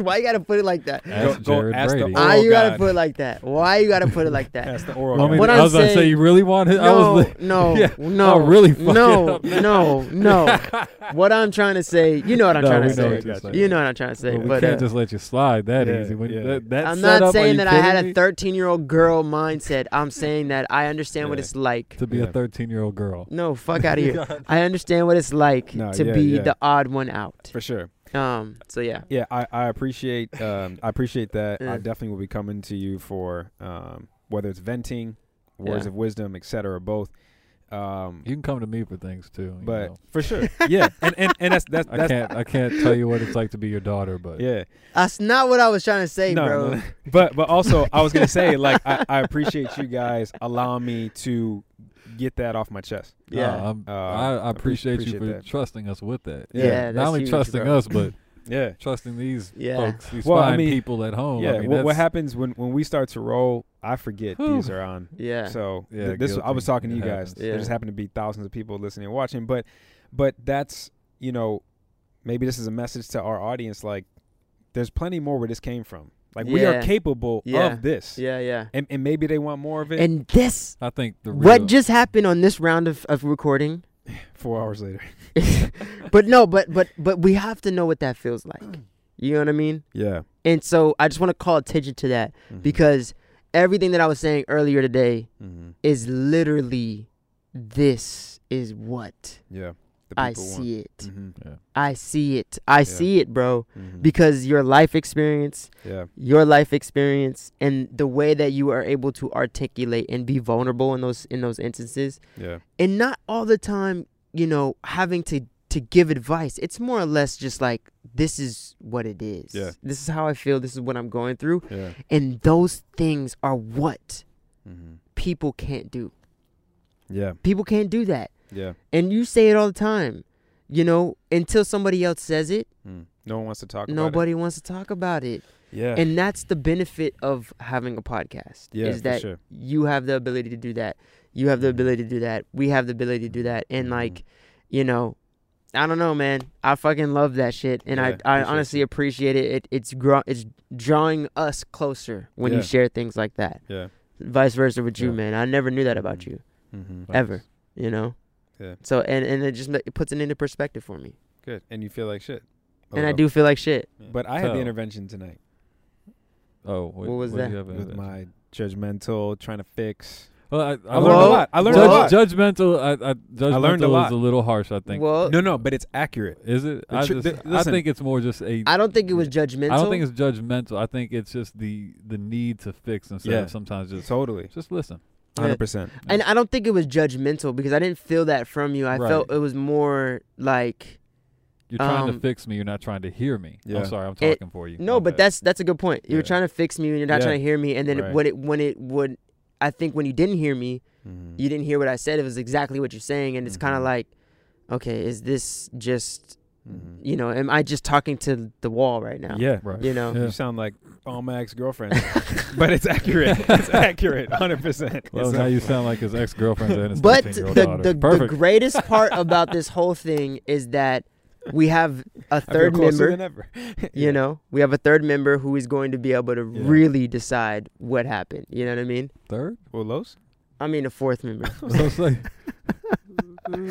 Speaker 3: Why you gotta put it like that?
Speaker 1: ask
Speaker 2: go
Speaker 1: Jared
Speaker 2: ask the
Speaker 1: Brady.
Speaker 2: aunt
Speaker 3: Why you gotta
Speaker 2: Oh, God.
Speaker 3: put it like that? Why you gotta put it like that?
Speaker 2: That's the oral.
Speaker 1: Well, I, mean,
Speaker 3: What
Speaker 1: I
Speaker 3: I'm
Speaker 1: was about to say,
Speaker 3: saying-
Speaker 1: you really want his. I
Speaker 3: no,
Speaker 1: was li-
Speaker 3: no,
Speaker 1: Yeah.
Speaker 3: no,
Speaker 1: I'll really fuck it
Speaker 3: no,
Speaker 1: up now.
Speaker 3: no, no. What I'm trying to say, you know what I'm
Speaker 1: No,
Speaker 3: trying
Speaker 1: we
Speaker 3: to
Speaker 1: know
Speaker 3: say.
Speaker 1: what you're saying.
Speaker 3: You know what I'm trying to say.
Speaker 1: Well, we
Speaker 3: but
Speaker 1: can't
Speaker 3: uh,
Speaker 1: just let you slide that
Speaker 2: Yeah,
Speaker 1: easy. When
Speaker 2: yeah.
Speaker 1: that, that
Speaker 3: I'm
Speaker 1: setup,
Speaker 3: not
Speaker 1: are
Speaker 3: saying
Speaker 1: you
Speaker 3: that I had
Speaker 1: kidding
Speaker 3: a
Speaker 1: me?
Speaker 3: 13 year old girl mindset. I'm saying that I understand what
Speaker 2: Yeah.
Speaker 3: it's like.
Speaker 1: to be
Speaker 2: Yeah.
Speaker 1: a 13 year old girl.
Speaker 3: No, fuck out of here. I understand what it's like
Speaker 2: No,
Speaker 3: to
Speaker 2: yeah,
Speaker 3: be
Speaker 2: yeah.
Speaker 3: the odd one out.
Speaker 2: for sure.
Speaker 3: Um. So yeah.
Speaker 2: Yeah, I, I appreciate um I appreciate that.
Speaker 3: Yeah.
Speaker 2: I definitely will be coming to you for um whether it's venting, words
Speaker 3: Yeah.
Speaker 2: of wisdom, etc. Both. Um,
Speaker 1: You can come to me for things too. you
Speaker 2: but
Speaker 1: know.
Speaker 2: for sure, yeah, and and, and that's that's
Speaker 1: I
Speaker 2: that's
Speaker 1: can't. I can't tell you what it's like to be your daughter, but
Speaker 2: yeah.
Speaker 3: That's not what I was trying to say,
Speaker 2: No,
Speaker 3: bro.
Speaker 2: no, no. But but also I was gonna say like I, I appreciate you guys allowing me to get that off my chest.
Speaker 1: no,
Speaker 3: Yeah.
Speaker 1: I'm-
Speaker 2: Uh,
Speaker 1: I, I
Speaker 2: appre-
Speaker 1: appreciate,
Speaker 2: appreciate
Speaker 1: you for
Speaker 2: that.
Speaker 1: trusting us with that.
Speaker 2: Yeah,
Speaker 3: Yeah,
Speaker 1: not
Speaker 3: that's
Speaker 1: only
Speaker 3: huge,
Speaker 1: trusting
Speaker 3: bro.
Speaker 1: us, but
Speaker 2: Yeah.
Speaker 1: trusting these
Speaker 3: Yeah.
Speaker 1: folks, these
Speaker 2: Well, I
Speaker 1: fine
Speaker 2: Oh, mean-
Speaker 1: people at home. I
Speaker 2: yeah.
Speaker 1: mean,
Speaker 2: what, what
Speaker 1: that's-
Speaker 2: happens when when we start to roll? I forget
Speaker 1: Whew.
Speaker 2: these are on.
Speaker 3: Yeah.
Speaker 2: So
Speaker 1: Yeah,
Speaker 2: th- this I
Speaker 1: guilty.
Speaker 2: was talking to
Speaker 1: It
Speaker 2: you guys.
Speaker 1: happens.
Speaker 2: There
Speaker 3: Yeah.
Speaker 2: just happened to be thousands of people listening and watching, but but that's you know maybe this is a message to our audience. Like, there's plenty more where this came from. Like we are
Speaker 3: Yeah.
Speaker 2: capable
Speaker 3: Yeah.
Speaker 2: of this,
Speaker 3: yeah. Yeah.
Speaker 2: and and maybe they want more of it.
Speaker 3: And this
Speaker 1: I think the real,
Speaker 3: what just happened on this round of, of recording
Speaker 2: Four hours later.
Speaker 3: but no but but but we have to know what that feels like you know what i mean
Speaker 2: Yeah.
Speaker 3: and so i just want to call attention to that
Speaker 2: Mhm.
Speaker 3: because everything that i was saying earlier today
Speaker 2: Mhm.
Speaker 3: is literally this is what
Speaker 2: yeah, the
Speaker 3: i
Speaker 2: people
Speaker 3: see it
Speaker 2: Want. Mhm.
Speaker 3: i see it i see it bro
Speaker 2: Mhm.
Speaker 3: because your life experience
Speaker 2: yeah.
Speaker 3: your life experience and the way that you are able to articulate and be vulnerable in those in those instances
Speaker 2: Yeah.
Speaker 3: and not all the time you know having to to give advice it's more or less just like this is what it is
Speaker 2: Yeah.
Speaker 3: this is how i feel this is what i'm going through
Speaker 2: Yeah.
Speaker 3: and those things are what
Speaker 2: Mhm.
Speaker 3: people can't do
Speaker 2: Yeah.
Speaker 3: people can't do that
Speaker 2: Yeah.
Speaker 3: and you say it all the time you know until somebody else says it
Speaker 2: Mm. No one wants to talk about it.
Speaker 3: nobody wants to talk about it
Speaker 2: Yeah.
Speaker 3: and that's the benefit of having a podcast
Speaker 2: yeah,
Speaker 3: is
Speaker 2: for
Speaker 3: that
Speaker 2: sure.
Speaker 3: you have the ability to do that. You have the
Speaker 2: Mhm.
Speaker 3: ability to do that. We have the ability to do that. And
Speaker 2: Mhm.
Speaker 3: like, you know, I don't know, man. I fucking love that shit, and
Speaker 2: Yeah,
Speaker 3: I, I
Speaker 2: appreciate
Speaker 3: honestly appreciate it. it it's grow, it's drawing us closer when
Speaker 2: Yeah.
Speaker 3: you share things like that.
Speaker 2: Yeah.
Speaker 3: Vice versa with you,
Speaker 2: Yeah.
Speaker 3: man. I never knew that about
Speaker 2: Mhm.
Speaker 3: you
Speaker 2: Mm-hmm.
Speaker 3: ever. You know.
Speaker 2: Yeah.
Speaker 3: So and and it just ma- it puts it into perspective for me,
Speaker 2: Good. And you feel like shit.
Speaker 3: and I do feel like shit.
Speaker 2: But I had the
Speaker 1: So-
Speaker 2: intervention tonight
Speaker 1: Oh, what,
Speaker 3: What was
Speaker 1: what do
Speaker 3: that?
Speaker 1: you have in
Speaker 2: with
Speaker 1: it?
Speaker 2: my judgmental trying to fix.
Speaker 1: Well, I, I
Speaker 2: I learned
Speaker 1: learned
Speaker 2: a
Speaker 3: Whoa.
Speaker 2: lot. I learned a
Speaker 3: Whoa.
Speaker 2: lot.
Speaker 1: Judge, judgmental. I, I, judgmental
Speaker 2: learned a lot.
Speaker 1: is a little harsh. I think.
Speaker 3: Well,
Speaker 2: No, no, but it's accurate.
Speaker 1: is it?
Speaker 2: The
Speaker 1: I,
Speaker 2: tr-
Speaker 1: just,
Speaker 2: the-
Speaker 1: I
Speaker 2: listen.
Speaker 1: think it's more just a.
Speaker 3: I don't think it was judgmental.
Speaker 1: I don't think it's judgmental. I think it's just the the need to fix instead
Speaker 2: Yeah.
Speaker 1: of sometimes just
Speaker 2: Totally.
Speaker 1: just listen.
Speaker 3: Yeah.
Speaker 2: 100%.
Speaker 3: and I don't think it was judgmental because I didn't feel that from you. I
Speaker 1: Right.
Speaker 3: felt it was more like
Speaker 1: You're trying
Speaker 3: Um,
Speaker 1: to fix me. You're not trying to hear me.
Speaker 2: Yeah.
Speaker 1: I'm sorry. I'm
Speaker 3: It-
Speaker 1: talking for you.
Speaker 3: No,
Speaker 1: My
Speaker 3: but
Speaker 1: bad.
Speaker 3: that's that's a good point. You were
Speaker 1: Yeah.
Speaker 3: trying to fix me, and you're not
Speaker 2: Yeah.
Speaker 3: trying to hear me. And then
Speaker 2: Right. Mm-hmm.
Speaker 3: when it when it would, I think when you didn't hear me,
Speaker 1: Mm-hmm.
Speaker 3: you didn't hear what I said. It was exactly what you're saying, and it's kind of
Speaker 2: Mhm.
Speaker 3: like, okay, is this just you know, am I just talking to the wall right now?
Speaker 2: Yeah.
Speaker 1: right.
Speaker 3: You know,
Speaker 1: Yeah.
Speaker 2: Mm-hmm. You sound like all my ex girlfriends, but it's accurate. It's accurate, 100%.
Speaker 1: Well,
Speaker 2: It's
Speaker 1: now
Speaker 2: a-
Speaker 1: you sound like his ex girlfriend and his
Speaker 3: but
Speaker 1: 13-year-old
Speaker 3: the
Speaker 1: daughter.
Speaker 3: the, the
Speaker 1: perfect.
Speaker 3: greatest part about this whole thing is that we have a
Speaker 2: I feel
Speaker 3: third
Speaker 2: closer
Speaker 3: member.
Speaker 2: than ever.
Speaker 3: You
Speaker 2: Yeah.
Speaker 3: know, we have a third member who is going to be able to
Speaker 1: Yeah.
Speaker 3: really decide what happened. You know what I mean?
Speaker 1: Third.
Speaker 2: Well, Los?
Speaker 3: I mean, a fourth member.
Speaker 1: That's what I'm saying.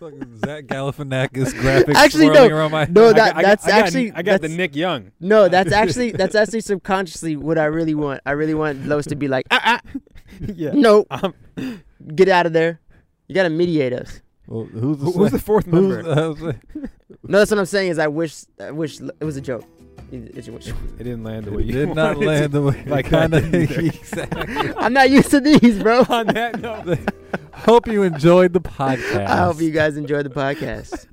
Speaker 1: Fucking Zach Galifianakis graphics
Speaker 3: Actually, no.
Speaker 1: swirling around my
Speaker 3: No,
Speaker 2: I got-
Speaker 3: that
Speaker 2: I got-
Speaker 3: that's
Speaker 2: I got-
Speaker 3: actually
Speaker 2: I got the
Speaker 3: that's-
Speaker 2: Nick Young.
Speaker 3: No, that's actually that's actually subconsciously what I really want. I really want Los to be like, ah, ah
Speaker 2: yeah.
Speaker 3: no,
Speaker 2: Um,
Speaker 3: get out of there. You gotta mediate us.
Speaker 1: Well, who's the
Speaker 2: who- who's the
Speaker 1: sec-
Speaker 2: fourth
Speaker 1: who's
Speaker 2: member?
Speaker 1: the- I was like,
Speaker 3: No, that's what I'm saying. Is I wish I wish it was a joke. It- it's a wish.
Speaker 2: It didn't land the way
Speaker 1: It
Speaker 2: you
Speaker 1: did not
Speaker 2: wanted it to.
Speaker 1: land the way
Speaker 2: like I
Speaker 1: kind of
Speaker 2: didn't either.
Speaker 1: exactly.
Speaker 3: I'm not used to these, bro.
Speaker 2: On that note,
Speaker 1: Hope you enjoyed the podcast.
Speaker 3: I hope you guys enjoyed the podcast.